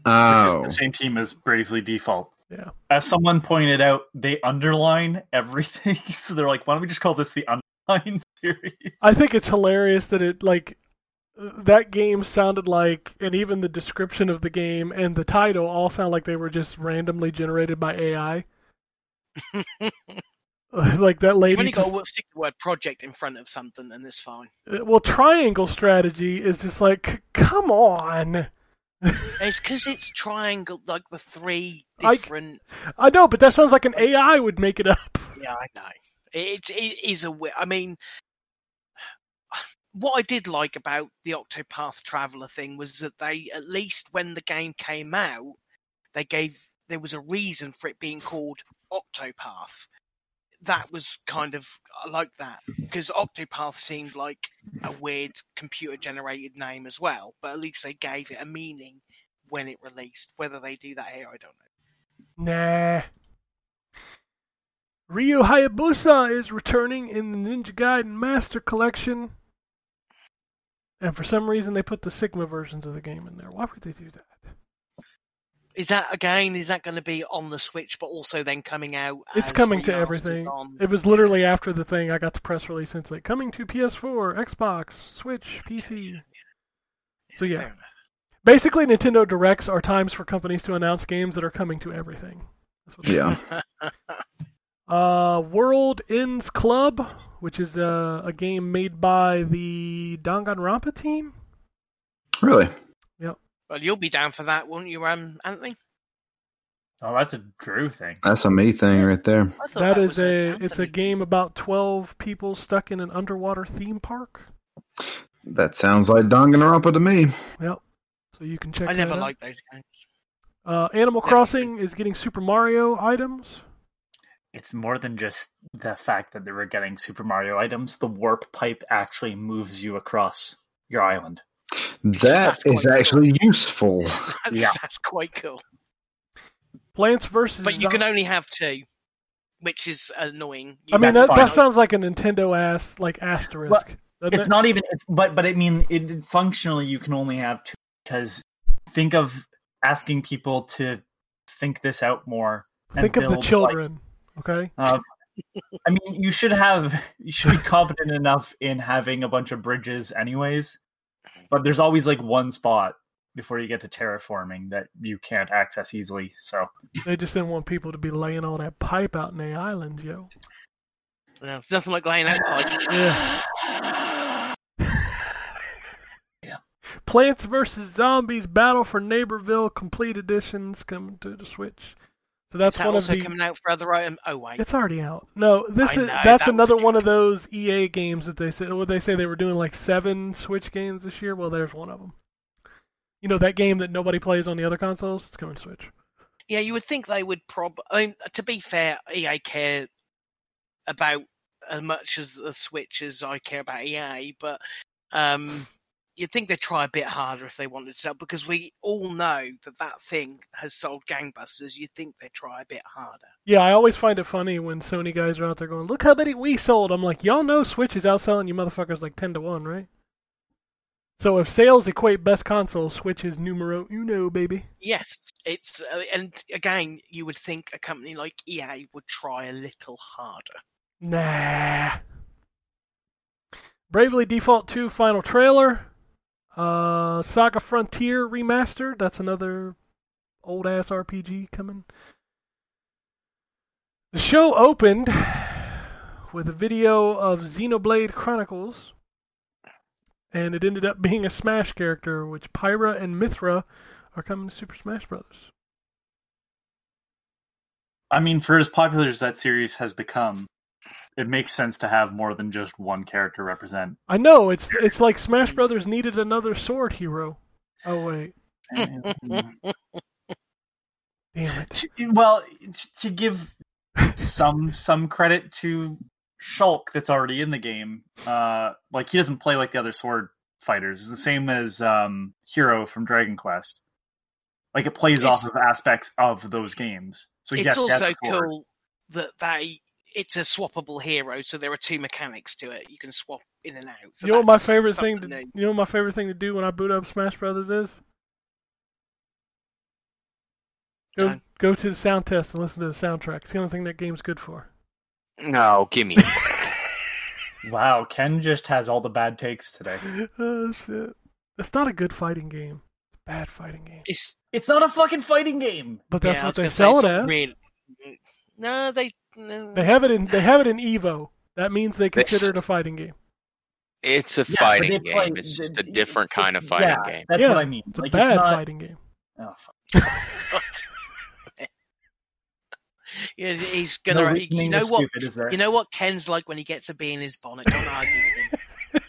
Speaker 5: Oh,
Speaker 4: Which is the same team as Bravely Default.
Speaker 2: Yeah.
Speaker 4: As someone pointed out, they underline everything. So they're like, why don't we just call this the underline series?
Speaker 2: I think it's hilarious that it like that game sounded like, and even the description of the game and the title all sound like they were just randomly generated by AI. like that
Speaker 3: You've
Speaker 2: lady.
Speaker 3: only got
Speaker 2: Just,
Speaker 3: to wo- stick the word project in front of something and it's fine.
Speaker 2: well, triangle strategy is just like, "C- come on.
Speaker 3: It's because it's triangle, like the three
Speaker 2: I-
Speaker 3: different.
Speaker 2: I know, but that sounds like an AI would make it up.
Speaker 3: Yeah, I know. It, it is a. wi- I mean, what I did like about the Octopath Traveler thing was that they, at least when the game came out, they gave there was a reason for it being called Octopath. That was kind of I like that because Octopath seemed like a weird computer generated name as well, but at least they gave it a meaning when it released. Whether they do that here, I don't know.
Speaker 2: Nah. Ryu Hayabusa is returning in the Ninja Gaiden Master Collection. And for some reason, they put the Sigma versions of the game in there. Why would they do that?
Speaker 3: Is that again? Is that going to be on the Switch, but also then coming out?
Speaker 2: It's
Speaker 3: as
Speaker 2: coming to
Speaker 3: remasters
Speaker 2: everything.
Speaker 3: on-
Speaker 2: It was literally after the thing I got the press release, and it's like coming to PS4, Xbox, Switch, PC. So
Speaker 3: Fair
Speaker 2: yeah,
Speaker 3: enough.
Speaker 2: basically Nintendo Directs are times for companies to announce games that are coming to everything. That's what they
Speaker 5: yeah.
Speaker 2: Uh, World Ends Club, which is a, a game made by the Danganronpa team.
Speaker 5: Really?
Speaker 3: Well, you'll be down for that, won't you, um, Anthony?
Speaker 4: Oh, that's a Drew thing.
Speaker 5: That's a me thing right there.
Speaker 3: I thought
Speaker 2: That is
Speaker 3: was
Speaker 2: a
Speaker 3: an
Speaker 2: it's a
Speaker 3: Anthony.
Speaker 2: game about twelve people stuck in an underwater theme park.
Speaker 5: That sounds like Danganronpa to me.
Speaker 2: Yep. So you can check.
Speaker 3: I never
Speaker 2: that out.
Speaker 3: liked those games.
Speaker 2: Uh, Animal
Speaker 3: Never
Speaker 2: Crossing is getting Super Mario items.
Speaker 4: It's more than just the fact that they were getting Super Mario items. The warp pipe actually moves you across your island.
Speaker 5: That
Speaker 3: That's
Speaker 5: is
Speaker 3: quite
Speaker 5: actually useful.
Speaker 3: That's,
Speaker 4: Yeah.
Speaker 3: that's quite cool.
Speaker 2: Plants versus.
Speaker 3: But you can
Speaker 2: Zo-
Speaker 3: only have two, which is annoying. You
Speaker 2: I mean, that,
Speaker 3: can
Speaker 4: that's
Speaker 2: that
Speaker 4: fine.
Speaker 2: sounds like a Nintendo ass like asterisk.
Speaker 4: Well,
Speaker 2: doesn't
Speaker 4: It's
Speaker 2: it?
Speaker 4: not even. It's but but I mean, it functionally you can only have two because think of asking people to think this out more. and
Speaker 2: Think of the
Speaker 4: build, like,
Speaker 2: children. Okay.
Speaker 4: Uh, I mean, you should have you should be competent enough in having a bunch of bridges, anyways. But there's always like one spot before you get to terraforming that you can't access easily. So
Speaker 2: They just didn't want people to be laying all that pipe out in the islands, yo.
Speaker 3: No, it's nothing like laying out pipe.
Speaker 2: Yeah. Plants vs. Zombies Battle for Neighborville Complete Editions coming to the Switch. So that's
Speaker 3: Is that
Speaker 2: one of
Speaker 3: also
Speaker 2: the.
Speaker 3: coming out for other item? Oh wait,
Speaker 2: It's already out. No, this
Speaker 3: I
Speaker 2: is
Speaker 3: know,
Speaker 2: that's
Speaker 3: that was
Speaker 2: another
Speaker 3: a
Speaker 2: one of
Speaker 3: joke.
Speaker 2: those EA games that they said. What they say they were doing like seven Switch games this year. Well, there's one of them. You know that game that nobody plays on the other consoles. It's coming to Switch.
Speaker 3: yeah, you would think they would prob. I mean, to be fair, EA care about as much as the Switch as I care about EA, but um, you'd think they'd try a bit harder if they wanted to, because we all know that that thing has sold gangbusters. You'd think they'd try a bit harder.
Speaker 2: Yeah, I always find it funny when Sony guys are out there going, "Look how many we sold." I'm like, "Y'all know Switch is outselling you motherfuckers like ten to one, right?" So if sales equate best console, Switch is numero uno, baby.
Speaker 3: Yes, it's uh, and again, you would think a company like EA would try a little harder.
Speaker 2: Nah. Bravely Default 2 final trailer. Uh, Saga Frontier remastered. That's another old ass RPG coming. The show opened with a video of Xenoblade Chronicles, and it ended up being a Smash character, which Pyra and Mithra are coming to Super Smash Brothers.
Speaker 4: I mean, for as popular as that series has become, it makes sense to have more than just one character represent.
Speaker 2: I know it's it's like Smash Brothers needed another sword hero. Oh wait, Damn it.
Speaker 4: To- well, t- to give some some credit to Shulk that's already in the game, uh, like he doesn't play like the other sword fighters. It's the same as um, Hero from Dragon Quest. Like it plays
Speaker 3: It's-
Speaker 4: off of aspects of those games. So
Speaker 3: it's
Speaker 4: yes,
Speaker 3: also
Speaker 4: that's sword.
Speaker 3: cool that they it's a swappable hero, so there are two mechanics to it. You can swap in and out. So
Speaker 2: you know what my
Speaker 3: that's
Speaker 2: favorite thing
Speaker 3: something
Speaker 2: to
Speaker 3: new.
Speaker 2: you know what my favorite thing to do when I boot up Smash Brothers is go
Speaker 3: Time.
Speaker 2: go to the sound test and listen to the soundtrack. It's the only thing that game's good for.
Speaker 1: No, gimme.
Speaker 4: Wow, Ken just has all the bad takes today.
Speaker 2: oh shit! It's not a good fighting game. It's a bad fighting game.
Speaker 3: It's
Speaker 4: It's not a fucking fighting game.
Speaker 2: But
Speaker 3: yeah,
Speaker 2: that's
Speaker 3: I was
Speaker 2: what they
Speaker 3: gonna say,
Speaker 2: sell
Speaker 3: it's
Speaker 2: it
Speaker 3: not
Speaker 2: as.
Speaker 3: really- No, they no.
Speaker 2: They have it in they have it in Evo. That means they
Speaker 1: They
Speaker 2: consider it a fighting game.
Speaker 1: It's a
Speaker 4: Yeah, but they
Speaker 1: fighting
Speaker 4: play-
Speaker 1: game. It's just a
Speaker 4: it-
Speaker 1: different
Speaker 4: it's-
Speaker 1: kind of fighting
Speaker 4: yeah,
Speaker 1: game.
Speaker 4: That's
Speaker 2: Yeah,
Speaker 4: what I mean.
Speaker 2: It's a
Speaker 4: like
Speaker 2: bad
Speaker 4: it's not.
Speaker 2: fighting game.
Speaker 4: Oh, fuck.
Speaker 3: Yeah, he's
Speaker 4: no
Speaker 3: gonna.
Speaker 4: reasoning
Speaker 3: you know
Speaker 4: is
Speaker 3: what?
Speaker 4: Stupid, is there?
Speaker 3: You know what Ken's like when he gets a bee in his bonnet. Don't argue with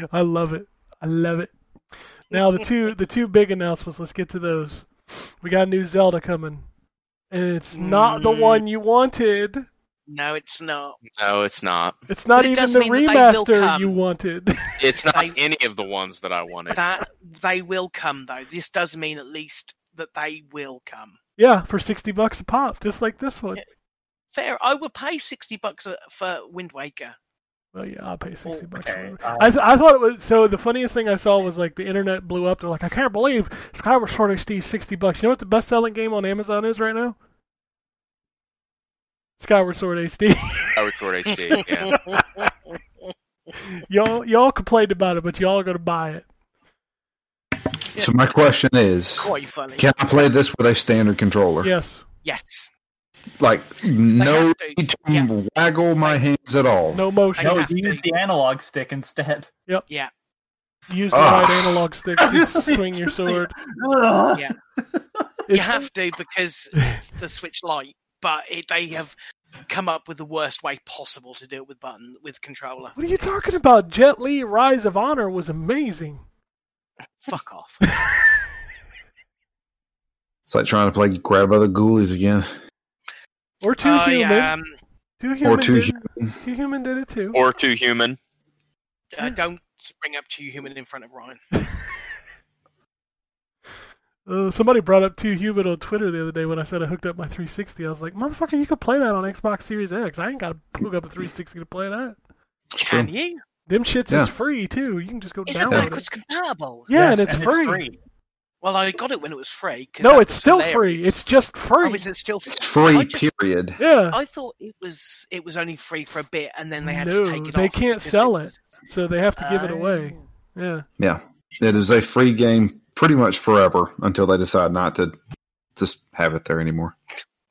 Speaker 3: him.
Speaker 2: I love it. I love it. Now the two the two big announcements. Let's get to those. We got a new Zelda coming, and it's not the
Speaker 3: Mm.
Speaker 2: one you wanted.
Speaker 3: No, it's not.
Speaker 1: No, it's not.
Speaker 2: It's not
Speaker 3: But it
Speaker 2: even
Speaker 3: does
Speaker 2: the
Speaker 3: mean that they will
Speaker 2: remaster
Speaker 3: come.
Speaker 2: you wanted.
Speaker 1: It's not
Speaker 3: They-
Speaker 1: any of the ones that I wanted.
Speaker 3: That they will come though. This does mean at least that they will come.
Speaker 2: yeah, for sixty bucks a pop, just like this one.
Speaker 3: Yeah. Fair. I would pay sixty bucks uh, for Wind Waker.
Speaker 2: Well, yeah, I'll pay sixty bucks.
Speaker 4: Okay,
Speaker 2: for it.
Speaker 3: uh,
Speaker 4: um,
Speaker 2: I th- I thought it was so. The funniest thing I saw was like the internet blew up. They're like, I can't believe Skyward Sword HD is sixty bucks. You know what the best selling game on Amazon is right now? Skyward Sword HD.
Speaker 1: Skyward Sword HD. Yeah.
Speaker 2: y'all y'all complained about it, but y'all are gonna buy it.
Speaker 5: So my question is,
Speaker 3: Quite funny.
Speaker 5: can I play this with a standard controller?
Speaker 2: Yes.
Speaker 3: Yes.
Speaker 5: Like no
Speaker 3: have to.
Speaker 5: need to
Speaker 3: Yeah.
Speaker 5: waggle my hands at all.
Speaker 2: No motion.
Speaker 4: No,
Speaker 3: have to.
Speaker 4: use the analog stick instead.
Speaker 3: Yeah.
Speaker 2: Use the
Speaker 5: Ah.
Speaker 2: right analog stick to swing your sword.
Speaker 4: Ugh.
Speaker 3: Yeah.
Speaker 2: It's,
Speaker 3: you have to because the Switch Lite, but it, they have come up with the worst way possible to do it with button with controller.
Speaker 2: What are you talking about? Jet Li Rise of Honor was amazing.
Speaker 3: Fuck off.
Speaker 5: It's like trying to play grab other ghoulies again.
Speaker 2: Or two
Speaker 3: Oh,
Speaker 2: human.
Speaker 3: yeah, um,
Speaker 2: Two human.
Speaker 5: Two
Speaker 2: did, two human did it too.
Speaker 1: Or too human.
Speaker 3: uh, don't bring up two human in front of Ryan.
Speaker 2: Uh, somebody brought up two human on Twitter the other day when I said I hooked up my 360. I was like, motherfucker, you could play that on Xbox Series X. I ain't got to hook up a 360 to play that.
Speaker 3: Can you?
Speaker 2: Them shits
Speaker 5: Yeah.
Speaker 2: is free too. You can just go
Speaker 3: Is it
Speaker 2: download it.
Speaker 3: backwards compatible?
Speaker 2: Yeah,
Speaker 4: Yes,
Speaker 2: and it's free.
Speaker 3: Well, I got it when it was free. 'cause
Speaker 2: No,
Speaker 3: that
Speaker 2: it's
Speaker 3: was
Speaker 2: still
Speaker 3: hilarious.
Speaker 2: free. It's just free.
Speaker 3: Oh, is it still free?
Speaker 5: It's free.
Speaker 3: I, just-
Speaker 5: period.
Speaker 2: yeah.
Speaker 3: I thought it was it was only free for a bit, and then they had
Speaker 2: No,
Speaker 3: to take it
Speaker 2: they
Speaker 3: off
Speaker 2: can't
Speaker 3: because
Speaker 2: sell it.
Speaker 3: was-
Speaker 2: so they have to give it
Speaker 3: Oh.
Speaker 2: away. Yeah.
Speaker 5: Yeah, it is a free game pretty much forever until they decide not to just have it there anymore.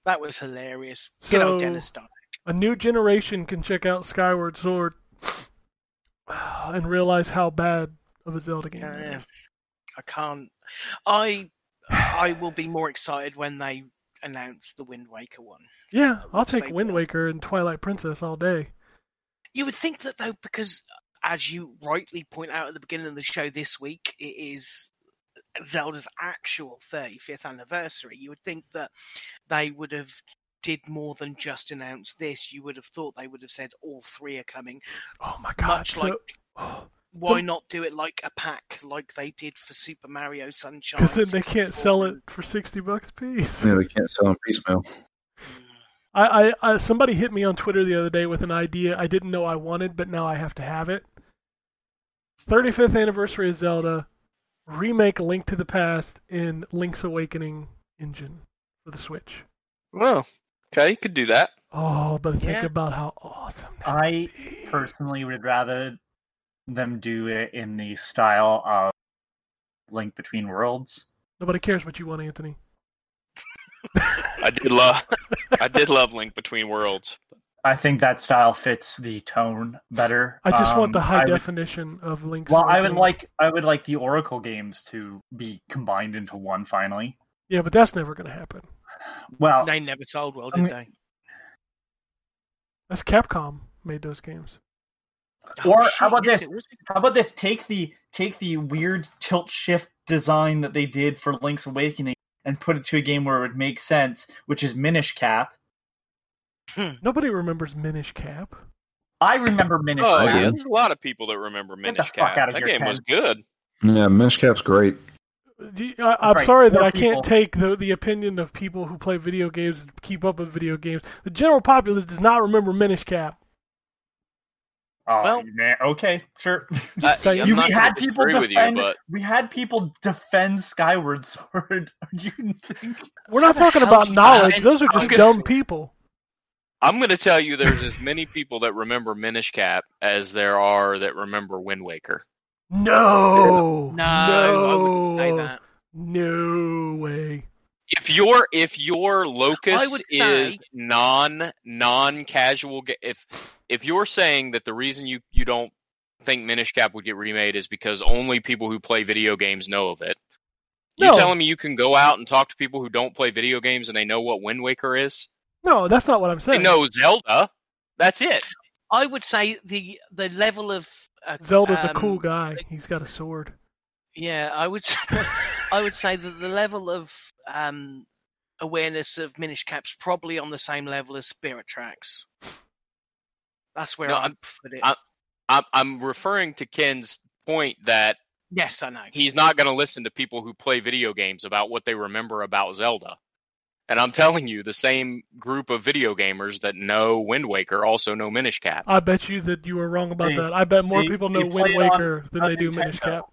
Speaker 3: That was hilarious. Good old
Speaker 2: So-
Speaker 3: Dennis Dunn.
Speaker 2: a new generation can check out Skyward Sword and realize how bad of a Zelda game it
Speaker 3: Yeah.
Speaker 2: is.
Speaker 3: I can't. I I will be more excited when they announce the Wind Waker one.
Speaker 2: Yeah, I'll take
Speaker 3: Stay
Speaker 2: Wind
Speaker 3: warm.
Speaker 2: Waker and Twilight Princess all day.
Speaker 3: You would think that though, because as you rightly point out at the beginning of the show this week, it is Zelda's actual 35th anniversary. You would think that they would have did more than just announce this. You would have thought they would have said all three are coming.
Speaker 2: Oh my god!
Speaker 3: Much
Speaker 2: so,
Speaker 3: like- Why
Speaker 2: So-
Speaker 3: not do it like a pack, like they did for Super Mario Sunshine?
Speaker 2: because then they can't
Speaker 3: 64?
Speaker 2: sell it for sixty bucks a piece.
Speaker 5: Yeah, they can't sell them piecemeal.
Speaker 3: Mm.
Speaker 2: I, I, I, somebody hit me on Twitter the other day with an idea I didn't know I wanted, but now I have to have it. 35th anniversary of Zelda, remake Link to the Past in Link's Awakening engine for the Switch.
Speaker 1: Well, okay, you could do that.
Speaker 2: Oh, but think
Speaker 3: Yeah.
Speaker 2: about how awesome that
Speaker 4: I personally would rather them do it in the style of Link Between Worlds.
Speaker 2: Nobody cares what you want, Anthony.
Speaker 1: I did love. I did love Link Between Worlds.
Speaker 4: I think that style fits the tone better.
Speaker 2: I just want
Speaker 4: Um,
Speaker 2: the
Speaker 4: I
Speaker 2: high
Speaker 4: would-
Speaker 2: definition of Link's.
Speaker 4: well, I would
Speaker 2: Awakening.
Speaker 4: like I would like the Oracle games to be combined into one finally.
Speaker 2: Yeah, but that's never going to happen.
Speaker 4: Well,
Speaker 3: They never sold well,
Speaker 4: I
Speaker 3: did
Speaker 4: mean-
Speaker 3: they?
Speaker 2: That's Capcom made those games.
Speaker 4: Or
Speaker 3: shit,
Speaker 4: how about
Speaker 3: yes,
Speaker 4: this?
Speaker 3: Oh, it was-
Speaker 4: How about this? Take the take the weird tilt shift design that they did for Link's Awakening and put it to a game where it would make sense, which is Minish Cap.
Speaker 2: Nobody remembers Minish Cap.
Speaker 4: I remember Minish
Speaker 1: Oh,
Speaker 4: Cap.
Speaker 5: yeah.
Speaker 1: there's a lot of people that remember
Speaker 4: Get the
Speaker 1: Minish
Speaker 4: fuck
Speaker 1: Cap.
Speaker 4: out of
Speaker 1: that
Speaker 4: here,
Speaker 1: game
Speaker 4: Ken.
Speaker 1: was good.
Speaker 5: Yeah, Minish Cap's great.
Speaker 2: Do you- I, I'm
Speaker 4: Right,
Speaker 2: sorry that
Speaker 4: poor
Speaker 2: I can't
Speaker 4: people.
Speaker 2: take the, the opinion of people who play video games and keep up with video games. The general populace does not remember Minish Cap.
Speaker 4: Oh,
Speaker 1: Well-
Speaker 4: man. Okay, sure.
Speaker 1: I,
Speaker 2: saying.
Speaker 1: I'm
Speaker 2: You-
Speaker 1: not
Speaker 4: we
Speaker 1: gonna
Speaker 4: had people
Speaker 1: disagree
Speaker 4: defend.
Speaker 1: with you, but
Speaker 4: We had people defend Skyward Sword. Do you think?
Speaker 2: We're not
Speaker 3: How the
Speaker 2: talking
Speaker 3: hell
Speaker 2: about
Speaker 3: do you
Speaker 2: knowledge.
Speaker 3: find-
Speaker 2: Those are
Speaker 1: I'm
Speaker 2: just
Speaker 1: gonna-
Speaker 2: dumb people.
Speaker 1: I'm going to tell you there's as many people that remember Minish Cap as there are that remember Wind Waker.
Speaker 2: No.
Speaker 3: No, I wouldn't say
Speaker 2: No.
Speaker 3: that.
Speaker 2: No way.
Speaker 1: If your if your
Speaker 3: I
Speaker 1: locus
Speaker 3: would
Speaker 1: is
Speaker 3: say-
Speaker 1: non non casual, if if you're saying that the reason you you don't think Minish Cap would get remade is because only people who play video games know of it. You
Speaker 2: No.
Speaker 1: telling me you can go out and talk to people who don't play video games and they know what Wind Waker is?
Speaker 2: No, that's not what I'm
Speaker 1: They
Speaker 2: saying.
Speaker 1: know Zelda. That's it.
Speaker 3: I would say the the level of uh,
Speaker 2: Zelda's
Speaker 3: um,
Speaker 2: a cool guy. He's got a sword.
Speaker 3: Yeah, I would. s- I would say that the level of um, awareness of Minish Cap's probably on the same level as Spirit Tracks. That's where
Speaker 1: No,
Speaker 3: I
Speaker 1: I'm-
Speaker 3: put it.
Speaker 1: I'm- I'm, I'm referring to Ken's point that
Speaker 3: yes, I know.
Speaker 1: he's not going to listen to people who play video games about what they remember about Zelda. And I'm telling you, the same group of video gamers that know Wind Waker also know Minish Cap.
Speaker 2: I bet you that you were wrong about
Speaker 4: They-
Speaker 2: that. I bet more
Speaker 4: they-
Speaker 2: people know
Speaker 4: they
Speaker 2: Wind
Speaker 4: play it on-
Speaker 2: Waker than
Speaker 4: on
Speaker 2: they do Minish
Speaker 4: Nintendo.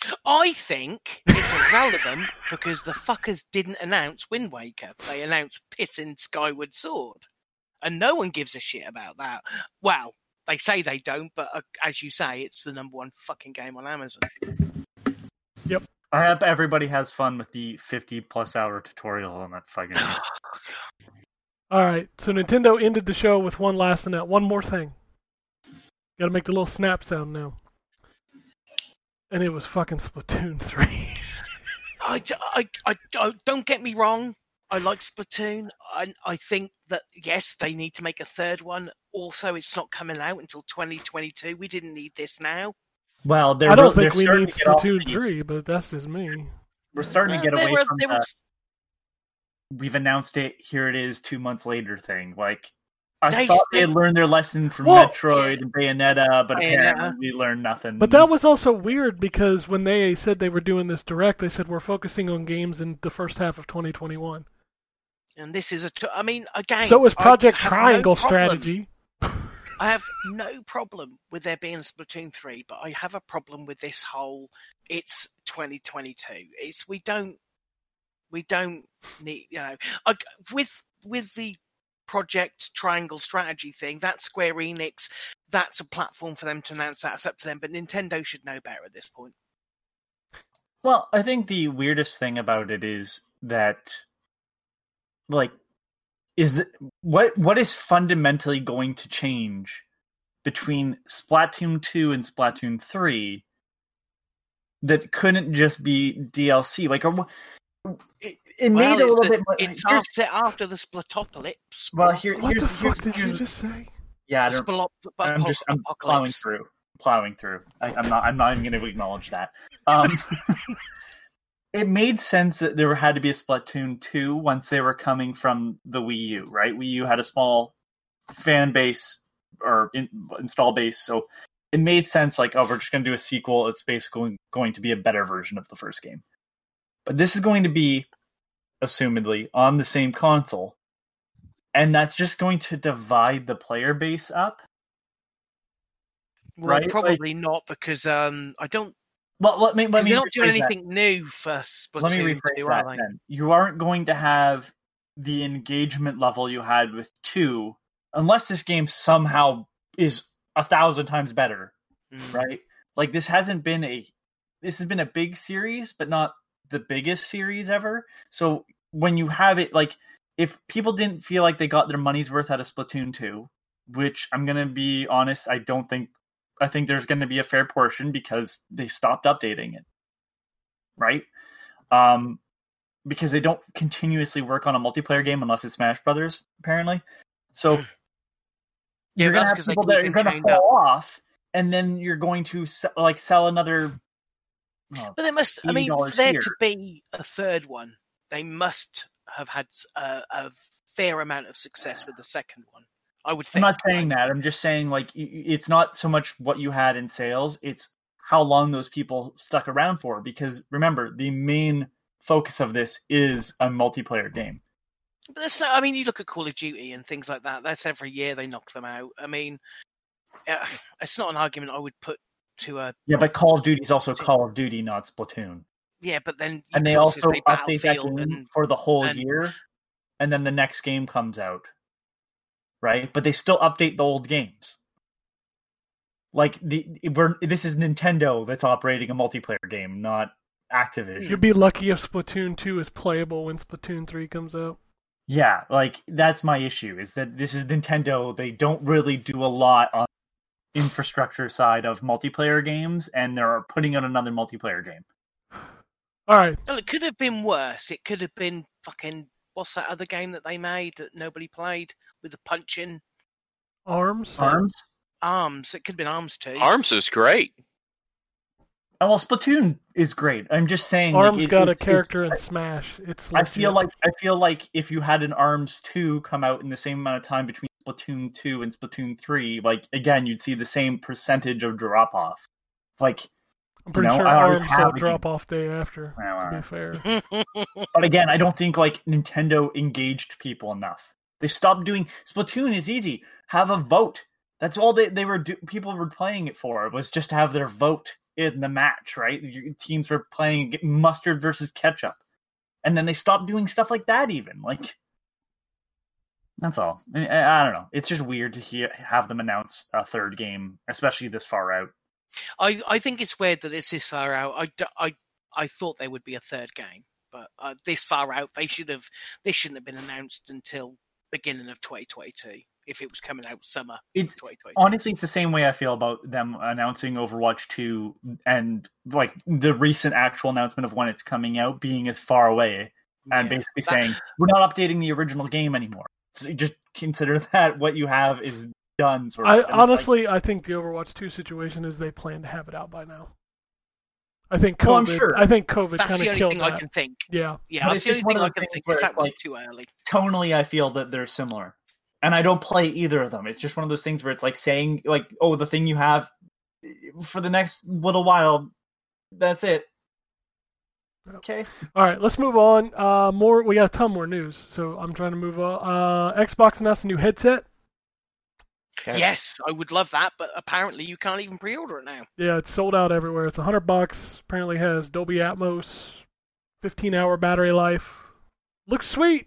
Speaker 2: Cap.
Speaker 3: I think it's irrelevant because the fuckers didn't announce Wind Waker. They announced Pissing Skyward Sword. And no one gives a shit about that. Well, they say they don't, but uh, as you say, it's the number one fucking game on Amazon.
Speaker 4: I hope everybody has fun with the 50 plus hour tutorial on that fucking.
Speaker 2: All right, so Nintendo ended the show with one last and that one more thing. Got to make the little snap sound now. And it was fucking Splatoon three.
Speaker 3: I, j- I- I- I- don't get me wrong. I like Splatoon. I, I think that yes, they need to make a third one. Also, it's not coming out until 2022. We didn't need this now.
Speaker 4: Well, they're,
Speaker 2: I don't
Speaker 4: they're
Speaker 2: think we
Speaker 4: starting
Speaker 2: need
Speaker 4: to get off
Speaker 2: Splatoon
Speaker 4: the-
Speaker 2: three, but that's just me.
Speaker 4: We're starting to
Speaker 3: Uh,
Speaker 4: get
Speaker 3: they
Speaker 4: away
Speaker 3: were-
Speaker 4: from
Speaker 3: they were
Speaker 4: the
Speaker 3: s-
Speaker 4: we've announced it, here it is two months later thing. Like, I
Speaker 3: They
Speaker 4: thought
Speaker 3: still-
Speaker 4: they had learned their lesson from
Speaker 2: Well-
Speaker 4: Metroid and Bayonetta, but
Speaker 3: Bayonetta.
Speaker 4: apparently we learned nothing.
Speaker 2: But that was also weird because when they said they were doing this direct, they said we're focusing on games in the first half of 2021.
Speaker 3: And this is a. T- I mean, again.
Speaker 2: So it was
Speaker 3: I
Speaker 2: Project
Speaker 3: have no
Speaker 2: Triangle
Speaker 3: problem.
Speaker 2: strategy.
Speaker 3: I have no problem with there being Splatoon 3, but I have a problem with this whole it's 2022. It's we don't we don't need you know I, with with the project triangle strategy thing that's Square Enix that's a platform for them to announce that it's up to them but Nintendo should know better at this point.
Speaker 4: Well, I think the weirdest thing about it is that, like, is that, what what is fundamentally going to change between Splatoon two and Splatoon three that couldn't just be DLC? Like, or, wha- it, it
Speaker 3: Well,
Speaker 4: made a
Speaker 3: it's
Speaker 4: little
Speaker 3: the-
Speaker 4: bit more.
Speaker 3: It's
Speaker 4: here's-
Speaker 3: after after the Splatopolypse.
Speaker 4: well, here,
Speaker 2: What
Speaker 4: here's,
Speaker 2: the fuck
Speaker 4: here's,
Speaker 2: did you
Speaker 4: here's-
Speaker 2: just say?
Speaker 4: yeah, I
Speaker 3: the
Speaker 4: don't,
Speaker 3: Splop-
Speaker 4: I'm just I'm plowing
Speaker 3: apocalypse.
Speaker 4: through, plowing through. I, I'm not I'm not even going to acknowledge that. Um, it made sense that there had to be a Splatoon two once they were coming from the Wii U, right? Wii U had a small fan base or in, install base, so it made sense. Like, oh, we're just going to do a sequel. It's basically going to be a better version of the first game, but this is going to be, assumedly, on the same console. And that's just going to divide the player base up.
Speaker 3: Well,
Speaker 4: right?
Speaker 3: probably not because um, I don't
Speaker 4: Well, let me let
Speaker 3: Because
Speaker 4: me
Speaker 3: they're not doing
Speaker 4: rephrase that.
Speaker 3: anything new for
Speaker 4: Let me
Speaker 3: Splatoon
Speaker 4: rephrase
Speaker 3: 2,
Speaker 4: that.
Speaker 3: are they?
Speaker 4: Then you aren't going to have the engagement level you had with two, unless this game somehow is a thousand times better,
Speaker 3: Mm.
Speaker 4: right? Like this hasn't been a this has been a big series, but not the biggest series ever. So when you have it, like if people didn't feel like they got their money's worth out of Splatoon two, which I'm gonna be honest, I don't think I think there's going to be a fair portion because they stopped updating it, right? Um, because they don't continuously work on a multiplayer game unless it's Smash Brothers, apparently. So
Speaker 3: Yeah,
Speaker 4: you're going to have
Speaker 3: that's Hmm. 'cause they
Speaker 4: people that are
Speaker 3: keep
Speaker 4: going
Speaker 3: them
Speaker 4: to
Speaker 3: chained
Speaker 4: fall off, and then you're going to se- like sell another. oh,
Speaker 3: But they must. I mean, for
Speaker 4: $80
Speaker 3: there
Speaker 4: here.
Speaker 3: to be a third one, they must have had a, a fair amount of success with the second one. I would
Speaker 4: I'm
Speaker 3: think.
Speaker 4: not saying that. I'm just saying like y- y- it's not so much what you had in sales; it's how long those people stuck around for. Because remember, the main focus of this is a multiplayer game.
Speaker 3: But that's not. I mean, you look at Call of Duty and things like that. That's every year they knock them out. I mean, yeah, it's not an argument I would put to a.
Speaker 4: Yeah, but Call of Duty is also Call of Duty, not Splatoon.
Speaker 3: Yeah, but then you
Speaker 4: And they
Speaker 3: could
Speaker 4: also
Speaker 3: say
Speaker 4: update that game
Speaker 3: Battlefield and
Speaker 4: for the whole
Speaker 3: and-
Speaker 4: year, and then the next game comes out, right? But they still update the old games. Like the we're this is Nintendo that's operating a multiplayer game, not Activision.
Speaker 2: You'd be lucky if Splatoon 2 is playable when Splatoon 3 comes out.
Speaker 4: Yeah, like that's my issue is that this is Nintendo. They don't really do a lot on infrastructure side of multiplayer games, and they're putting out another multiplayer game.
Speaker 2: All right.
Speaker 3: Well, it could have been worse. It could have been fucking what's that other game that they made that nobody played with the punching
Speaker 2: Arms.
Speaker 4: Arms.
Speaker 3: arms? It could have been arms too.
Speaker 1: Arms is great.
Speaker 4: Oh, well, Splatoon is great. I'm just saying. like,
Speaker 2: Arms
Speaker 4: it-
Speaker 2: got a
Speaker 4: it's- it's-
Speaker 2: character in Smash. It's
Speaker 4: I feel
Speaker 2: legit.
Speaker 4: like I feel like if you had an Arms two come out in the same amount of time between Splatoon two and Splatoon three, like again, you'd see the same percentage of drop off. Like,
Speaker 2: I'm pretty
Speaker 4: you know,
Speaker 2: sure
Speaker 4: I already
Speaker 2: Arms
Speaker 4: have
Speaker 2: will
Speaker 4: a game.
Speaker 2: drop off day after.
Speaker 4: Wow,
Speaker 2: To
Speaker 4: wow.
Speaker 2: be fair,
Speaker 4: But again, I don't think like Nintendo engaged people enough. They stopped doing Splatoon is easy. Have a vote. That's all they, they were do, people were playing it for was just to have their vote in the match, right? Your teams were playing mustard versus ketchup. And then they stopped doing stuff like that even. Like that's all. I, I I don't know. It's just weird to hear, have them announce a third game, especially this far out.
Speaker 3: I, I think it's weird that it's this far out. I, d- I, I thought there would be a third game, but uh, this far out, they should have. This shouldn't have been announced until beginning of 2022 if it was coming out summer
Speaker 4: It's
Speaker 3: 2022.
Speaker 4: honestly it's the same way i feel about them announcing overwatch 2 and like the recent actual announcement of when it's coming out being as far away and
Speaker 3: Yeah.
Speaker 4: basically
Speaker 3: That-
Speaker 4: saying we're not updating the original game anymore so you just consider that what you have is done sort of
Speaker 2: I
Speaker 4: And it's like-
Speaker 2: honestly I think the Overwatch 2 situation is they plan to have it out by now. I think COVID.
Speaker 4: Well, Oh, I'm sure.
Speaker 2: I think COVID
Speaker 3: that's
Speaker 2: kind
Speaker 3: the
Speaker 2: of
Speaker 3: only
Speaker 2: killed
Speaker 3: thing I
Speaker 2: that.
Speaker 3: can think.
Speaker 2: Yeah,
Speaker 3: Yeah,
Speaker 4: But
Speaker 3: that's
Speaker 4: it's
Speaker 3: the only
Speaker 4: just one
Speaker 3: thing
Speaker 4: of
Speaker 3: I
Speaker 4: those
Speaker 3: can
Speaker 4: things
Speaker 3: think.
Speaker 4: where it's
Speaker 3: 'cause That was
Speaker 4: like-
Speaker 3: too early.
Speaker 4: tonally i feel that they're similar and i don't play either of them it's just one of those things where it's like saying like oh the thing you have eh, for the next little while that's it okay
Speaker 2: All right, let's move on. Uh, more. We got a ton more news, so I'm trying to move on. Uh, Xbox announced a new headset.
Speaker 3: Yes, I would love that, but apparently you can't even pre-order it now.
Speaker 2: Yeah, it's sold out everywhere. It's 100 bucks. Apparently has Dolby Atmos, 15 hour battery life. Looks sweet.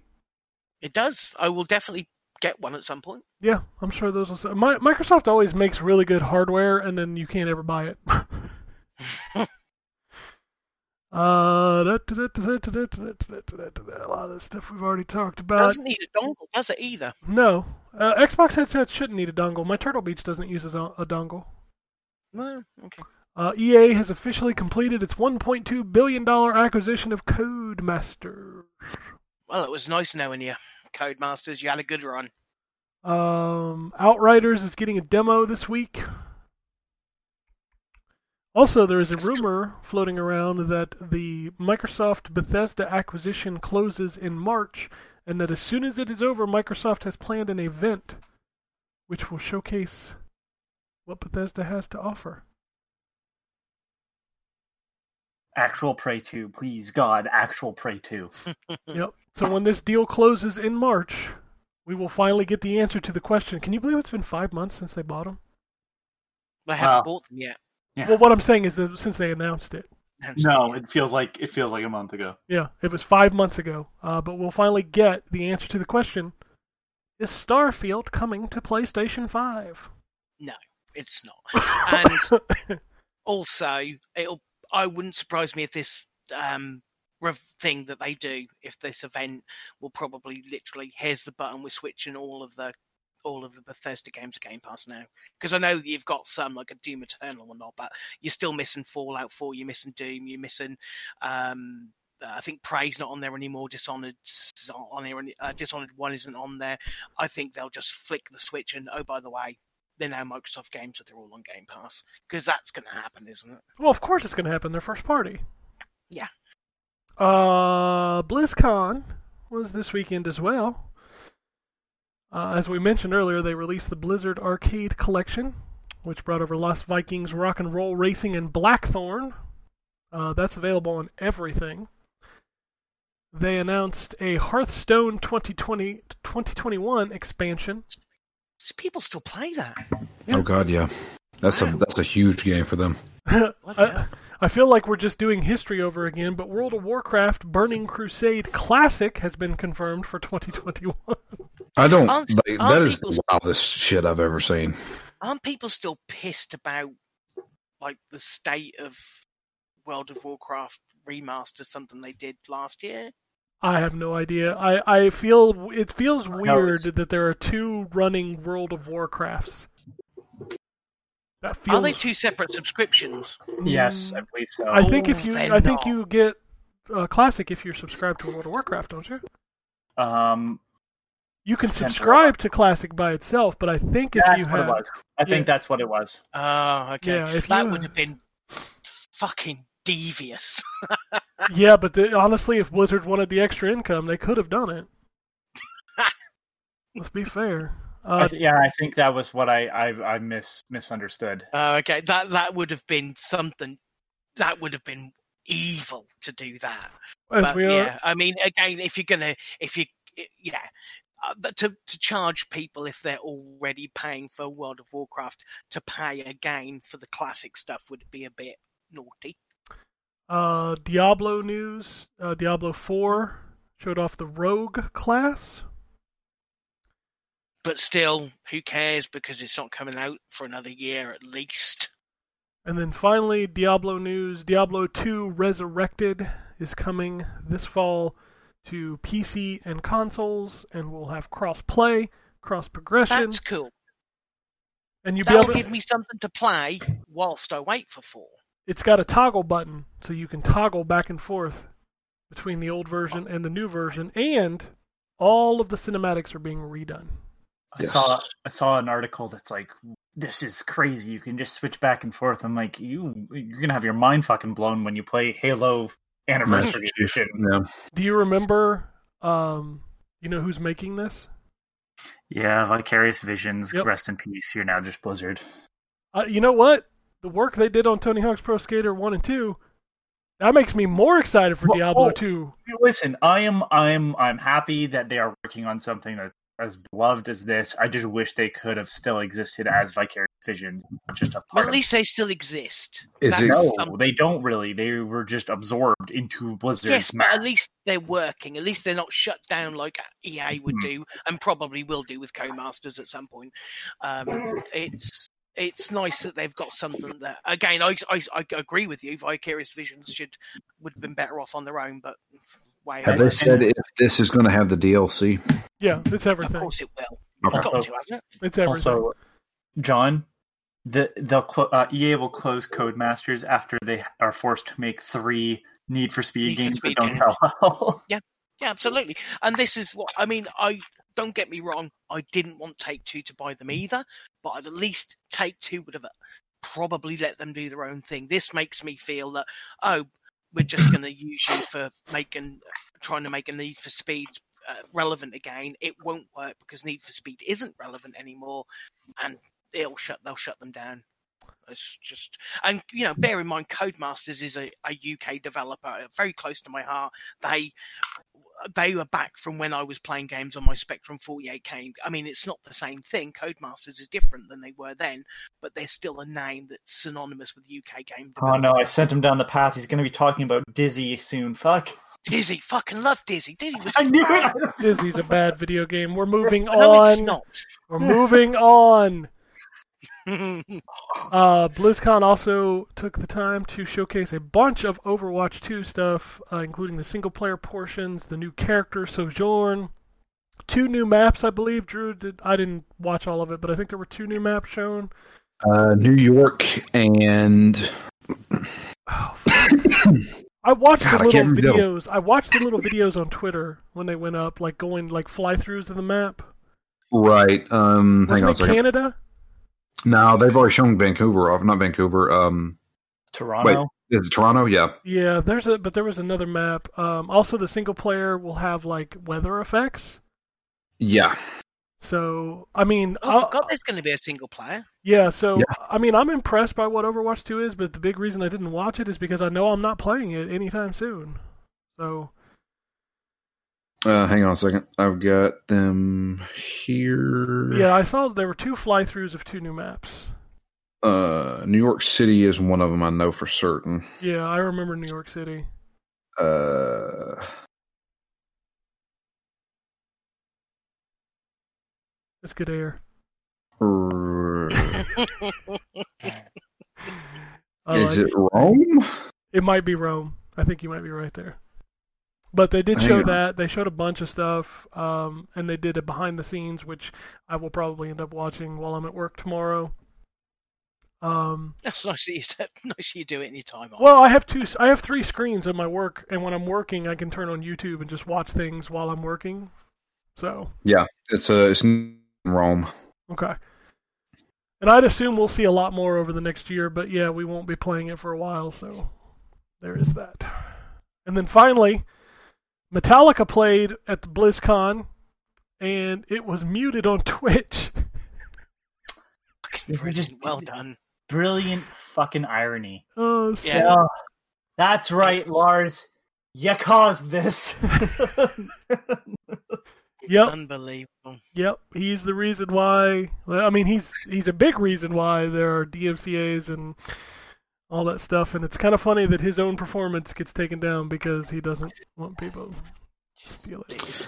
Speaker 3: It does. I will definitely get one at some point.
Speaker 2: Yeah, I'm sure those will. Sell. Mi- Microsoft always makes really good hardware, and then you can't ever buy it. Uh, da- da- da- da- da- da- da- da- da- da- da- da- a lot of the stuff we've already talked about.
Speaker 3: doesn't need a dongle, does it either?
Speaker 2: No, uh, Xbox headsets shouldn't need a dongle. My Turtle Beach doesn't use a, don- a dongle.
Speaker 3: No. Okay.
Speaker 2: Uh, EA has officially completed its 1.2 billion dollar acquisition of Codemasters.
Speaker 3: Well, it was nice knowing you, Codemasters. You had a good run.
Speaker 2: Um, Outriders is getting a demo this week. Also, there is a rumor floating around that the Microsoft Bethesda acquisition closes in March, and that as soon as it is over, Microsoft has planned an event which will showcase what Bethesda has to offer.
Speaker 4: actual prey 2 please god actual prey 2
Speaker 2: Yep. So when this deal closes in March, we will finally get the answer to the question. Can you believe it's been five months since they bought them?
Speaker 3: I haven't
Speaker 4: Wow.
Speaker 3: bought them yet.
Speaker 4: Yeah.
Speaker 2: Well, what I'm saying is that since they announced it.
Speaker 4: no it feels like it feels like a month ago
Speaker 2: Yeah, it was five months ago. Uh, but we'll finally get the answer to the question: Is Starfield coming to PlayStation Five?
Speaker 3: No, it's not. And also, it'll. I wouldn't surprise me if this um rev- thing that they do, if this event will probably literally here's the button we're switching all of the all of the Bethesda games to Game Pass now. Because I know that you've got some like a Doom Eternal and whatnot, but you're still missing Fallout 4, you're missing Doom, you're missing um uh, I think Prey's not on there anymore. Dishonored's not on here. any- Uh, Dishonored One isn't on there. I think they'll just flick the switch and oh, by the way, they're now Microsoft games, so they're all on Game Pass because that's going to happen, isn't it?
Speaker 2: Well, of course it's going to happen. Their first party.
Speaker 3: Yeah.
Speaker 2: Uh, BlizzCon was this weekend as well. Uh, as we mentioned earlier, they released the Blizzard Arcade Collection, which brought over Lost Vikings, Rock and Roll Racing, and Blackthorn. Uh, that's available on everything. They announced a Hearthstone 2020 2021 expansion.
Speaker 3: So people still play that.
Speaker 5: Oh god, yeah. That's a that's a huge game for them.
Speaker 3: What the
Speaker 2: I, I feel like we're just doing history over again, but World of Warcraft Burning Crusade Classic has been confirmed for 2021.
Speaker 5: I don't
Speaker 3: Aren't-
Speaker 5: like, that
Speaker 3: aren't
Speaker 5: is the
Speaker 3: people-
Speaker 5: wildest shit I've ever seen.
Speaker 3: aren't people still pissed about like the state of World of Warcraft remaster something they did last year?
Speaker 2: I have no idea. I, I feel it feels weird
Speaker 4: it's-
Speaker 2: that there are two running World of Warcrafts. That feels
Speaker 3: Are they two separate subscriptions?
Speaker 4: Yes, I believe so.
Speaker 2: I think if you
Speaker 3: Say
Speaker 2: I think
Speaker 3: no.
Speaker 2: you get uh, classic if you're subscribed to World of Warcraft, don't you?
Speaker 4: um,
Speaker 2: You can
Speaker 4: Potentially.
Speaker 2: subscribe to classic by itself, but I think if
Speaker 4: that's
Speaker 2: you
Speaker 4: what it
Speaker 2: have
Speaker 4: was. I think
Speaker 2: yeah.
Speaker 4: that's what it was.
Speaker 3: Oh, okay.
Speaker 2: Yeah, if
Speaker 3: that
Speaker 2: you-
Speaker 3: would have been fucking devious.
Speaker 2: yeah, but the, honestly, if Blizzard wanted the extra income, they could have done it. Let's be fair.
Speaker 4: I
Speaker 2: Uh,
Speaker 4: th- yeah, I think that was what I I, I mis- misunderstood.
Speaker 3: Oh, okay. That that would have been something. That would have been evil to do that.
Speaker 2: as
Speaker 3: but
Speaker 2: we are,
Speaker 3: yeah, I mean, again, if you're gonna, if you, yeah, uh, but to to charge people if they're already paying for World of Warcraft to pay again for the classic stuff would be a bit naughty.
Speaker 2: Uh, Diablo news. Uh, Diablo 4 showed off the Rogue class.
Speaker 3: But still, who cares? Because it's not coming out for another year at least.
Speaker 2: And then finally, Diablo news. Diablo 2 Resurrected is coming this fall to PC and consoles, and we'll have cross play, cross progression,
Speaker 3: That's cool.
Speaker 2: and you'll be
Speaker 3: That'll
Speaker 2: able.
Speaker 3: give me something to play whilst I wait for four.
Speaker 2: It's got a toggle button, so you can toggle back and forth between the old version and the new version, and all of the cinematics are being redone.
Speaker 4: I
Speaker 5: Yes.
Speaker 4: saw I saw an article that's like this is crazy. You can just switch back and forth. I'm like you you're gonna have your mind fucking blown when you play Halo
Speaker 5: Master
Speaker 4: Anniversary
Speaker 5: Chief.
Speaker 4: Edition.
Speaker 5: Yeah.
Speaker 2: Do you remember? Um, you know who's making this?
Speaker 4: Yeah, Vicarious Visions.
Speaker 2: Yep.
Speaker 4: Rest in peace. You're now just Blizzard.
Speaker 2: Uh, you know what? The work they did on Tony Hawk's Pro Skater One and Two, that makes me more excited for
Speaker 4: Well,
Speaker 2: Diablo
Speaker 4: oh.
Speaker 2: Two.
Speaker 4: Listen, I am I'm I'm happy that they are working on something that's as beloved as this. I just wish they could have still existed as Vicarious Visions, not just a
Speaker 3: Well,
Speaker 4: part
Speaker 3: at
Speaker 4: of
Speaker 3: least they still exist.
Speaker 5: Is
Speaker 3: That's
Speaker 5: it-
Speaker 4: No,
Speaker 3: something.
Speaker 4: they don't really. They were just absorbed into Blizzard's
Speaker 3: Yes, but
Speaker 4: map.
Speaker 3: at least they're working. At least they're not shut down like EA would
Speaker 5: Mm-hmm.
Speaker 3: do, and probably will do with co-masters at some point. Um, it's it's nice that they've got something that. Again, I, I, I agree with you. Vicarious Visions should would have been better off on their own, but way
Speaker 5: Have
Speaker 3: over.
Speaker 5: they said if this is going to have the DLC?
Speaker 2: Yeah, it's
Speaker 3: Of
Speaker 2: everything.
Speaker 3: course it will. It's
Speaker 4: Also-
Speaker 3: got to, hasn't it?
Speaker 2: It's everything.
Speaker 4: Also, John, the, they'll clo- uh, EA will close Codemasters after they are forced to make three Need for Speed
Speaker 3: Need for
Speaker 4: games
Speaker 3: Speed
Speaker 4: that don't
Speaker 3: games.
Speaker 4: sell well.
Speaker 3: Yeah, absolutely. And this is what I mean. I don't get me wrong. I didn't want Take Two to buy them either, but at least Take Two would have probably let them do their own thing. This makes me feel that oh, we're just going to use you for making, trying to make a Need for Speed uh, relevant again. It won't work because Need for Speed isn't relevant anymore, and they'll shut they'll shut them down. It's just, and you know, bear in mind, Codemasters is a, a UK developer, very close to my heart. They they were back from when I was playing games on my Spectrum 48 game. I mean, it's not the same thing. Codemasters is different than they were then, but they're still a name that's synonymous with UK game.
Speaker 4: Oh
Speaker 3: development.
Speaker 4: no, I sent him down the path. He's going to be talking about Dizzy soon. Fuck.
Speaker 3: Dizzy, fucking love Dizzy. Dizzy was.
Speaker 4: I knew it.
Speaker 2: Dizzy's a bad video game. We're moving
Speaker 3: No, it's
Speaker 2: on.
Speaker 3: not.
Speaker 2: We're moving on.
Speaker 3: yeah,
Speaker 2: Uh, BlizzCon also took the time to showcase a bunch of Overwatch 2 stuff, uh, including the single player portions, the new character Sojourn, two new maps, I believe. Drew, did, I didn't watch all of it, but I think there were two new maps shown.
Speaker 5: Uh, New York and
Speaker 2: Oh, fuck. I watched
Speaker 5: God,
Speaker 2: the
Speaker 5: I
Speaker 2: little
Speaker 5: can't remember the
Speaker 2: videos. I watched the little videos on Twitter when they went up, like going like fly throughs of the map.
Speaker 5: right. Um, hang on a
Speaker 2: Wasn't it
Speaker 5: second.
Speaker 2: Canada?
Speaker 5: No, they've already shown Vancouver off. Not Vancouver. Um,
Speaker 4: Toronto.
Speaker 5: is it Toronto? Yeah.
Speaker 2: Yeah, there's a but there was another map. Um, also, the single player will have like weather effects.
Speaker 5: Yeah.
Speaker 2: So I mean,
Speaker 3: I
Speaker 2: uh,
Speaker 3: forgot there's going to be a single player.
Speaker 2: yeah. So
Speaker 5: Yeah.
Speaker 2: I mean, I'm impressed by what Overwatch 2 is, but the big reason I didn't watch it is because I know I'm not playing it anytime soon. So
Speaker 5: Uh, hang on a second. I've got them here.
Speaker 2: yeah, I saw there were two fly-throughs of two new maps.
Speaker 5: Uh, New York City is one of them. I know for certain.
Speaker 2: Yeah, I remember New York City.
Speaker 5: Uh,
Speaker 2: It's good air.
Speaker 5: r-
Speaker 2: I
Speaker 5: is
Speaker 2: like
Speaker 5: it Rome?
Speaker 2: It might be Rome. I think you might be right there. But they did
Speaker 5: I think
Speaker 2: show
Speaker 5: you're-
Speaker 2: that. They showed a bunch of stuff, um, and they did a behind the scenes, which I will probably end up watching while I'm at work tomorrow. Um,
Speaker 3: That's nice that you, nice you do it in your time off.
Speaker 2: well, I have two. I have three screens in my work, and when I'm working, I can turn on YouTube and just watch things while I'm working. So
Speaker 5: It's uh, it's in Rome.
Speaker 2: okay. And I'd assume we'll see a lot more over the next year, but yeah, we won't be playing it for a while, so there is that. And then finally, Metallica played at the BlizzCon, and it was muted on Twitch.
Speaker 3: Fucking
Speaker 4: If we just-
Speaker 3: brilliant. Well done.
Speaker 4: Brilliant fucking irony.
Speaker 2: Oh, so-
Speaker 3: Yeah.
Speaker 4: Oh, that's right, Lars. You caused this.
Speaker 2: Yep,
Speaker 3: Unbelievable.
Speaker 2: yep. He's the reason why. well, I mean, he's he's a big reason why there are DMCA's and all that stuff. And it's kind of funny that his own performance gets taken down because he doesn't want people to steal it.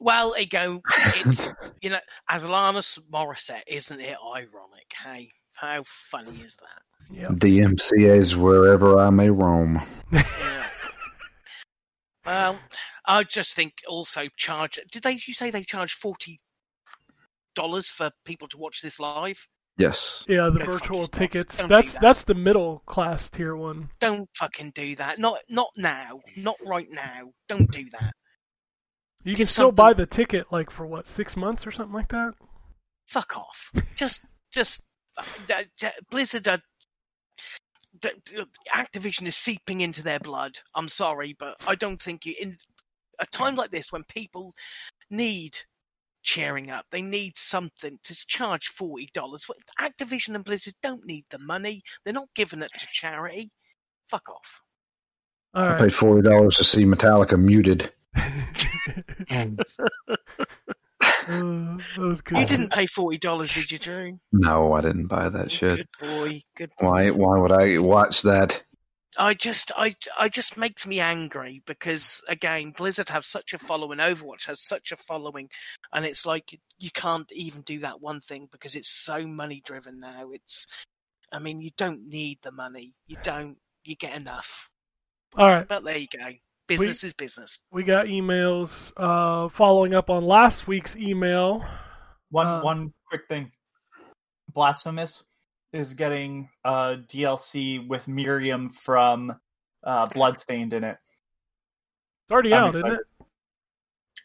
Speaker 3: Well, again, it's you know, as Alanis Morissette, isn't it ironic? Hey, how funny is that?
Speaker 2: Yeah.
Speaker 5: DMCA is wherever I may roam.
Speaker 3: Yeah. well, I just think also charge. Did they? You say they charge forty dollars for people to watch this live?
Speaker 5: Yes.
Speaker 2: Yeah, the
Speaker 3: Don't
Speaker 2: virtual
Speaker 3: fucking stop.
Speaker 2: tickets.
Speaker 3: Don't do
Speaker 2: That's
Speaker 3: that.
Speaker 2: that's the middle class tier one.
Speaker 3: Don't fucking do that. Not not now. Not right now. Don't do that.
Speaker 2: You
Speaker 3: It's
Speaker 2: can still buy
Speaker 3: something-
Speaker 2: the ticket like for what six months or something like that.
Speaker 3: Fuck off. Just just that, that- Blizzard are. that- that Activision is seeping into their blood. I'm sorry, but I don't think you in a time like this when people need cheering up, they need something to charge forty dollars. Activision and Blizzard don't need the money. They're not giving it to charity. Fuck off.
Speaker 2: All
Speaker 5: I
Speaker 2: right.
Speaker 5: paid forty dollars to see Metallica muted.
Speaker 2: Uh, that was good.
Speaker 3: You didn't pay forty dollars, did you, Drew?
Speaker 5: No, I didn't buy that shit.
Speaker 3: Good boy. Good.
Speaker 5: Why? Why would I watch that?
Speaker 3: I just, I, I just makes me angry because again, Blizzard have such a following, Overwatch has such a following, and it's like you can't even do that one thing because it's so money driven now. It's, I mean, you don't need the money, you don't, you get enough.
Speaker 2: All right.
Speaker 3: But there you go, business is business.
Speaker 2: We got emails uh, following up on last week's email.
Speaker 4: one
Speaker 2: Uh.
Speaker 4: one quick thing. Blasphemous is getting uh DLC with Miriam from uh Bloodstained in it.
Speaker 2: It's already
Speaker 4: I'm
Speaker 2: out, isn't it?
Speaker 4: excited.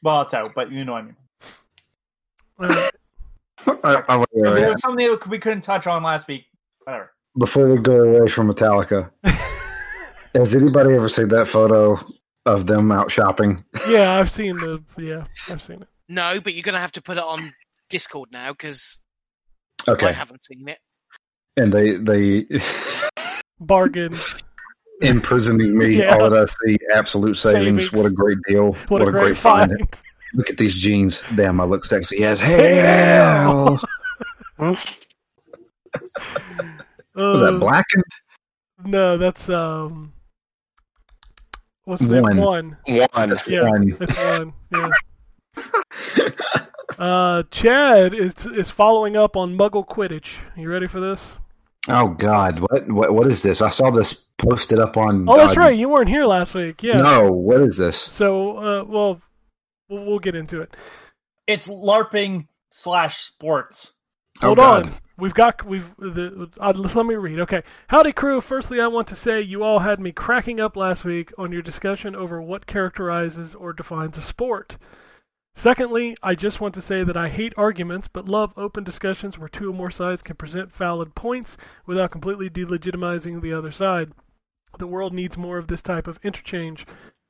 Speaker 4: Well, it's out, but you know what I mean.
Speaker 2: Uh,
Speaker 5: I- I-
Speaker 4: There was something that we couldn't touch on last week. Whatever.
Speaker 5: Before we go away from Metallica, has anybody ever seen that photo of them out shopping?
Speaker 2: yeah, I've seen the. Yeah, I've seen it.
Speaker 3: No, but you're gonna have to put it on Discord now because I
Speaker 5: Okay,
Speaker 3: haven't seen it.
Speaker 5: and they they
Speaker 2: Bargain.
Speaker 5: imprisoning me.
Speaker 2: Yeah.
Speaker 5: All that I see, absolute savings.
Speaker 2: Savings.
Speaker 5: What a great deal!
Speaker 2: What, a great, find.
Speaker 5: Look at these jeans. Damn, I look sexy as hell. Was
Speaker 2: Uh,
Speaker 5: that blackened?
Speaker 2: No, that's um. What's that
Speaker 5: One.
Speaker 2: one?
Speaker 1: One.
Speaker 5: That's
Speaker 2: yeah.
Speaker 5: one.
Speaker 2: That's one. Yeah. Uh, Chad is is following up on Muggle Quidditch. You ready for this?
Speaker 5: Oh God, what what what is this? I saw this posted up on.
Speaker 2: Oh, that's
Speaker 5: uh,
Speaker 2: right. You weren't here last week. Yeah.
Speaker 5: No, what is this?
Speaker 2: So, uh, well, we'll we'll get into it.
Speaker 4: It's LARPing slash sports.
Speaker 5: Oh,
Speaker 2: Hold
Speaker 5: God.
Speaker 2: on. We've got we've the uh, let me read. Okay, howdy crew. Firstly, I want to say you all had me cracking up last week on your discussion over what characterizes or defines a sport. Secondly, I just want to say that I hate arguments, but love open discussions where two or more sides can present valid points without completely delegitimizing the other side. The world needs more of this type of interchange.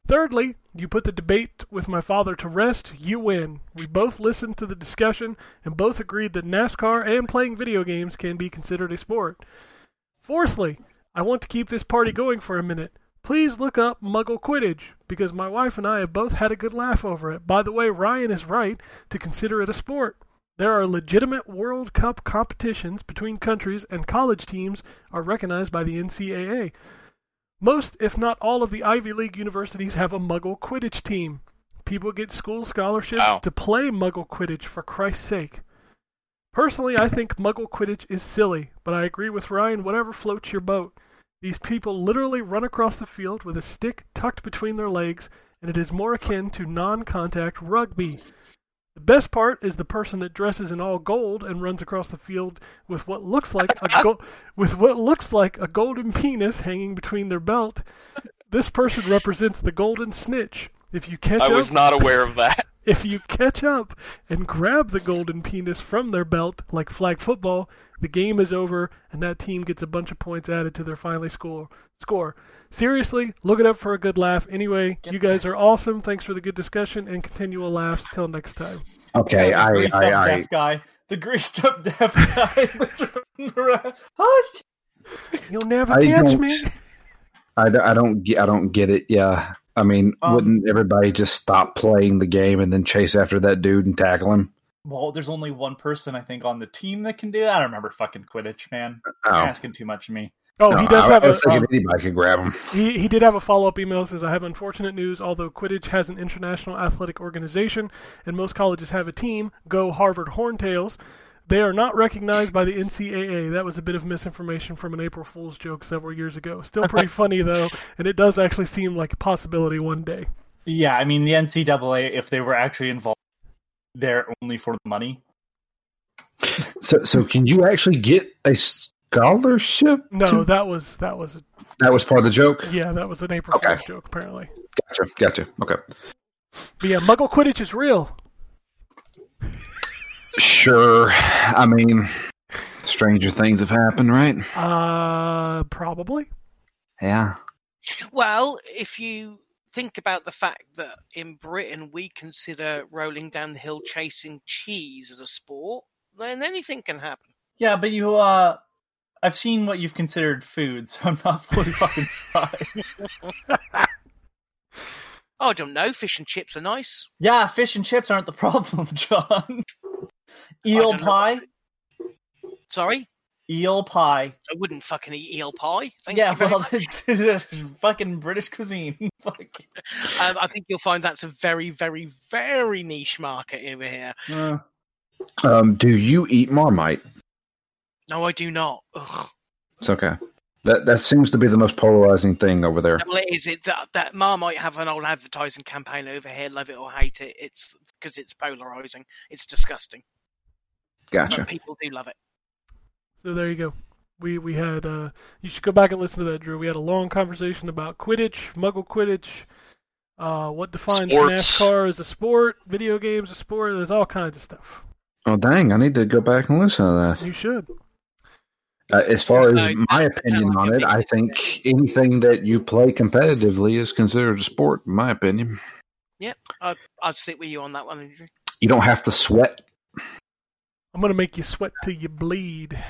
Speaker 2: Thirdly, you put the debate with my father to rest, you win. We both listened to the discussion and both agreed that NASCAR and playing video games can be considered a sport. Fourthly, I want to keep this party going for a minute. Please look up Muggle Quidditch because my wife and I have both had a good laugh over it. By the way, Ryan is right to consider it a sport. There are legitimate World Cup competitions between countries, and college teams are recognized by the NCAA. Most, if not all, of the Ivy League universities have a Muggle Quidditch team. People get school scholarships
Speaker 1: Wow.
Speaker 2: to play Muggle Quidditch for Christ's sake. Personally, I think Muggle Quidditch is silly, but I agree with Ryan whatever floats your boat. These people literally run across the field with a stick tucked between their legs, and it is more akin to non contact rugby. The best part is the person that dresses in all gold and runs across the field with what looks like a go- with what looks like a golden penis hanging between their belt. This person represents the golden snitch. If you catch
Speaker 1: I
Speaker 2: up,
Speaker 1: was not aware of that.
Speaker 2: if you catch up and grab the golden penis from their belt, like flag football, the game is over and that team gets a bunch of points added to their final score. Score. Seriously, look it up for a good laugh. Anyway, you guys are awesome. Thanks for the good discussion and continual laughs. Till next time.
Speaker 5: Okay,
Speaker 4: the
Speaker 5: I,
Speaker 4: greased
Speaker 5: I,
Speaker 4: up
Speaker 5: I,
Speaker 4: deaf guy. The greased up deaf guy. that's running around. Hush!
Speaker 2: You'll never
Speaker 5: I
Speaker 2: catch
Speaker 5: don't-
Speaker 2: me.
Speaker 5: I, don't- I don't get, I don't get it. Yeah, I mean,
Speaker 4: Um,
Speaker 5: wouldn't everybody just stop playing the game and then chase after that dude and tackle him?
Speaker 4: well, there's only one person I think on the team that can do that. I don't remember fucking Quidditch, man.
Speaker 5: Oh,
Speaker 4: You're asking too much of me.
Speaker 2: Oh,
Speaker 5: No,
Speaker 2: he does
Speaker 5: I,
Speaker 2: have
Speaker 5: I
Speaker 2: a
Speaker 5: was thinking anybody could grab him.
Speaker 2: He, he did have a follow up email that says I have unfortunate news. Although Quidditch has an international athletic organization and most colleges have a team, go Harvard Horntails. They are not recognized by the NCAA. That was a bit of misinformation from an April Fool's joke several years ago. Still pretty funny though, and it does actually seem like a possibility one day.
Speaker 4: Yeah, I mean the NCAA, if they were actually involved, they're only for the money.
Speaker 5: So, so can you actually get a scholarship?
Speaker 2: No,
Speaker 5: to-
Speaker 2: that was that was a,
Speaker 5: that was part of the joke.
Speaker 2: yeah, that was an April
Speaker 5: Okay.
Speaker 2: Fool's joke apparently.
Speaker 5: Gotcha, gotcha. Okay,
Speaker 2: But yeah, Muggle Quidditch is real.
Speaker 5: sure. I mean, stranger things have happened, right?
Speaker 2: Uh, probably.
Speaker 5: Yeah.
Speaker 3: Well, if you think about the fact that in Britain we consider rolling down the hill chasing cheese as a sport, then anything can happen.
Speaker 4: Yeah, but you uh I've seen what you've considered food, so I'm not fully fucking fine.
Speaker 3: Oh, I don't know. Fish and chips are nice.
Speaker 4: Yeah, fish and chips aren't the problem, John.
Speaker 3: I
Speaker 4: Eel
Speaker 3: don't know.
Speaker 4: pie.
Speaker 3: Sorry,
Speaker 4: Eel pie.
Speaker 3: I wouldn't fucking eat eel pie. Thank
Speaker 4: yeah,
Speaker 3: you very
Speaker 4: well,
Speaker 3: much.
Speaker 4: that's fucking British cuisine. Fuck.
Speaker 3: Um, I think you'll find that's a very, very, very niche market over here.
Speaker 4: Uh,
Speaker 5: Um, do you eat Marmite?
Speaker 3: No, I do not. Ugh.
Speaker 5: It's okay. That that seems to be the most polarizing thing over there.
Speaker 3: Well, it is. It that, that Marmite have an old advertising campaign over here. Love it or hate it. It's because it's polarizing. It's disgusting,
Speaker 5: Gotcha.
Speaker 3: but people do love it.
Speaker 2: So there you go. We we had uh, you should go back and listen to that, Drew. We had a long conversation about Quidditch, Muggle Quidditch, uh, what defines
Speaker 1: Sports.
Speaker 2: NASCAR as a sport, video games a sport. There's all kinds of stuff.
Speaker 5: Oh dang! I need to go back and listen to
Speaker 2: You should.
Speaker 5: that. Uh, as far as
Speaker 3: So,
Speaker 5: my
Speaker 3: that's
Speaker 5: opinion
Speaker 3: how I
Speaker 5: on it, I
Speaker 3: feel.
Speaker 5: think anything that you play competitively is considered a sport. In my opinion,
Speaker 3: I'll sit with you on that one, Andrew.
Speaker 5: you don't have to sweat.
Speaker 2: I'm gonna make you sweat till you bleed.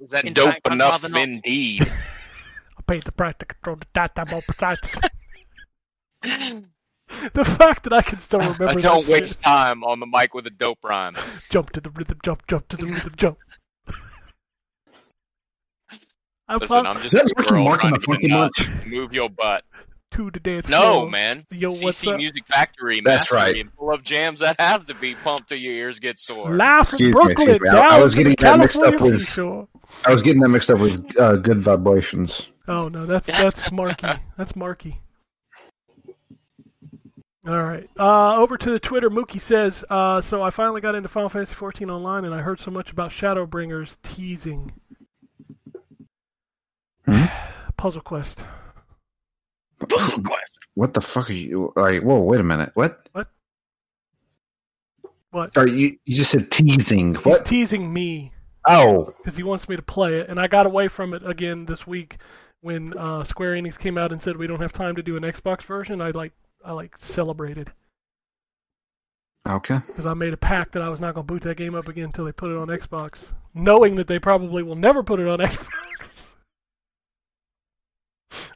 Speaker 1: Is that
Speaker 3: In
Speaker 1: dope
Speaker 3: fact, I'd
Speaker 1: enough?
Speaker 3: rather not.
Speaker 1: Indeed.
Speaker 2: I paid the price to control the data more precise. the fact that I can still remember
Speaker 1: I
Speaker 2: that
Speaker 1: don't
Speaker 2: shit.
Speaker 1: waste time on the mic with a dope rhyme.
Speaker 2: Jump to the rhythm, jump, jump to the rhythm, jump. I
Speaker 1: Listen,
Speaker 2: pop
Speaker 1: I'm just
Speaker 5: Is that
Speaker 1: a
Speaker 5: Ricky
Speaker 1: squirrel
Speaker 5: Martin
Speaker 1: trying
Speaker 5: the
Speaker 1: to
Speaker 5: fucking
Speaker 1: get nuts.
Speaker 5: munch?
Speaker 1: Move your butt.
Speaker 2: to the dance
Speaker 1: No,
Speaker 2: floor.
Speaker 1: man.
Speaker 2: Yo, what's
Speaker 1: CC
Speaker 2: up?
Speaker 1: Music Factory.
Speaker 5: That's right.
Speaker 1: mastery, Full of jams that have to be pumped till your ears get sore.
Speaker 2: Life in
Speaker 5: Excuse me,
Speaker 2: Brooklyn.
Speaker 5: excuse me. I-
Speaker 2: down
Speaker 5: I was
Speaker 2: to the
Speaker 5: getting that mixed up
Speaker 2: California
Speaker 5: with-
Speaker 2: seashore.
Speaker 5: I was getting that mixed up with uh, good vibrations.
Speaker 2: Oh no, that's that's Marky. That's Marky. All right. Uh, over to the Twitter. Mookie says, uh, "So I finally got into Final Fantasy XIV online, and I heard so much about Shadowbringers teasing
Speaker 5: Hmm?
Speaker 2: Puzzle Quest.
Speaker 3: Puzzle Quest.
Speaker 5: What the fuck are you? Like, whoa! Wait a minute. What?
Speaker 2: What? What?
Speaker 5: Or you, you just said teasing.
Speaker 2: He's
Speaker 5: What?
Speaker 2: teasing me
Speaker 5: Oh,
Speaker 2: because he wants me to play it, and I got away from it again this week when uh, Square Enix came out and said we don't have time to do an Xbox version. I like I like celebrated
Speaker 5: okay.
Speaker 2: because I made a pact that I was not going to boot that game up again until they put it on Xbox, knowing that they probably will never put it on Xbox.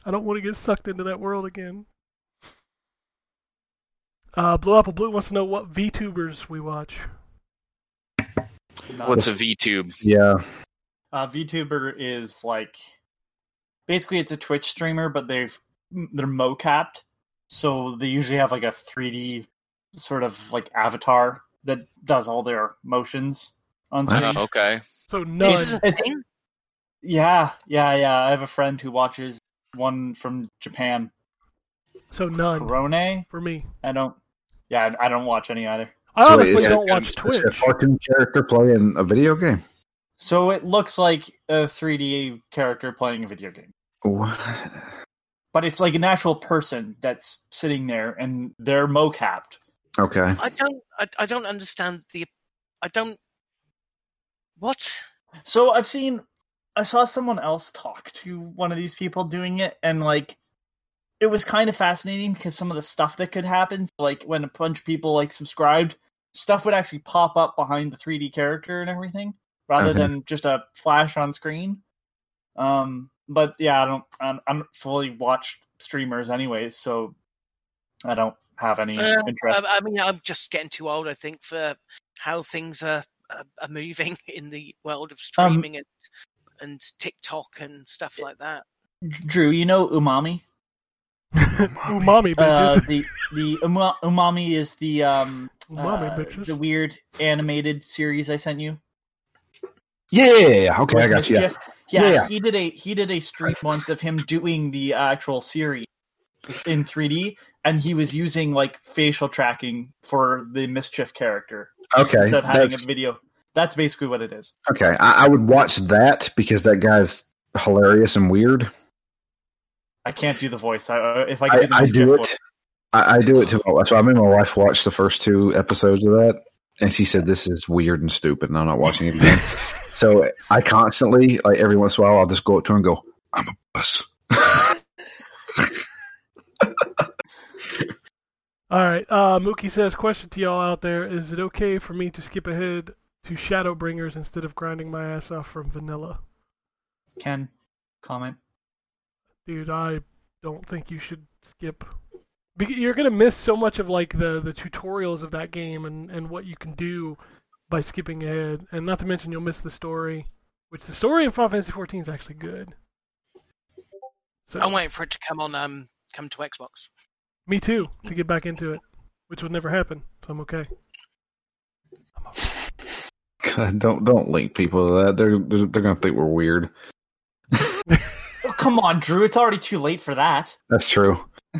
Speaker 2: I don't want to get sucked into that world again. Uh, Blue Apple Blue wants to know what VTubers we watch.
Speaker 1: What's a VTube?
Speaker 5: Yeah.
Speaker 4: Uh, VTuber is like basically it's a Twitch streamer, but they've they're mocapped, so they usually have like a 3D sort of like avatar that does all their motions on
Speaker 5: Wow.
Speaker 4: screen.
Speaker 1: Oh, okay.
Speaker 2: So
Speaker 3: This
Speaker 2: none.
Speaker 3: is a thing.
Speaker 4: Yeah, yeah, yeah. I have a friend who watches one from Japan,
Speaker 2: So none
Speaker 4: Corone.
Speaker 2: for me.
Speaker 4: I don't. Yeah, I- I don't watch any either.
Speaker 2: I
Speaker 5: So
Speaker 2: honestly
Speaker 5: it's-
Speaker 2: don't
Speaker 5: it's-
Speaker 2: watch
Speaker 5: it's
Speaker 2: Twitch.
Speaker 5: a cartoon character playing a video game.
Speaker 4: So it looks like a 3D character playing a video game.
Speaker 5: What?
Speaker 4: but it's like an actual person that's sitting there and they're mocapped.
Speaker 5: Okay.
Speaker 3: I don't. I, I don't understand the. I don't. What?
Speaker 4: So I've seen, I saw someone else talk to one of these people doing it, and like, it was kind of fascinating because some of the stuff that could happen, like when a bunch of people like subscribed, stuff would actually pop up behind the 3D character and everything, rather
Speaker 5: Okay.
Speaker 4: than just a flash on screen. Um, but yeah, I don't, I'm, I'm fully watched streamers anyways, so I don't have any
Speaker 3: Uh,
Speaker 4: interest.
Speaker 3: I, I mean, I'm just getting too old, I think, for how things are are, are moving in the world of
Speaker 4: Um,
Speaker 3: streaming and and TikTok and stuff like that.
Speaker 4: Drew, you know umami.
Speaker 2: Umami
Speaker 4: Uh,
Speaker 2: bitches.
Speaker 4: the the uma- umami is the um
Speaker 2: Umami
Speaker 4: uh,
Speaker 2: bitches.
Speaker 4: the weird animated series I sent you.
Speaker 5: Yeah. Okay. I
Speaker 4: With
Speaker 5: got you. Yeah.
Speaker 4: Jeff- Yeah,
Speaker 5: Yeah.
Speaker 4: he did a he did a stream once of him doing the actual series in 3D, and he was using like facial tracking for the mischief character
Speaker 5: Okay.
Speaker 4: instead of having
Speaker 5: That's-
Speaker 4: a video. That's basically what it is.
Speaker 5: okay. I, I would watch that because that guy's hilarious and weird.
Speaker 4: I can't do the voice. I, I- if I
Speaker 5: I,
Speaker 4: could
Speaker 5: I
Speaker 4: do, the
Speaker 5: do
Speaker 4: mischief
Speaker 5: it. I, I do it to my wife. So I made my wife watch the first two episodes of that, and she said, "This is weird and stupid, and I'm not watching it again." so I constantly, like every once in a while, I'll just go up to her and go, "I'm a bus."
Speaker 2: All right. Uh, Mookie says, question to y'all out there: Is it okay for me to skip ahead to Shadowbringers instead of grinding my ass off from Vanilla?
Speaker 4: voice. Ken, comment.
Speaker 2: Dude, I don't think you should skip. Bec- You're gonna miss so much of like the the tutorials of that game and and what you can do by skipping ahead, and not to mention you'll miss the story, which the story in Final Fantasy XIV is actually good. So
Speaker 3: I'm waiting for it to come on. Um, come to Xbox.
Speaker 2: me too to get back into it, which would never happen. So I'm okay.
Speaker 5: God, don't don't link people to that. They're they're, they're gonna think we're weird.
Speaker 4: Oh, come on, Drew. It's already too late for that.
Speaker 5: That's true.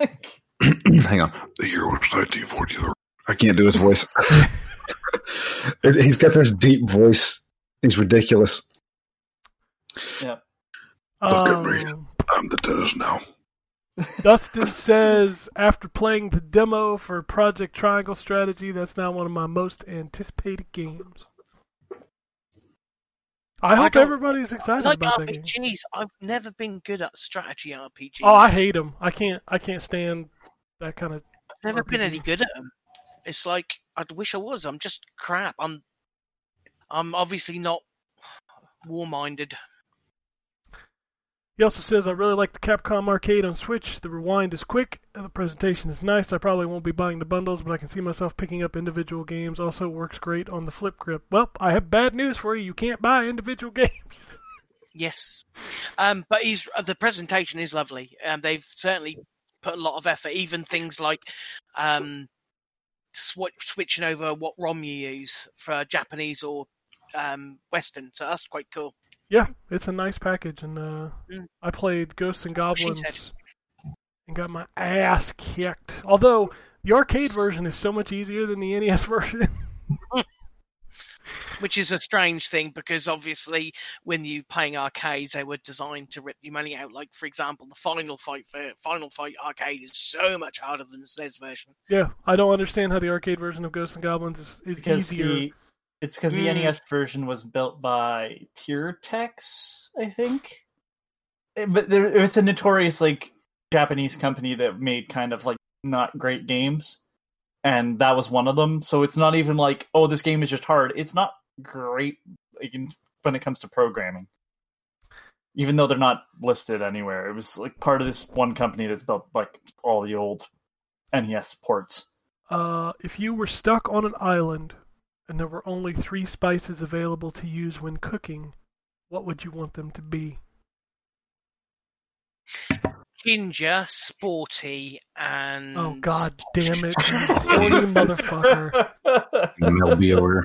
Speaker 4: Like-
Speaker 5: Hang on. The year was 1943. I can't do his voice. It- He's got this deep voice. He's ridiculous. Look at me.
Speaker 2: Um,
Speaker 5: I'm the dentist now.
Speaker 2: Dustin says, after playing the demo for Project Triangle Strategy, that's now one of my most anticipated games. I hope
Speaker 3: don't-
Speaker 2: everybody's excited
Speaker 3: like
Speaker 2: about that game.
Speaker 3: RPGs, I've never been good at strategy RPGs.
Speaker 2: Oh, I hate them. I can't. I can't stand that kind of.
Speaker 3: I've never been any
Speaker 2: RPGs.
Speaker 3: good at them. It's like I wish I was. I'm just crap. I'm. I'm obviously not war-minded.
Speaker 2: He also says, I really like the Capcom arcade on Switch. The rewind is quick, and the presentation is nice. I probably won't be buying the bundles, but I can see myself picking up individual games. Also, works great on the flip grip. Well, I have bad news for you. You can't buy individual games.
Speaker 3: Yes, um, but he's the presentation is lovely, and they've certainly put a lot of effort. Even things like um, sw- switching over what ROM you use for Japanese or um, Western, so that's quite cool.
Speaker 2: Yeah, it's a nice package, and uh,
Speaker 3: Mm.
Speaker 2: I played Ghosts and
Speaker 3: she
Speaker 2: Goblins
Speaker 3: said.
Speaker 2: and got my ass kicked. Although E the arcade version is so much easier than the NES version.
Speaker 3: which is a strange thing because obviously when you're playing arcades, they were designed to rip your money out. Like for example, the Final Fight for Final Fight arcade is so much harder than the SNES version.
Speaker 2: Yeah, I don't understand how the arcade version of Ghosts and Goblins is, is
Speaker 4: because
Speaker 2: easier.
Speaker 4: the it's because the
Speaker 3: Mm.
Speaker 4: NES version was built by Tiertex, I think. Eh, But there, it was a notorious like Japanese company that made kind of like not great games, and that was one of them. So it's not even like oh this game is just hard. It's not great like, in- when it comes to programming, even though they're not listed anywhere. It was like part of this one company that's built like all the old NES ports.
Speaker 2: Uh, if you were stuck on an island and there were only three spices available to use when cooking, what would you want them to be?
Speaker 3: Ginger, sporty, and
Speaker 2: Oh god damn it, you horny motherfucker.
Speaker 5: That'll be over.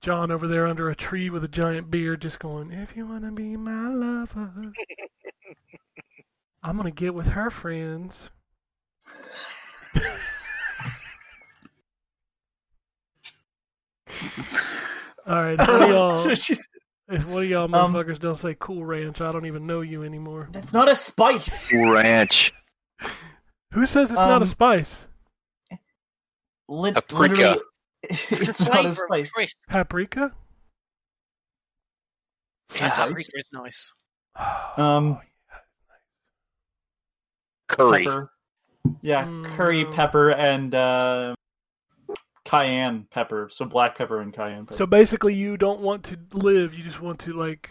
Speaker 2: John over there under a tree with a giant beard just going, If you wanna be my lover I'm gonna get with her friends. Alright, if one of y'all, if one of y'all
Speaker 4: Um,
Speaker 2: motherfuckers don't say cool ranch, I don't even know you anymore.
Speaker 4: That's not a spice.
Speaker 1: Ranch.
Speaker 2: Who says it's not a
Speaker 4: Um,
Speaker 2: spice?
Speaker 4: Lit-
Speaker 1: Paprika.
Speaker 4: literally-
Speaker 3: It's,
Speaker 4: It's
Speaker 3: a
Speaker 4: not a
Speaker 3: flavour of
Speaker 4: spice.
Speaker 3: crisp.
Speaker 2: Paprika?
Speaker 3: Paprika is nice.
Speaker 4: Um,
Speaker 1: Curry.
Speaker 4: pepper. Yeah,
Speaker 2: Mm.
Speaker 4: curry pepper and uh, cayenne pepper. So black pepper and cayenne pepper.
Speaker 2: So basically, you don't want to live. You just want to like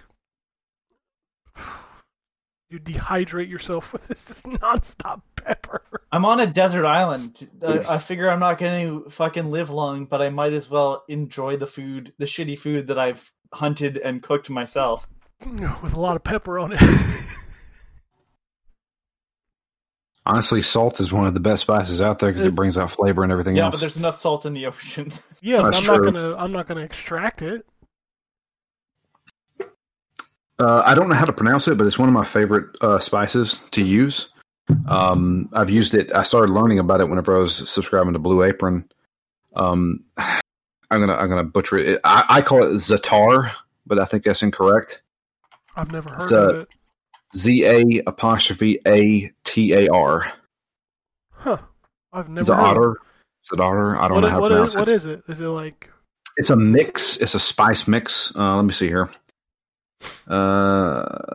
Speaker 2: you dehydrate yourself with this nonstop pepper.
Speaker 4: I'm on a desert island. I, I figure I'm not going to fucking live long, but I might as well enjoy the food, the shitty food that I've hunted and cooked myself.
Speaker 2: With a lot of pepper on it.
Speaker 5: Honestly, salt is one of the best spices out there
Speaker 2: Mm.
Speaker 5: because it brings out flavor and everything
Speaker 4: Yeah,
Speaker 5: else.
Speaker 4: but there's enough salt in the ocean.
Speaker 2: yeah, but
Speaker 5: That's
Speaker 2: I'm not
Speaker 5: true.
Speaker 2: gonna. I'm not gonna extract it.
Speaker 5: Uh, I don't know how to pronounce it, but it's one of my favorite uh, spices to use. Um, I've used it. I started learning about it whenever I was subscribing to Blue Apron. Um, I'm gonna I'm gonna butcher it. I, I call it zatar, but I think that's incorrect.
Speaker 2: I've never heard
Speaker 5: So-
Speaker 2: of it.
Speaker 5: Z a apostrophe a t a r.
Speaker 2: Huh? I've never. heard of it.
Speaker 5: Zatar. Zatar. I don't
Speaker 2: What
Speaker 5: know
Speaker 2: i-
Speaker 5: how to
Speaker 2: what
Speaker 5: pronounce
Speaker 2: is,
Speaker 5: it.
Speaker 2: what is it? Is it like?
Speaker 5: It's a mix. It's a spice mix. Uh, let me see here. Uh,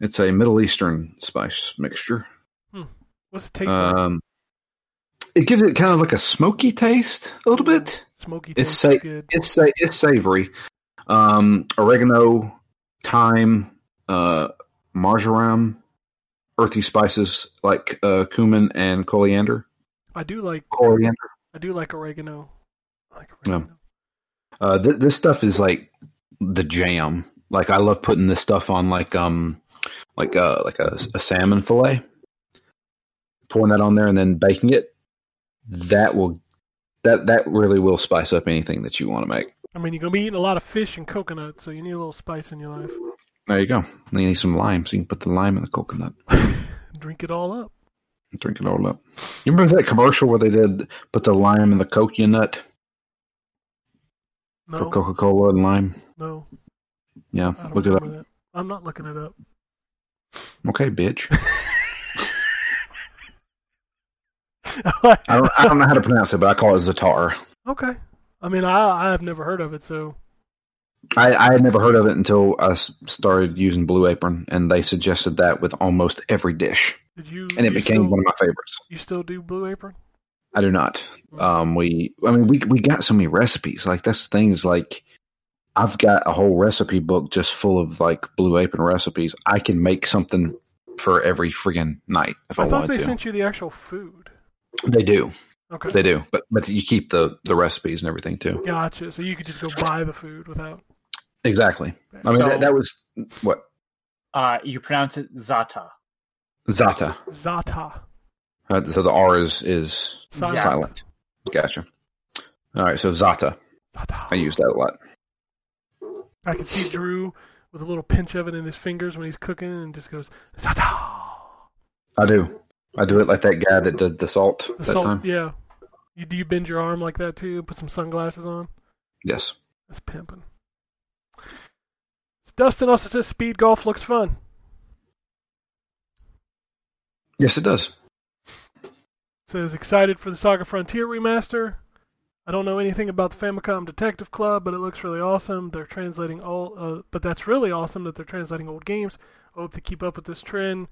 Speaker 5: it's a Middle Eastern spice mixture.
Speaker 2: What's it taste like?
Speaker 5: Um, it gives it kind of like a smoky taste, a little bit.
Speaker 2: Smoky
Speaker 5: it's
Speaker 2: taste.
Speaker 5: sa-
Speaker 2: is good.
Speaker 5: It's sa- it's savory. Um, oregano, thyme, uh, marjoram, earthy spices like uh, cumin and coriander.
Speaker 2: I do like.
Speaker 5: Coriander.
Speaker 2: I do like oregano. I like
Speaker 5: Yeah.
Speaker 2: oregano.
Speaker 5: Uh, th- this stuff is like the jam. Like I love putting this stuff on like um like uh like a, a salmon fillet, pouring that on there and then baking it. That will that that really will spice up anything that you want to make.
Speaker 2: I mean, you're gonna be eating a lot of fish and coconut, so you need a little spice in your life.
Speaker 5: There you go. And you need some lime, so you can put the lime in the coconut
Speaker 2: Drink it all up.
Speaker 5: and drink it all up. You remember that commercial where they did put the lime in the coconut for
Speaker 2: No,
Speaker 5: Coca Cola and lime?
Speaker 2: no.
Speaker 5: Yeah,
Speaker 2: I don't
Speaker 5: look it up.
Speaker 2: remember that. I'm not looking it up.
Speaker 5: Okay, bitch. I
Speaker 2: I
Speaker 5: don't I don't know how to pronounce it, but I call it Zatar.
Speaker 2: okay. I mean, I I have never heard of it, so
Speaker 5: I, I had never heard of it until I s- started using Blue Apron, and they suggested that with almost every dish,
Speaker 2: did you?
Speaker 5: and it
Speaker 2: you
Speaker 5: became
Speaker 2: still,
Speaker 5: one of my favorites.
Speaker 2: You still do Blue Apron?
Speaker 5: I do not. Um, we, I mean, we we got so many recipes. Like that's the thing is like, I've got a whole recipe book just full of like Blue Apron recipes. I can make something for every friggin' night if I,
Speaker 2: I thought
Speaker 5: wanted
Speaker 2: they
Speaker 5: to.
Speaker 2: sent you the actual food.
Speaker 5: They do,
Speaker 2: Okay.
Speaker 5: they do, but but you keep the the recipes and everything too.
Speaker 2: Gotcha. So you could just go buy the food without.
Speaker 5: Exactly. I mean,
Speaker 4: So-
Speaker 5: that, that was what
Speaker 4: Uh, you pronounce it zata.
Speaker 5: Zata.
Speaker 2: Zata.
Speaker 5: Uh, so the R is is
Speaker 2: Silent.
Speaker 5: silent. Gotcha. All right, so Zata.
Speaker 2: Zata.
Speaker 5: I use that a lot.
Speaker 2: I can see Drew with a little pinch of it in his fingers when he's cooking, and just goes Zata.
Speaker 5: I do. I do it like that guy that did the salt that
Speaker 2: Assault-
Speaker 5: time.
Speaker 2: yeah. You, do you bend your arm like that too? Put some sunglasses on.
Speaker 5: Yes.
Speaker 2: That's pimping. Dustin also says speed golf looks fun.
Speaker 5: Yes, it does.
Speaker 2: Says excited for the Saga Frontier remaster. I don't know anything about the Famicom Detective Club, but it looks really awesome. They're translating all, uh, but that's really awesome that they're translating old games. I hope to keep up with this trend.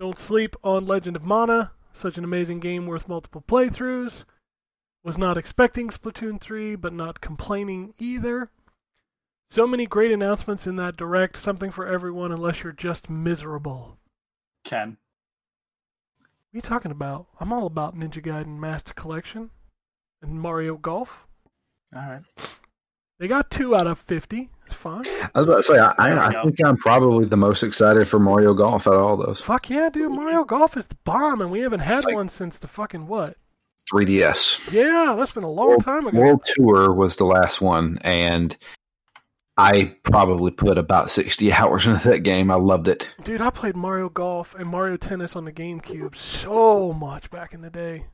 Speaker 2: Don't sleep on Legend of Mana. Such an amazing game worth multiple playthroughs. Was not expecting Splatoon 3, but not complaining either. So many great announcements in that direct. Something for everyone, unless you're just miserable.
Speaker 4: Ken.
Speaker 2: What are you talking about? I'm all about Ninja Gaiden Master Collection and Mario Golf.
Speaker 4: All right.
Speaker 2: They got two out of 50. It's fine.
Speaker 5: I was about to say, I,
Speaker 4: There we
Speaker 5: I, I
Speaker 4: go.
Speaker 5: think I'm probably the most excited for Mario Golf out of all those.
Speaker 2: Fuck yeah, dude. Mario Golf is the bomb, and we haven't had
Speaker 5: Like-
Speaker 2: one since the fucking what?
Speaker 5: 3DS.
Speaker 2: Yeah, that's been a long
Speaker 5: World-
Speaker 2: time ago.
Speaker 5: World Tour was the last one, and I probably put about 60 hours into that game. I loved it.
Speaker 2: Dude, I played Mario Golf and Mario Tennis on the GameCube so much back in the day.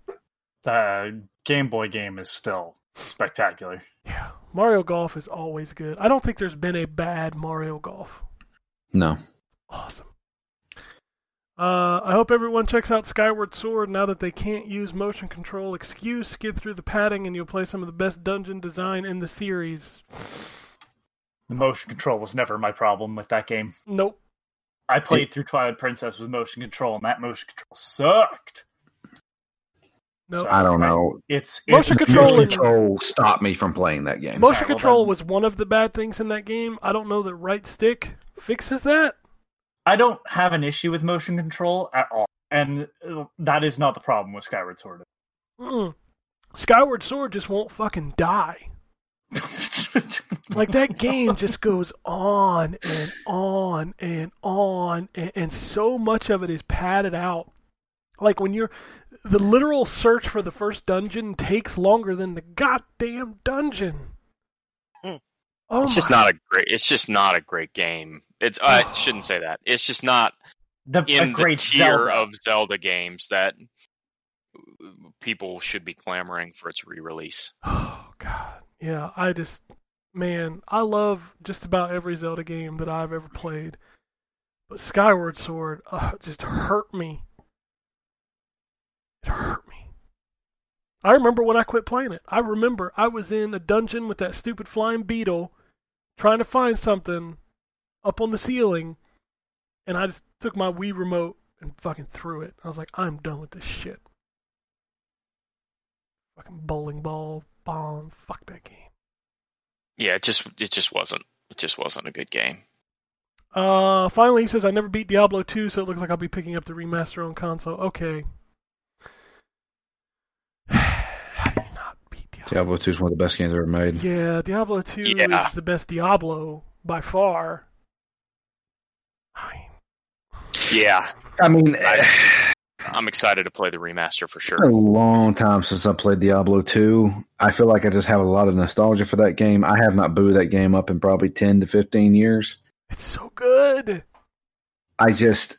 Speaker 4: The Game Boy game is still spectacular.
Speaker 2: Yeah, Mario Golf is always good. I don't think there's been a bad Mario Golf.
Speaker 5: No.
Speaker 2: Awesome. Uh, I hope everyone checks out Skyward Sword now that they can't use motion control excuse. Skid through the padding and you'll play some of the best dungeon design in the series.
Speaker 4: The motion control was never my problem with that game.
Speaker 2: Nope.
Speaker 4: I played through Twilight Princess with motion control, and that motion control sucked.
Speaker 2: Nope.
Speaker 5: I don't know.
Speaker 4: It's, it's
Speaker 2: Motion Control
Speaker 5: Motion
Speaker 2: and-
Speaker 5: control stopped me from playing that game.
Speaker 2: Motion
Speaker 4: well
Speaker 2: control
Speaker 4: then.
Speaker 2: was one of the bad things in that game. I don't know that right stick fixes that.
Speaker 4: I don't have an issue with motion control at all, and uh, that is not the problem with Skyward Sword.
Speaker 2: Mm-mm. Mm. Skyward Sword just won't fucking die. Like that game just goes on and on and on, and, and so much of it is padded out. Like when you're, the literal search for the first dungeon takes longer than the goddamn dungeon.
Speaker 3: Hmm.
Speaker 2: Oh
Speaker 1: it's just
Speaker 2: my!
Speaker 1: not a great. It's just not a great game. It's I shouldn't say that. It's just not
Speaker 4: the a
Speaker 1: in the
Speaker 4: great
Speaker 1: tier
Speaker 4: Zelda.
Speaker 1: of Zelda games that people should be clamoring for its re-release.
Speaker 2: Oh god, yeah. I just, man, I love just about every Zelda game that I've ever played, but Skyward Sword uh, just hurt me. It hurt me. I remember when I quit playing it. I remember I was in a dungeon with that stupid flying beetle, trying to find something up on the ceiling, and I just took my Wii remote and fucking threw it. I was like, I'm done with this shit. Fucking bowling ball bomb. Fuck that game.
Speaker 1: Yeah, it just it just wasn't. It just wasn't a good game.
Speaker 2: Uh, finally, he says, I never beat Diablo 2, so it looks like I'll be picking up the remaster on console. Okay. How do you not beat Diablo?
Speaker 5: Diablo 2 is one of the best games ever made.
Speaker 2: Yeah, Diablo 2
Speaker 1: Yeah.
Speaker 2: is the best Diablo by far. I mean,
Speaker 1: Yeah,
Speaker 5: I mean,
Speaker 1: I'm excited to play the remaster for
Speaker 5: It's been
Speaker 1: sure.
Speaker 5: a long time since I played Diablo 2. I feel like I just have a lot of nostalgia for that game. I have not booed that game up in probably 10 to 15 years.
Speaker 2: it's so good.
Speaker 5: I just.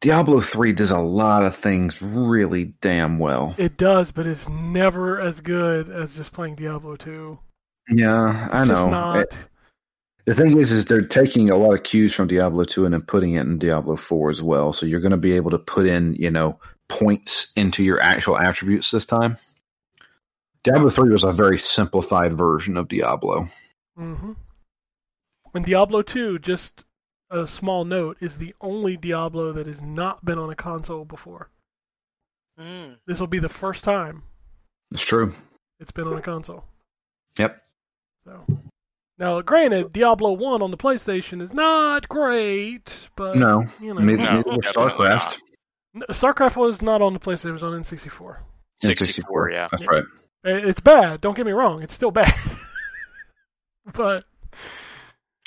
Speaker 5: Diablo 3 does a lot of things really damn well.
Speaker 2: It does, but it's never as good as just playing Diablo 2.
Speaker 5: Yeah, I
Speaker 2: It's
Speaker 5: know. Eh,
Speaker 2: Just not.
Speaker 5: The thing is, is they're taking a lot of cues from Diablo 2 and then putting it in Diablo 4 as well. So you're going to be able to put in, you know, points into your actual attributes this time. Diablo 3 was a very simplified version of Diablo.
Speaker 2: Mm-hmm. And Diablo 2, just a small note, is the only Diablo that has not been on a console before.
Speaker 3: Mm.
Speaker 2: This will be the first time
Speaker 5: It's true.
Speaker 2: it's been on a console.
Speaker 5: Yep.
Speaker 2: So now, granted, Diablo 1 on the PlayStation is not great, but
Speaker 5: No.
Speaker 2: you know,
Speaker 1: No,
Speaker 5: Neither, neither was
Speaker 1: definitely
Speaker 5: StarCraft.
Speaker 2: N- StarCraft was not on the PlayStation; it was on N64.
Speaker 5: in
Speaker 1: 64, yeah.
Speaker 5: That's right.
Speaker 2: I- It's bad. Don't get me wrong; it's still bad, but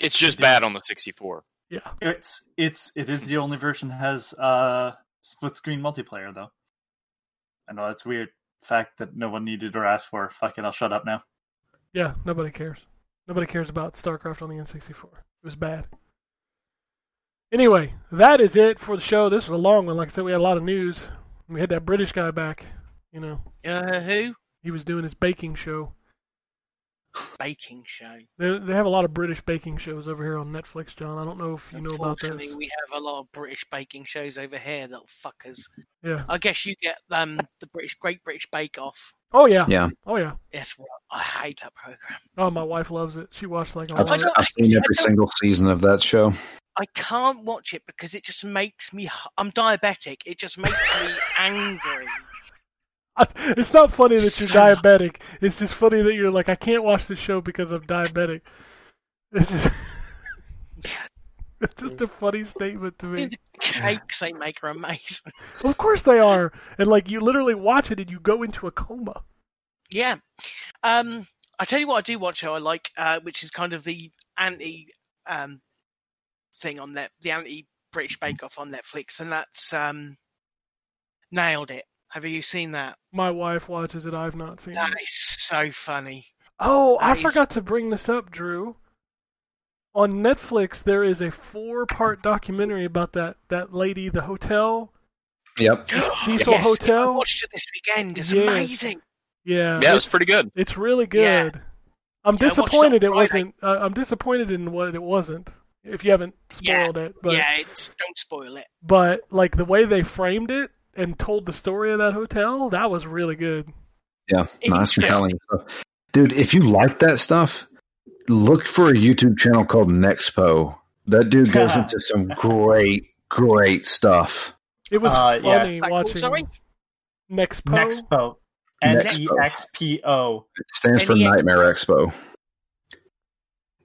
Speaker 1: It's just bad on the 64.
Speaker 2: yeah,
Speaker 4: It's it's it is the only version that has uh split screen multiplayer though. I know that's a weird fact that no one needed or asked for. Fuck it, I'll shut up now.
Speaker 2: yeah. Nobody cares. Nobody cares about StarCraft on the N64. It was bad. Anyway, that is it for the show. This was a long one. Like I said, we had a lot of news. We had that British guy back. You know,
Speaker 3: Uh, who?
Speaker 2: he was doing his baking show.
Speaker 3: Baking show.
Speaker 2: They, they have a lot of British baking shows over here on Netflix, John. I don't know if you know about
Speaker 3: Unfortunately,
Speaker 2: those.
Speaker 3: we have a lot of British baking shows over here, little fuckers.
Speaker 2: Yeah.
Speaker 3: I guess you get um the British Great British Bake Off.
Speaker 2: Oh yeah.
Speaker 5: Yeah.
Speaker 2: Oh yeah.
Speaker 3: Yes, well, I hate that program.
Speaker 2: Oh, my wife loves it. She watched like all
Speaker 5: I've,
Speaker 3: I
Speaker 2: of it.
Speaker 3: don't-
Speaker 5: I've seen every single season of that show.
Speaker 3: I can't watch it because it just makes me. h- I'm diabetic. It just makes me angry.
Speaker 2: It's not funny that you're
Speaker 3: Shut up.
Speaker 2: diabetic. It's just funny that you're like, I can't watch this show because I'm diabetic. It's just, it's just a funny statement to me.
Speaker 3: the cakes they make are amazing.
Speaker 2: Of course they are. And like you literally watch it and you go into a coma.
Speaker 3: Yeah. Um, I tell you what, I do watch. How I like, uh, which is kind of the anti um thing on that, the anti British Bake Off on Netflix, and that's um nailed it. Have you seen that?
Speaker 2: My wife watches it. I've not seen
Speaker 3: That
Speaker 2: it.
Speaker 3: is so funny.
Speaker 2: Oh, I
Speaker 3: Nice.
Speaker 2: forgot to bring this up, Drew. On Netflix, there is a four-part documentary about that that lady, the hotel,
Speaker 5: Yep.
Speaker 2: Cecil
Speaker 3: Yes, I
Speaker 2: Hotel.
Speaker 3: watched it this weekend. It's
Speaker 2: Yeah.
Speaker 3: amazing.
Speaker 2: Yeah,
Speaker 1: Yeah, it
Speaker 2: it's-
Speaker 1: was pretty good.
Speaker 2: It's really
Speaker 3: Yeah.
Speaker 2: good. I'm
Speaker 3: Yeah, I watched it on
Speaker 2: disappointed it
Speaker 3: Friday.
Speaker 2: wasn't. Uh, I'm disappointed in what it wasn't. If you haven't
Speaker 3: Yeah,
Speaker 2: spoiled it, but
Speaker 3: yeah, it's, don't spoil it.
Speaker 2: but like the way they framed it and told the story of that hotel, that was really good.
Speaker 5: Yeah. Nice
Speaker 3: Interesting.
Speaker 5: compelling stuff. Dude, if you like that stuff, look for a YouTube channel called Nexpo. That dude goes into some great, great stuff.
Speaker 2: It was
Speaker 4: Uh, yeah.
Speaker 2: funny
Speaker 3: Is that cool?
Speaker 2: watching.
Speaker 3: oh, Sorry?
Speaker 2: Next Poe.
Speaker 4: Nexpo. N E X P O.
Speaker 5: It stands for
Speaker 3: And he-
Speaker 5: Nightmare Expo.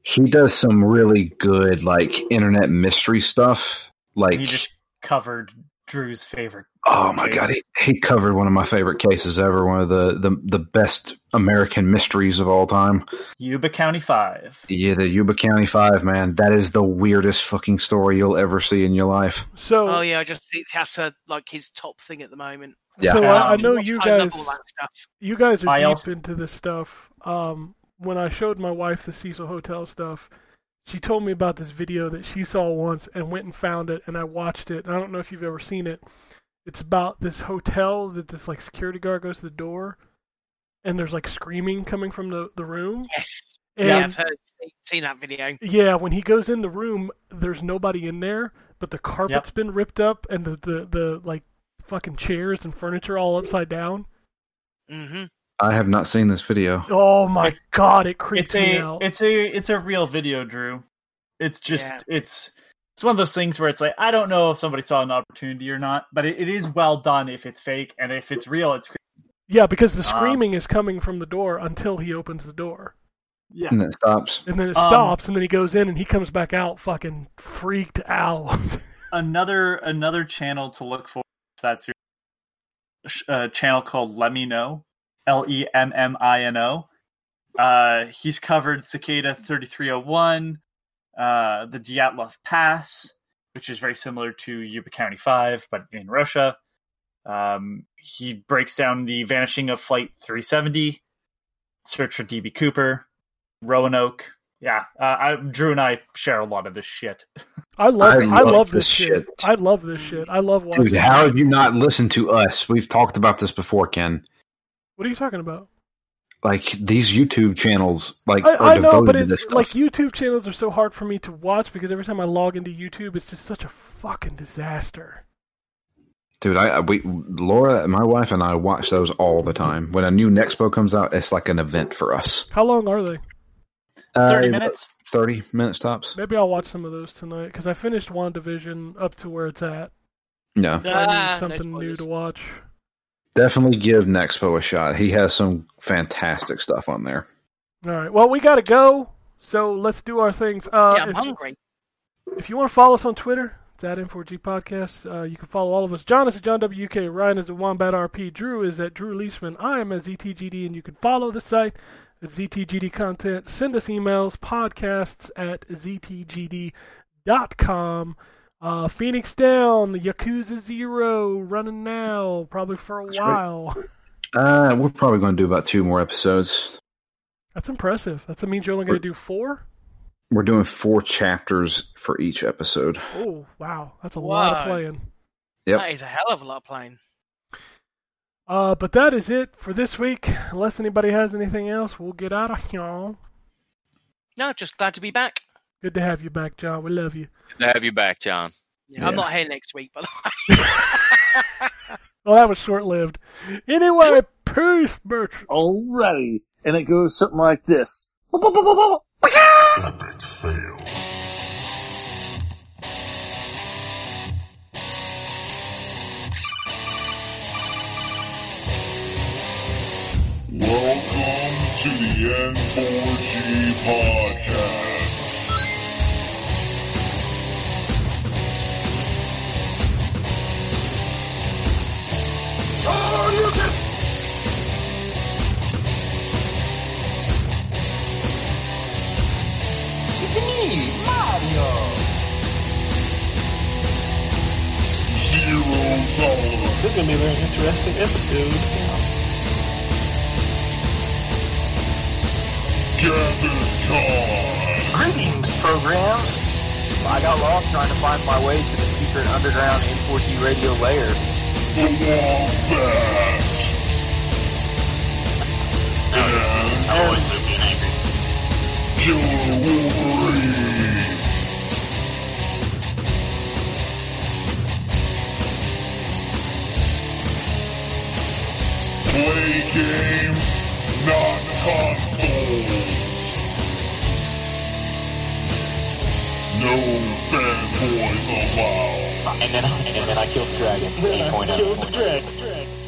Speaker 5: He does some really good, like, internet mystery stuff. Like,
Speaker 4: He just covered Drew's favorite.
Speaker 5: Oh my
Speaker 4: case.
Speaker 5: god, he, he covered one of my favorite cases ever, one of the, the the best American mysteries of all time.
Speaker 4: Yuba County Five.
Speaker 5: Yeah, the Yuba County Five, man. That is the weirdest fucking story you'll ever see in your life.
Speaker 2: So
Speaker 3: Oh yeah, I just see that's a, like his top thing at the moment.
Speaker 5: Yeah.
Speaker 2: so I, I
Speaker 4: Um,
Speaker 2: know you
Speaker 3: I
Speaker 2: guys.
Speaker 3: love all that stuff.
Speaker 2: You guys are
Speaker 4: I
Speaker 2: deep
Speaker 4: also-
Speaker 2: into this stuff. Um, when I showed my wife the Cecil Hotel stuff, she told me about this video that she saw once and went and found it, and I watched it. And I don't know if you've ever seen it. It's about this hotel that this like security guard goes to the door, and there's like screaming coming from the the room.
Speaker 3: Yes,
Speaker 2: And
Speaker 3: yeah, I've heard seen, seen that video.
Speaker 2: yeah, when he goes in the room, there's nobody in there, but the carpet's been ripped up and the, the the like fucking chairs and furniture all upside down.
Speaker 3: hmm
Speaker 5: I have not seen this video.
Speaker 2: Oh my
Speaker 4: It's-
Speaker 2: god, it creeps
Speaker 4: It's
Speaker 2: me
Speaker 4: a
Speaker 2: out.
Speaker 4: it's a it's a real video, Drew. It's just it's it's one of those things where it's like I don't know if somebody saw an opportunity or not, but it, it is well done if it's fake and if it's real, it's
Speaker 2: Yeah, because the
Speaker 5: Uh,
Speaker 4: Um,
Speaker 2: screaming is coming from the door until he opens the door.
Speaker 4: yeah.
Speaker 5: And it stops.
Speaker 2: And then it
Speaker 4: Um,
Speaker 2: stops, and then he goes in and he comes back out fucking freaked out.
Speaker 4: Another another channel to look for. If that's your sh- uh, channel called Let Me Know, L E M M I N O. Uh, he's covered Cicada 3301, uh, the Dyatlov Pass, which is very similar to Yuba County 5, but in Russia. Um, he breaks down the vanishing of Flight 370, search for DB Cooper, Roanoke. Yeah, uh, I, Drew and I share a lot of this shit.
Speaker 2: I love, I
Speaker 5: I
Speaker 2: love,
Speaker 5: love
Speaker 2: this
Speaker 5: this
Speaker 2: shit.
Speaker 5: shit.
Speaker 2: I love this shit. I love watching.
Speaker 5: Dude, how have you not listened to us? We've talked about this before, Ken.
Speaker 2: What are you talking about?
Speaker 5: Like these YouTube channels like are
Speaker 2: I, I know,
Speaker 5: devoted
Speaker 2: but
Speaker 5: to this
Speaker 2: it's
Speaker 5: stuff.
Speaker 2: like YouTube channels are so hard for me to watch because every time I log into YouTube, it's just such a fucking disaster.
Speaker 5: Dude, I I- we Laura, my wife and I watch those all the time. When a new Nexpo comes out, it's like an event for us.
Speaker 2: How long are they?
Speaker 4: 30
Speaker 5: Uh,
Speaker 4: minutes.
Speaker 5: 30 minutes tops.
Speaker 2: Maybe I'll watch some of those tonight because I finished WandaVision up to where it's at.
Speaker 5: No.
Speaker 2: I
Speaker 3: Ah,
Speaker 2: need something
Speaker 3: no
Speaker 2: new
Speaker 3: spoilers.
Speaker 2: to watch.
Speaker 5: Definitely give Nexpo a shot. He has some fantastic stuff on there.
Speaker 2: All right. Well, we gotta go. So let's do our things. Uh,
Speaker 3: yeah, I'm
Speaker 2: if-
Speaker 3: hungry.
Speaker 2: if you want to follow us on Twitter, it's at M4G Podcast. Uh, you can follow all of us. John is at John WK. Ryan is at Wombat RP. Drew is at Drew Leishman. I am at ZTGD, and you can follow the site at ZTGD Content. Send us emails, podcasts at ZTGD.com. Uh, Phoenix Down, Yakuza Zero, running now, probably for a
Speaker 5: That's right.
Speaker 2: while.
Speaker 5: Uh, we're probably going to do about two more episodes.
Speaker 2: That's impressive. That's that means you're only going to do four?
Speaker 5: We're doing four chapters for each episode.
Speaker 2: Oh wow, that's a lot of
Speaker 3: Wow.
Speaker 2: playing.
Speaker 5: Yep.
Speaker 3: That is a hell of a lot of playing.
Speaker 2: Uh, but that is it for this week. Unless anybody has anything else, we'll get out of here.
Speaker 3: No, just glad to be back.
Speaker 2: Good to have you back, John. We love you.
Speaker 1: Good to have you back, John.
Speaker 3: Yeah, I'm
Speaker 5: Yeah.
Speaker 3: not here next week, but
Speaker 2: Well, Oh, that was short lived. Anyway, peace, bitch.
Speaker 6: Alrighty. And it goes something like this.
Speaker 7: Welcome to the N4G Podcast. Zero tolerance.
Speaker 8: This is going to be a very interesting episode.
Speaker 7: Gather time.
Speaker 8: Greetings, programs. I got lost trying to find my way to the secret underground N4G radio layer.
Speaker 7: The Wombat. And
Speaker 9: I always live in angry.
Speaker 7: Killer Wolverine. Play games, not consoles. No fanboys allowed.
Speaker 9: And then, and then I killed the dragon. Eight point oh.
Speaker 8: Killed the dragon.